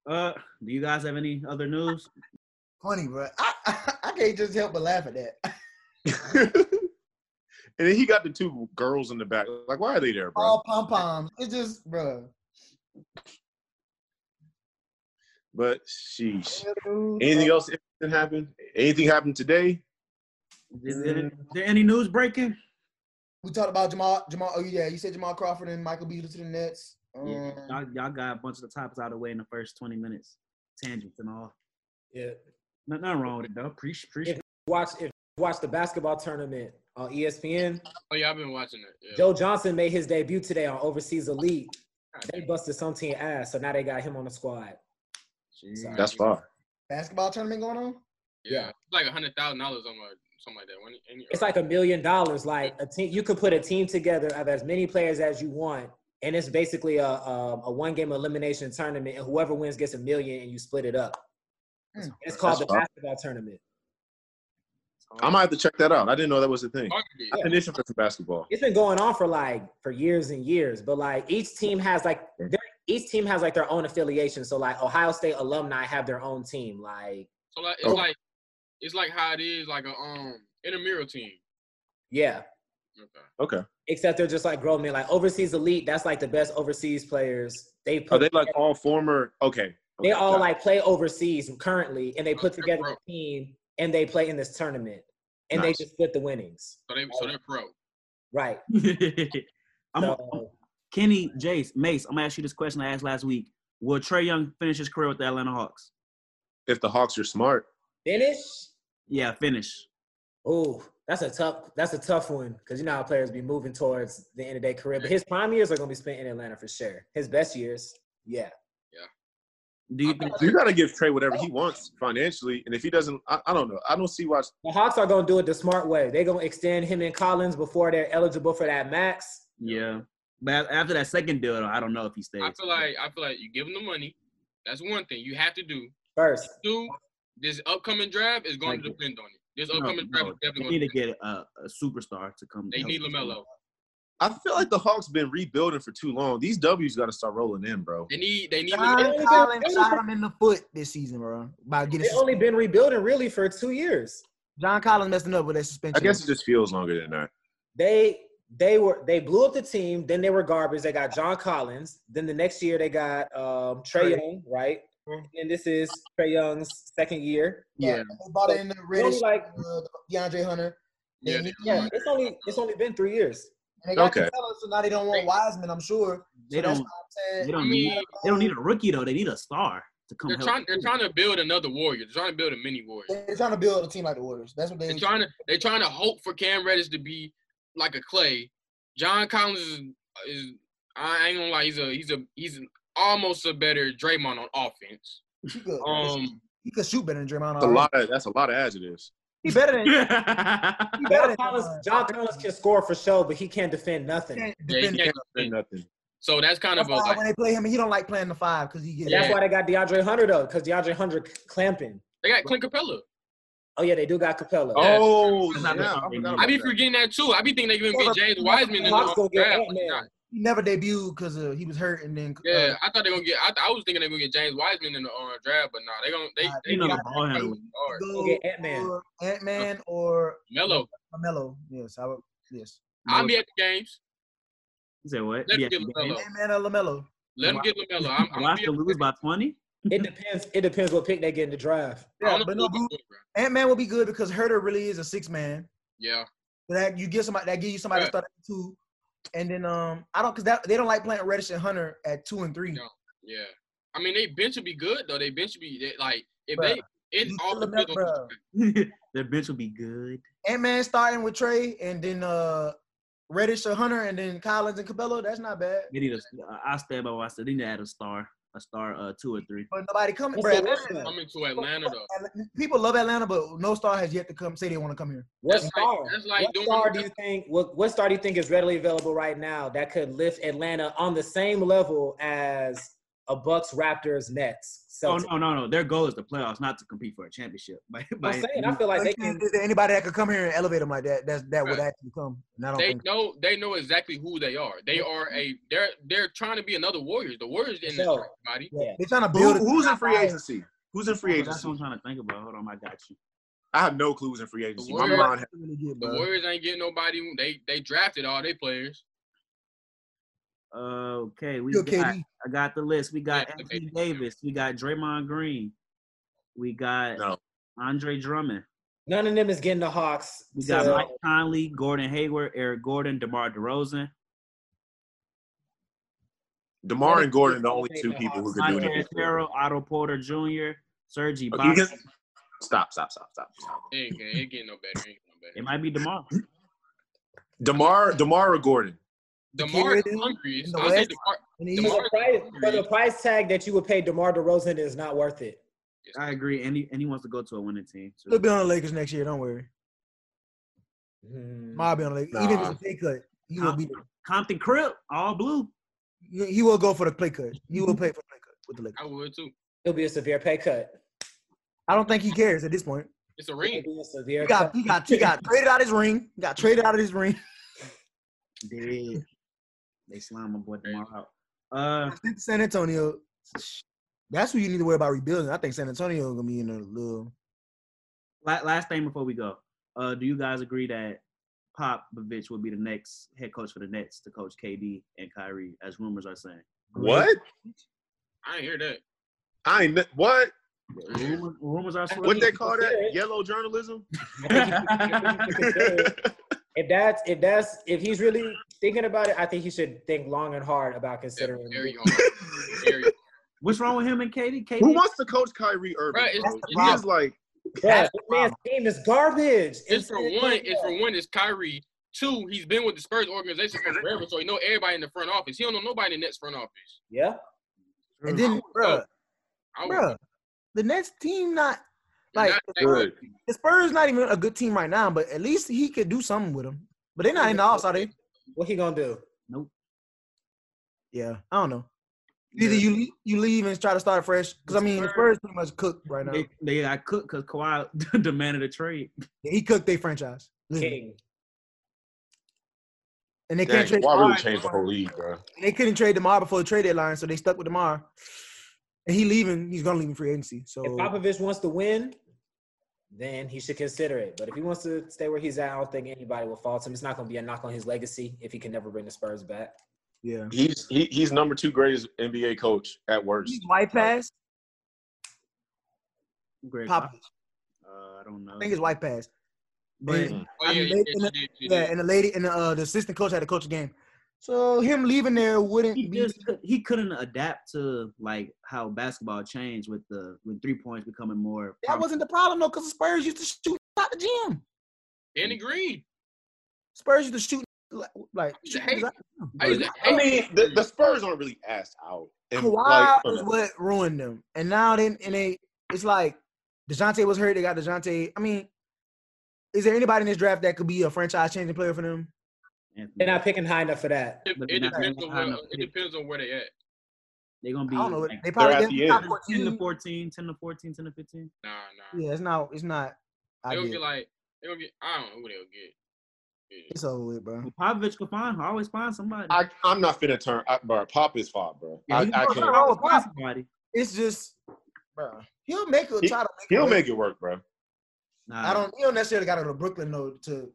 Speaker 9: Uh, do you guys have any other news?
Speaker 2: Funny, bro. I, I I can't just help but laugh at that.
Speaker 4: and then he got the two girls in the back. Like, why are they there, bro?
Speaker 2: All pom poms. It's just, bro.
Speaker 4: But sheesh. Anything else interesting happened? Anything happened today?
Speaker 9: Is there, is there any news breaking?
Speaker 2: We talked about Jamal. Jamal. Oh yeah, you said Jamal Crawford and Michael Beasley to the Nets. Um,
Speaker 9: Yeah, y'all, y'all got a bunch of the topics out of the way in the first 20 minutes, tangents and all.
Speaker 3: yeah.
Speaker 9: No- Nothing wrong with it though. Preach, preach.
Speaker 3: Watch if you watch the basketball tournament on E ESPN.
Speaker 6: Oh yeah, I've been watching it. Yeah.
Speaker 3: Joe Johnson made his debut today on Overseas Elite.
Speaker 6: God
Speaker 3: They
Speaker 6: damn.
Speaker 3: busted some team ass, so now they got him on the squad.
Speaker 9: Jeez.
Speaker 4: That's far.
Speaker 2: Basketball tournament going on.
Speaker 6: Yeah, it's like a hundred thousand dollars on my something like that. When, and,
Speaker 3: It's like a million dollars. Like a team, you could put a team together of as many players as you want, and it's basically a um, a, a one game elimination tournament, and whoever wins gets a million, and you split it up.
Speaker 2: Hmm.
Speaker 3: It's called
Speaker 4: That's
Speaker 3: the
Speaker 4: fine.
Speaker 3: basketball tournament.
Speaker 4: I might have to check that out. I didn't know that was a thing.
Speaker 6: marketing.
Speaker 4: I've been itching for some basketball.
Speaker 3: it's been going on for like for years and years but like each team has like their, each team has like their own affiliation so like ohio state alumni have their own team like
Speaker 6: So like, it's
Speaker 4: Oh.
Speaker 6: like it's like how it is like a um intramural team.
Speaker 3: yeah
Speaker 6: Okay.
Speaker 4: Okay.
Speaker 3: except they're just like grown men like overseas elite that's like the best overseas players they
Speaker 4: Are
Speaker 3: put
Speaker 4: Oh, they like all former? Okay.
Speaker 3: they
Speaker 4: Okay,
Speaker 3: all
Speaker 4: got it.
Speaker 3: like play overseas currently and they put
Speaker 6: Oh, they're
Speaker 3: together
Speaker 6: pro.
Speaker 3: a team and they play in this tournament and
Speaker 4: Nice.
Speaker 3: they just split the winnings
Speaker 6: So they so they're pro.
Speaker 3: right
Speaker 9: I'm, I'm-
Speaker 3: so,
Speaker 9: Kenny, Jace, Mace. I'm gonna ask you this question I asked last week. Will Trey Young finish his career with the Atlanta Hawks?
Speaker 4: If the Hawks are smart,
Speaker 3: finish
Speaker 9: Yeah, finish.
Speaker 3: Ooh, that's a tough. That's a tough one because you know how players be moving towards the end of their career. But his prime years are gonna be spent in Atlanta for sure. His best years, yeah.
Speaker 9: Do you think?
Speaker 4: you got to give Trey whatever he wants financially. And if he doesn't, I, I don't know. I don't see why.
Speaker 3: The Hawks are gonna do it the smart way. They're gonna extend him and Collins before they're eligible for that max.
Speaker 9: Yeah, but after that second deal, though, I don't know if he stays.
Speaker 6: I feel like I feel like you give them the money. That's one thing you have to do.
Speaker 3: First,
Speaker 6: Two, this upcoming draft is going
Speaker 9: Thank
Speaker 6: to
Speaker 9: you.
Speaker 6: depend on it. This
Speaker 9: No,
Speaker 6: upcoming draft
Speaker 9: no,
Speaker 6: is
Speaker 9: they
Speaker 6: definitely going
Speaker 9: need
Speaker 6: to
Speaker 9: to
Speaker 6: depend.
Speaker 9: get a, a superstar to come.
Speaker 6: They
Speaker 9: help
Speaker 6: need
Speaker 9: this team.
Speaker 6: Lamelo.
Speaker 4: I feel like the Hawks been rebuilding for too long. These W's got to start rolling in, bro.
Speaker 6: They need they need LaMelo.
Speaker 2: John Collins shot him in the foot this season, bro. By getting
Speaker 3: they've only been rebuilding really for two years.
Speaker 2: John Collins messing up with that suspension.
Speaker 4: I guess it just feels longer than that.
Speaker 3: They they were they blew up the team. Then they were garbage. They got John Collins. Then the next year they got um, Trey
Speaker 2: Trey.
Speaker 3: Young, right? And this is Trey Young's second year.
Speaker 9: Yeah,
Speaker 2: they bought in the
Speaker 3: They only
Speaker 2: Reddish,
Speaker 3: like
Speaker 2: uh, DeAndre Hunter. They
Speaker 6: Yeah,
Speaker 2: need-
Speaker 6: they-
Speaker 3: yeah, it's only it's only been three years.
Speaker 2: and they got
Speaker 4: Okay.
Speaker 2: Capella, so now they don't want Wiseman. I'm sure.
Speaker 9: they
Speaker 2: So that's
Speaker 9: don't.
Speaker 2: why I'm
Speaker 9: They
Speaker 2: saying-
Speaker 9: don't
Speaker 6: I mean-
Speaker 9: need. They don't need a rookie though. They need a star. to come
Speaker 6: They're
Speaker 9: help.
Speaker 6: trying. They're trying to build another warrior. They're trying to build a mini warrior.
Speaker 2: They're trying to build a team like the Warriors. That's what they.
Speaker 6: They're trying to they're trying to hope for Cam Reddish to be like a Clay. John Collins is, is I ain't gonna lie, he's a he's a he's an, almost a better Draymond on offense.
Speaker 2: he, could,
Speaker 6: Um,
Speaker 2: he could shoot better than Draymond.
Speaker 7: That's a
Speaker 2: already.
Speaker 7: lot. Of, that's a lot of adjectives.
Speaker 2: He better than. He better
Speaker 3: John
Speaker 2: than
Speaker 3: Collins,
Speaker 2: Draymond.
Speaker 3: John Collins can score for sure, but he can't defend nothing.
Speaker 2: Can't
Speaker 6: yeah, he
Speaker 2: defend him.
Speaker 6: can't defend.
Speaker 7: Ain't Nothing.
Speaker 6: so that's kind
Speaker 2: That's
Speaker 6: of a
Speaker 2: why
Speaker 6: like
Speaker 2: when they play him, he don't like playing the five because he gets.
Speaker 3: And that's
Speaker 6: Yeah.
Speaker 3: why they got DeAndre Hunter though, because DeAndre Hunter c- clamping.
Speaker 6: they got Clint Capella.
Speaker 3: Oh yeah, they do got Capella.
Speaker 6: Yeah.
Speaker 7: Oh,
Speaker 9: That's
Speaker 7: yeah.
Speaker 9: not the-
Speaker 7: I forgot
Speaker 6: I
Speaker 7: about
Speaker 6: be
Speaker 7: that.
Speaker 6: forgetting that too. I be thinking they gonna
Speaker 2: Or-
Speaker 6: get James Wiseman in the
Speaker 3: Hawks gonna
Speaker 6: draft.
Speaker 3: get
Speaker 6: but
Speaker 3: Ant-Man.
Speaker 6: they're not.
Speaker 2: He never debuted because uh, he was hurt and then. uh,
Speaker 6: Yeah, I thought they gonna get. I, th- I was thinking they gonna get James Wiseman in the uh, draft, but nah, they gonna they
Speaker 2: Nah,
Speaker 6: they
Speaker 9: you know
Speaker 6: get
Speaker 9: the ball handler.
Speaker 6: hard.
Speaker 2: go
Speaker 3: Okay, Ant-Man.
Speaker 2: for Ant-Man or
Speaker 6: Melo.
Speaker 2: Carmelo. Yes, I would. Yes.
Speaker 6: I'll be at the games.
Speaker 9: You say what?
Speaker 6: Let's
Speaker 9: Yeah,
Speaker 6: get
Speaker 9: man.
Speaker 6: Lamelo.
Speaker 2: Ant-Man or Lamelo.
Speaker 6: Let them get Lamelo. I'm, I'm
Speaker 9: Watch
Speaker 6: be
Speaker 9: to
Speaker 6: at the
Speaker 9: lose by twenty.
Speaker 3: It depends. It depends what pick they get in the draft.
Speaker 6: I
Speaker 2: Yeah,
Speaker 6: don't
Speaker 2: but
Speaker 6: know
Speaker 2: no,
Speaker 6: who gonna do it, bro.
Speaker 2: Ant-Man will be good because Herder really is a six man.
Speaker 6: Yeah.
Speaker 2: That you get somebody that give you somebody to
Speaker 6: Right.
Speaker 2: start at two, and then um I don't because that they don't like playing Reddish and Hunter at two and three.
Speaker 6: No. Yeah. I mean, they bench would be good though. They bench would be they, like if
Speaker 2: Bruh.
Speaker 6: they it
Speaker 2: You
Speaker 6: all
Speaker 2: still a
Speaker 6: depends
Speaker 2: nut,
Speaker 6: on.
Speaker 2: bruh.
Speaker 9: Their bench will be good.
Speaker 2: Ant-Man starting with Trey and then uh Reddish or Hunter and then Collins and Cabello. That's not bad.
Speaker 9: They need a. uh, I stand by what I said. They need to add a star, a star, uh, two or three.
Speaker 2: But nobody coming.
Speaker 3: That's
Speaker 2: bruh.
Speaker 3: the worst
Speaker 2: Atlanta-
Speaker 6: Coming to Atlanta though.
Speaker 2: People love Atlanta, but no star has yet to come say they want to come here.
Speaker 3: What
Speaker 6: That's like-
Speaker 3: star?
Speaker 6: that's like
Speaker 3: what
Speaker 6: doing-
Speaker 3: star do you think? What, what star do you think is readily available right now that could lift Atlanta on the same level as a Bucks, Raptors, Nets,
Speaker 9: Oh
Speaker 3: Celtics?
Speaker 9: no, no, no. Their goal is the playoffs, not to compete for a championship. By, by
Speaker 3: I'm saying I feel like they
Speaker 2: Like,
Speaker 3: can.
Speaker 2: is there anybody that could come here and elevate them like that? That's that would
Speaker 6: Right.
Speaker 2: actually come. And I don't
Speaker 6: They
Speaker 2: think.
Speaker 6: know they know exactly who they are. They are a they're they're trying to be another Warriors. The Warriors in this
Speaker 3: So-
Speaker 6: draft, buddy.
Speaker 3: Yeah.
Speaker 2: They're trying to
Speaker 7: Who,
Speaker 2: build. it.
Speaker 7: who's in free agency? Who's in free
Speaker 9: That's
Speaker 7: agency?
Speaker 9: what I'm trying to think about. Hold on, I got you.
Speaker 7: I have no clues in free agency. My
Speaker 6: Warriors-
Speaker 7: mind.
Speaker 2: Really good,
Speaker 6: The
Speaker 2: bruh.
Speaker 6: Warriors ain't getting nobody. They they drafted all their players.
Speaker 9: Uh, okay, we
Speaker 2: Yo,
Speaker 9: got.
Speaker 2: KD.
Speaker 9: I got the list. We got
Speaker 6: Yeah, the
Speaker 9: Anthony
Speaker 6: baby.
Speaker 9: Davis. We got Draymond Green. We got
Speaker 7: No.
Speaker 9: Andre Drummond.
Speaker 3: None of them is getting the Hawks.
Speaker 9: We got
Speaker 3: to-
Speaker 9: Mike Conley, Gordon Hayward, Eric Gordon, DeMar DeRozan.
Speaker 7: Demar and Gordon are the only
Speaker 3: Elevate
Speaker 7: two
Speaker 3: the
Speaker 7: people who
Speaker 3: Hawks.
Speaker 7: could do
Speaker 9: Montrezl
Speaker 7: anything.
Speaker 9: Harrell, Otto Porter Jr., Serge
Speaker 7: Okay, you
Speaker 9: Ibaka.
Speaker 7: can- Stop! Stop! Stop! Stop! Stop!
Speaker 6: It ain't, getting- it ain't getting no better. It ain't getting no better.
Speaker 9: It might be DeMar.
Speaker 7: Demar, Demar or Gordon?
Speaker 2: The
Speaker 6: Demar is
Speaker 2: kid
Speaker 6: hungry.
Speaker 2: in the
Speaker 6: I say
Speaker 2: West?
Speaker 6: Demar.
Speaker 2: And he's-
Speaker 3: For the, price, for the
Speaker 6: Agreed.
Speaker 3: price tag that you would pay DeMar DeRozan is not worth it.
Speaker 9: I agree. And he, and he wants to go to a winning team. too.
Speaker 2: He'll be on the Lakers next year. Don't worry.
Speaker 3: Hmm.
Speaker 2: Ma be on the Lakers. Even if
Speaker 7: Nah.
Speaker 2: it's a pay cut, he will be.
Speaker 9: Compton Crip, all blue.
Speaker 2: He he will go for the play cut. He will play for the play cut with the Lakers.
Speaker 6: I would too.
Speaker 3: It'll be a severe pay cut.
Speaker 2: I don't think he cares at this point.
Speaker 6: It's a
Speaker 3: It'll
Speaker 6: ring.
Speaker 3: be a severe
Speaker 2: He got
Speaker 3: cut.
Speaker 2: he got he got traded out his ring. He got traded out of his ring.
Speaker 9: Dead. They slime my boy DeMar out. Uh,
Speaker 2: Sent to San Antonio. That's who you need to worry about rebuilding. I think San Antonio gonna be in a little.
Speaker 9: la- last thing before we go. Uh, do you guys agree that Popovich will be the next head coach for the Nets to coach KD and Kyrie, as rumors are saying?
Speaker 7: What?
Speaker 6: I ain't hear that.
Speaker 7: I ain't kn- what?
Speaker 9: Rumors, rumors are
Speaker 7: What
Speaker 9: swirling.
Speaker 7: they call that? Yellow journalism?
Speaker 3: If that's if that's if he's really thinking about it, I think he should think long and hard about considering.
Speaker 6: Very hard. Very hard.
Speaker 9: What's wrong with him and KD? KD
Speaker 7: Who wants to coach Kyrie Irving?
Speaker 6: Bruh, it's-
Speaker 7: bro?
Speaker 6: it's-
Speaker 7: He is like
Speaker 3: Bruh, this man's team is garbage.
Speaker 6: It's for one. It's for one. It's Kyrie. Two. He's been with the Spurs organization for forever, so he know everybody in the front office. He don't know nobody in the Nets front office.
Speaker 3: yeah.
Speaker 2: And then, bruh,
Speaker 6: I would-
Speaker 2: bruh, the next team not
Speaker 6: they're
Speaker 2: like
Speaker 6: not that
Speaker 7: good.
Speaker 2: the Spurs not even a good team right now, but at least he could do something with them. But they're not in the All Star. They
Speaker 3: What he gonna do?
Speaker 2: yeah, I don't know. Either you le- you leave and try to start fresh because I mean the Spurs pretty much cooked right now.
Speaker 9: They, they got cooked because Kawhi demanded a trade.
Speaker 2: He cooked their franchise, literally.
Speaker 3: King.
Speaker 2: and they
Speaker 7: Dang,
Speaker 2: couldn't trade.
Speaker 7: why really
Speaker 2: Demar-
Speaker 7: change the whole league, bro?
Speaker 2: They couldn't trade Demar before the trade deadline, so they stuck with Demar. And he leaving, he's gonna leave in free agency. So
Speaker 3: If Popovich wants to win, then he should consider it. But if he wants to stay where he's at, I don't think anybody will fault him. It's not gonna be a knock on his legacy if he can never bring the Spurs back.
Speaker 2: yeah,
Speaker 7: He's he, he's number two greatest NBA coach at worst.
Speaker 2: he's white pass.
Speaker 9: Greg
Speaker 2: Popovich,
Speaker 9: Uh, I don't know.
Speaker 2: I think it's white pass.
Speaker 9: but
Speaker 2: And-
Speaker 6: Oh yeah,
Speaker 2: I'm
Speaker 6: yeah,
Speaker 2: late
Speaker 6: yeah,
Speaker 2: in the-
Speaker 6: she did, she
Speaker 2: yeah,
Speaker 6: did.
Speaker 2: and the lady and the, uh, the assistant coach had to coach a game. So him leaving there wouldn't
Speaker 9: He
Speaker 2: be
Speaker 9: just could- he couldn't adapt to like how basketball changed with the with three points becoming more.
Speaker 2: that wasn't the problem though, because the Spurs used to shoot out the gym.
Speaker 6: Danny Green.
Speaker 2: Spurs used to shoot like, like
Speaker 6: I used to
Speaker 2: shoot
Speaker 6: hate-
Speaker 2: out-
Speaker 6: I used to
Speaker 7: I
Speaker 6: hate
Speaker 7: mean,
Speaker 6: Danny
Speaker 7: the,
Speaker 6: Green.
Speaker 7: the Spurs aren't really asked out. And,
Speaker 2: Kawhi
Speaker 7: like, uh,
Speaker 2: is what ruined them, and now then and they it's like Dejounte was hurt. They got Dejounte. I mean, is there anybody in this draft that could be a franchise changing player for them?
Speaker 3: They're not picking high enough for that.
Speaker 6: It,
Speaker 9: But
Speaker 6: it
Speaker 9: they're not
Speaker 6: depends on
Speaker 9: gonna
Speaker 6: where,
Speaker 9: have no
Speaker 6: it depends on where they at.
Speaker 9: They're gonna
Speaker 2: I
Speaker 9: be
Speaker 2: don't know.
Speaker 9: like,
Speaker 2: They probably
Speaker 7: at
Speaker 2: they're
Speaker 7: the
Speaker 2: top
Speaker 7: end.
Speaker 9: 10 to
Speaker 2: 14.
Speaker 9: 14, 10 to 14, 10 to 15.
Speaker 6: Nah, nah.
Speaker 2: Yeah, it's not. It's not.
Speaker 6: They
Speaker 2: I
Speaker 6: gonna
Speaker 2: get.
Speaker 6: get
Speaker 2: it.
Speaker 6: like they gonna get. I don't know who they'll get. Yeah.
Speaker 2: It's over with, bro.
Speaker 7: Mm.
Speaker 9: Well, Popovich could find always find somebody.
Speaker 7: I, I'm not finna turn. I, bro, Pop is fine, bro.
Speaker 9: Yeah,
Speaker 7: I,
Speaker 9: he's
Speaker 7: I
Speaker 9: gonna
Speaker 7: can't.
Speaker 2: wrong with
Speaker 9: find
Speaker 2: Pop.
Speaker 9: somebody.
Speaker 2: It's just, bro. He'll make a
Speaker 7: He-
Speaker 2: try to make. a
Speaker 7: He'll
Speaker 2: way.
Speaker 7: make it work, bro.
Speaker 9: Nah,
Speaker 2: I don't. You don't necessarily got to go to Brooklyn though to.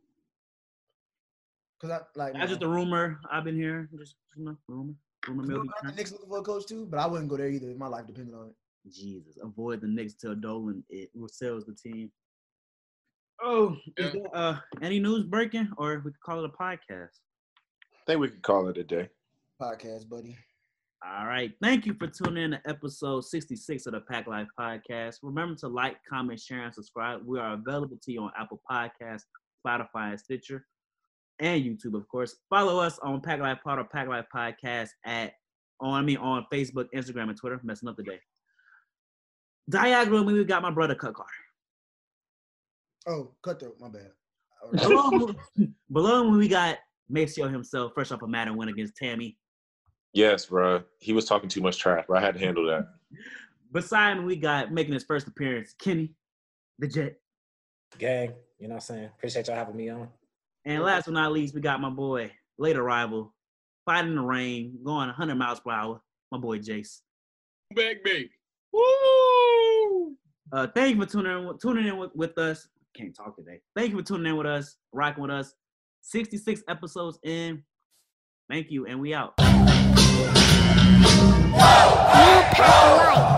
Speaker 2: Cause I like.
Speaker 9: That's
Speaker 2: no.
Speaker 9: just a rumor I've been hearing. Just you know, rumor. Rumor
Speaker 2: You
Speaker 9: mill
Speaker 2: know, aren't
Speaker 9: be
Speaker 2: the
Speaker 9: current.
Speaker 2: Knicks looking for a coach too, but I wouldn't go there either. if My life depended on it.
Speaker 9: Jesus, avoid the Knicks till Dolan it sells the team. Oh,
Speaker 6: Yeah.
Speaker 9: is there uh, any news breaking, or we could call it a podcast?
Speaker 7: I think we can call it a day.
Speaker 2: Podcast, buddy.
Speaker 9: All right. Thank you for tuning in to episode 66 of the Pack Life Podcast. Remember to like, comment, share, and subscribe. We are available to you on Apple Podcasts, Spotify, and Stitcher, and YouTube, of course. Follow us on Pack Life Pod or Pack Life Podcast at on I mean on Facebook, Instagram, and Twitter. Messing up today. Diagonally, we got my brother Cut Carter.
Speaker 2: Oh, cutthroat. My bad.
Speaker 9: Below, him- below him, we got Maceo himself, fresh off a Madden win against Tammy.
Speaker 7: Yes, bro. He was talking too much trash, but I had to handle that.
Speaker 9: Beside him, we got making his first appearance, Kenny, the Jet.
Speaker 3: Gang, you know what I'm saying? Appreciate y'all having me on.
Speaker 9: And last but not least, we got my boy, late arrival, fighting the rain, going 100 miles per hour, my boy Jace.
Speaker 6: Back baby. Woo!
Speaker 9: Uh, thank you for tuning in, tuning in with, with us. Can't talk today. Thank you for tuning in with us, rocking with us. 66 episodes in. Thank you, and we out.
Speaker 5: New Pack Life.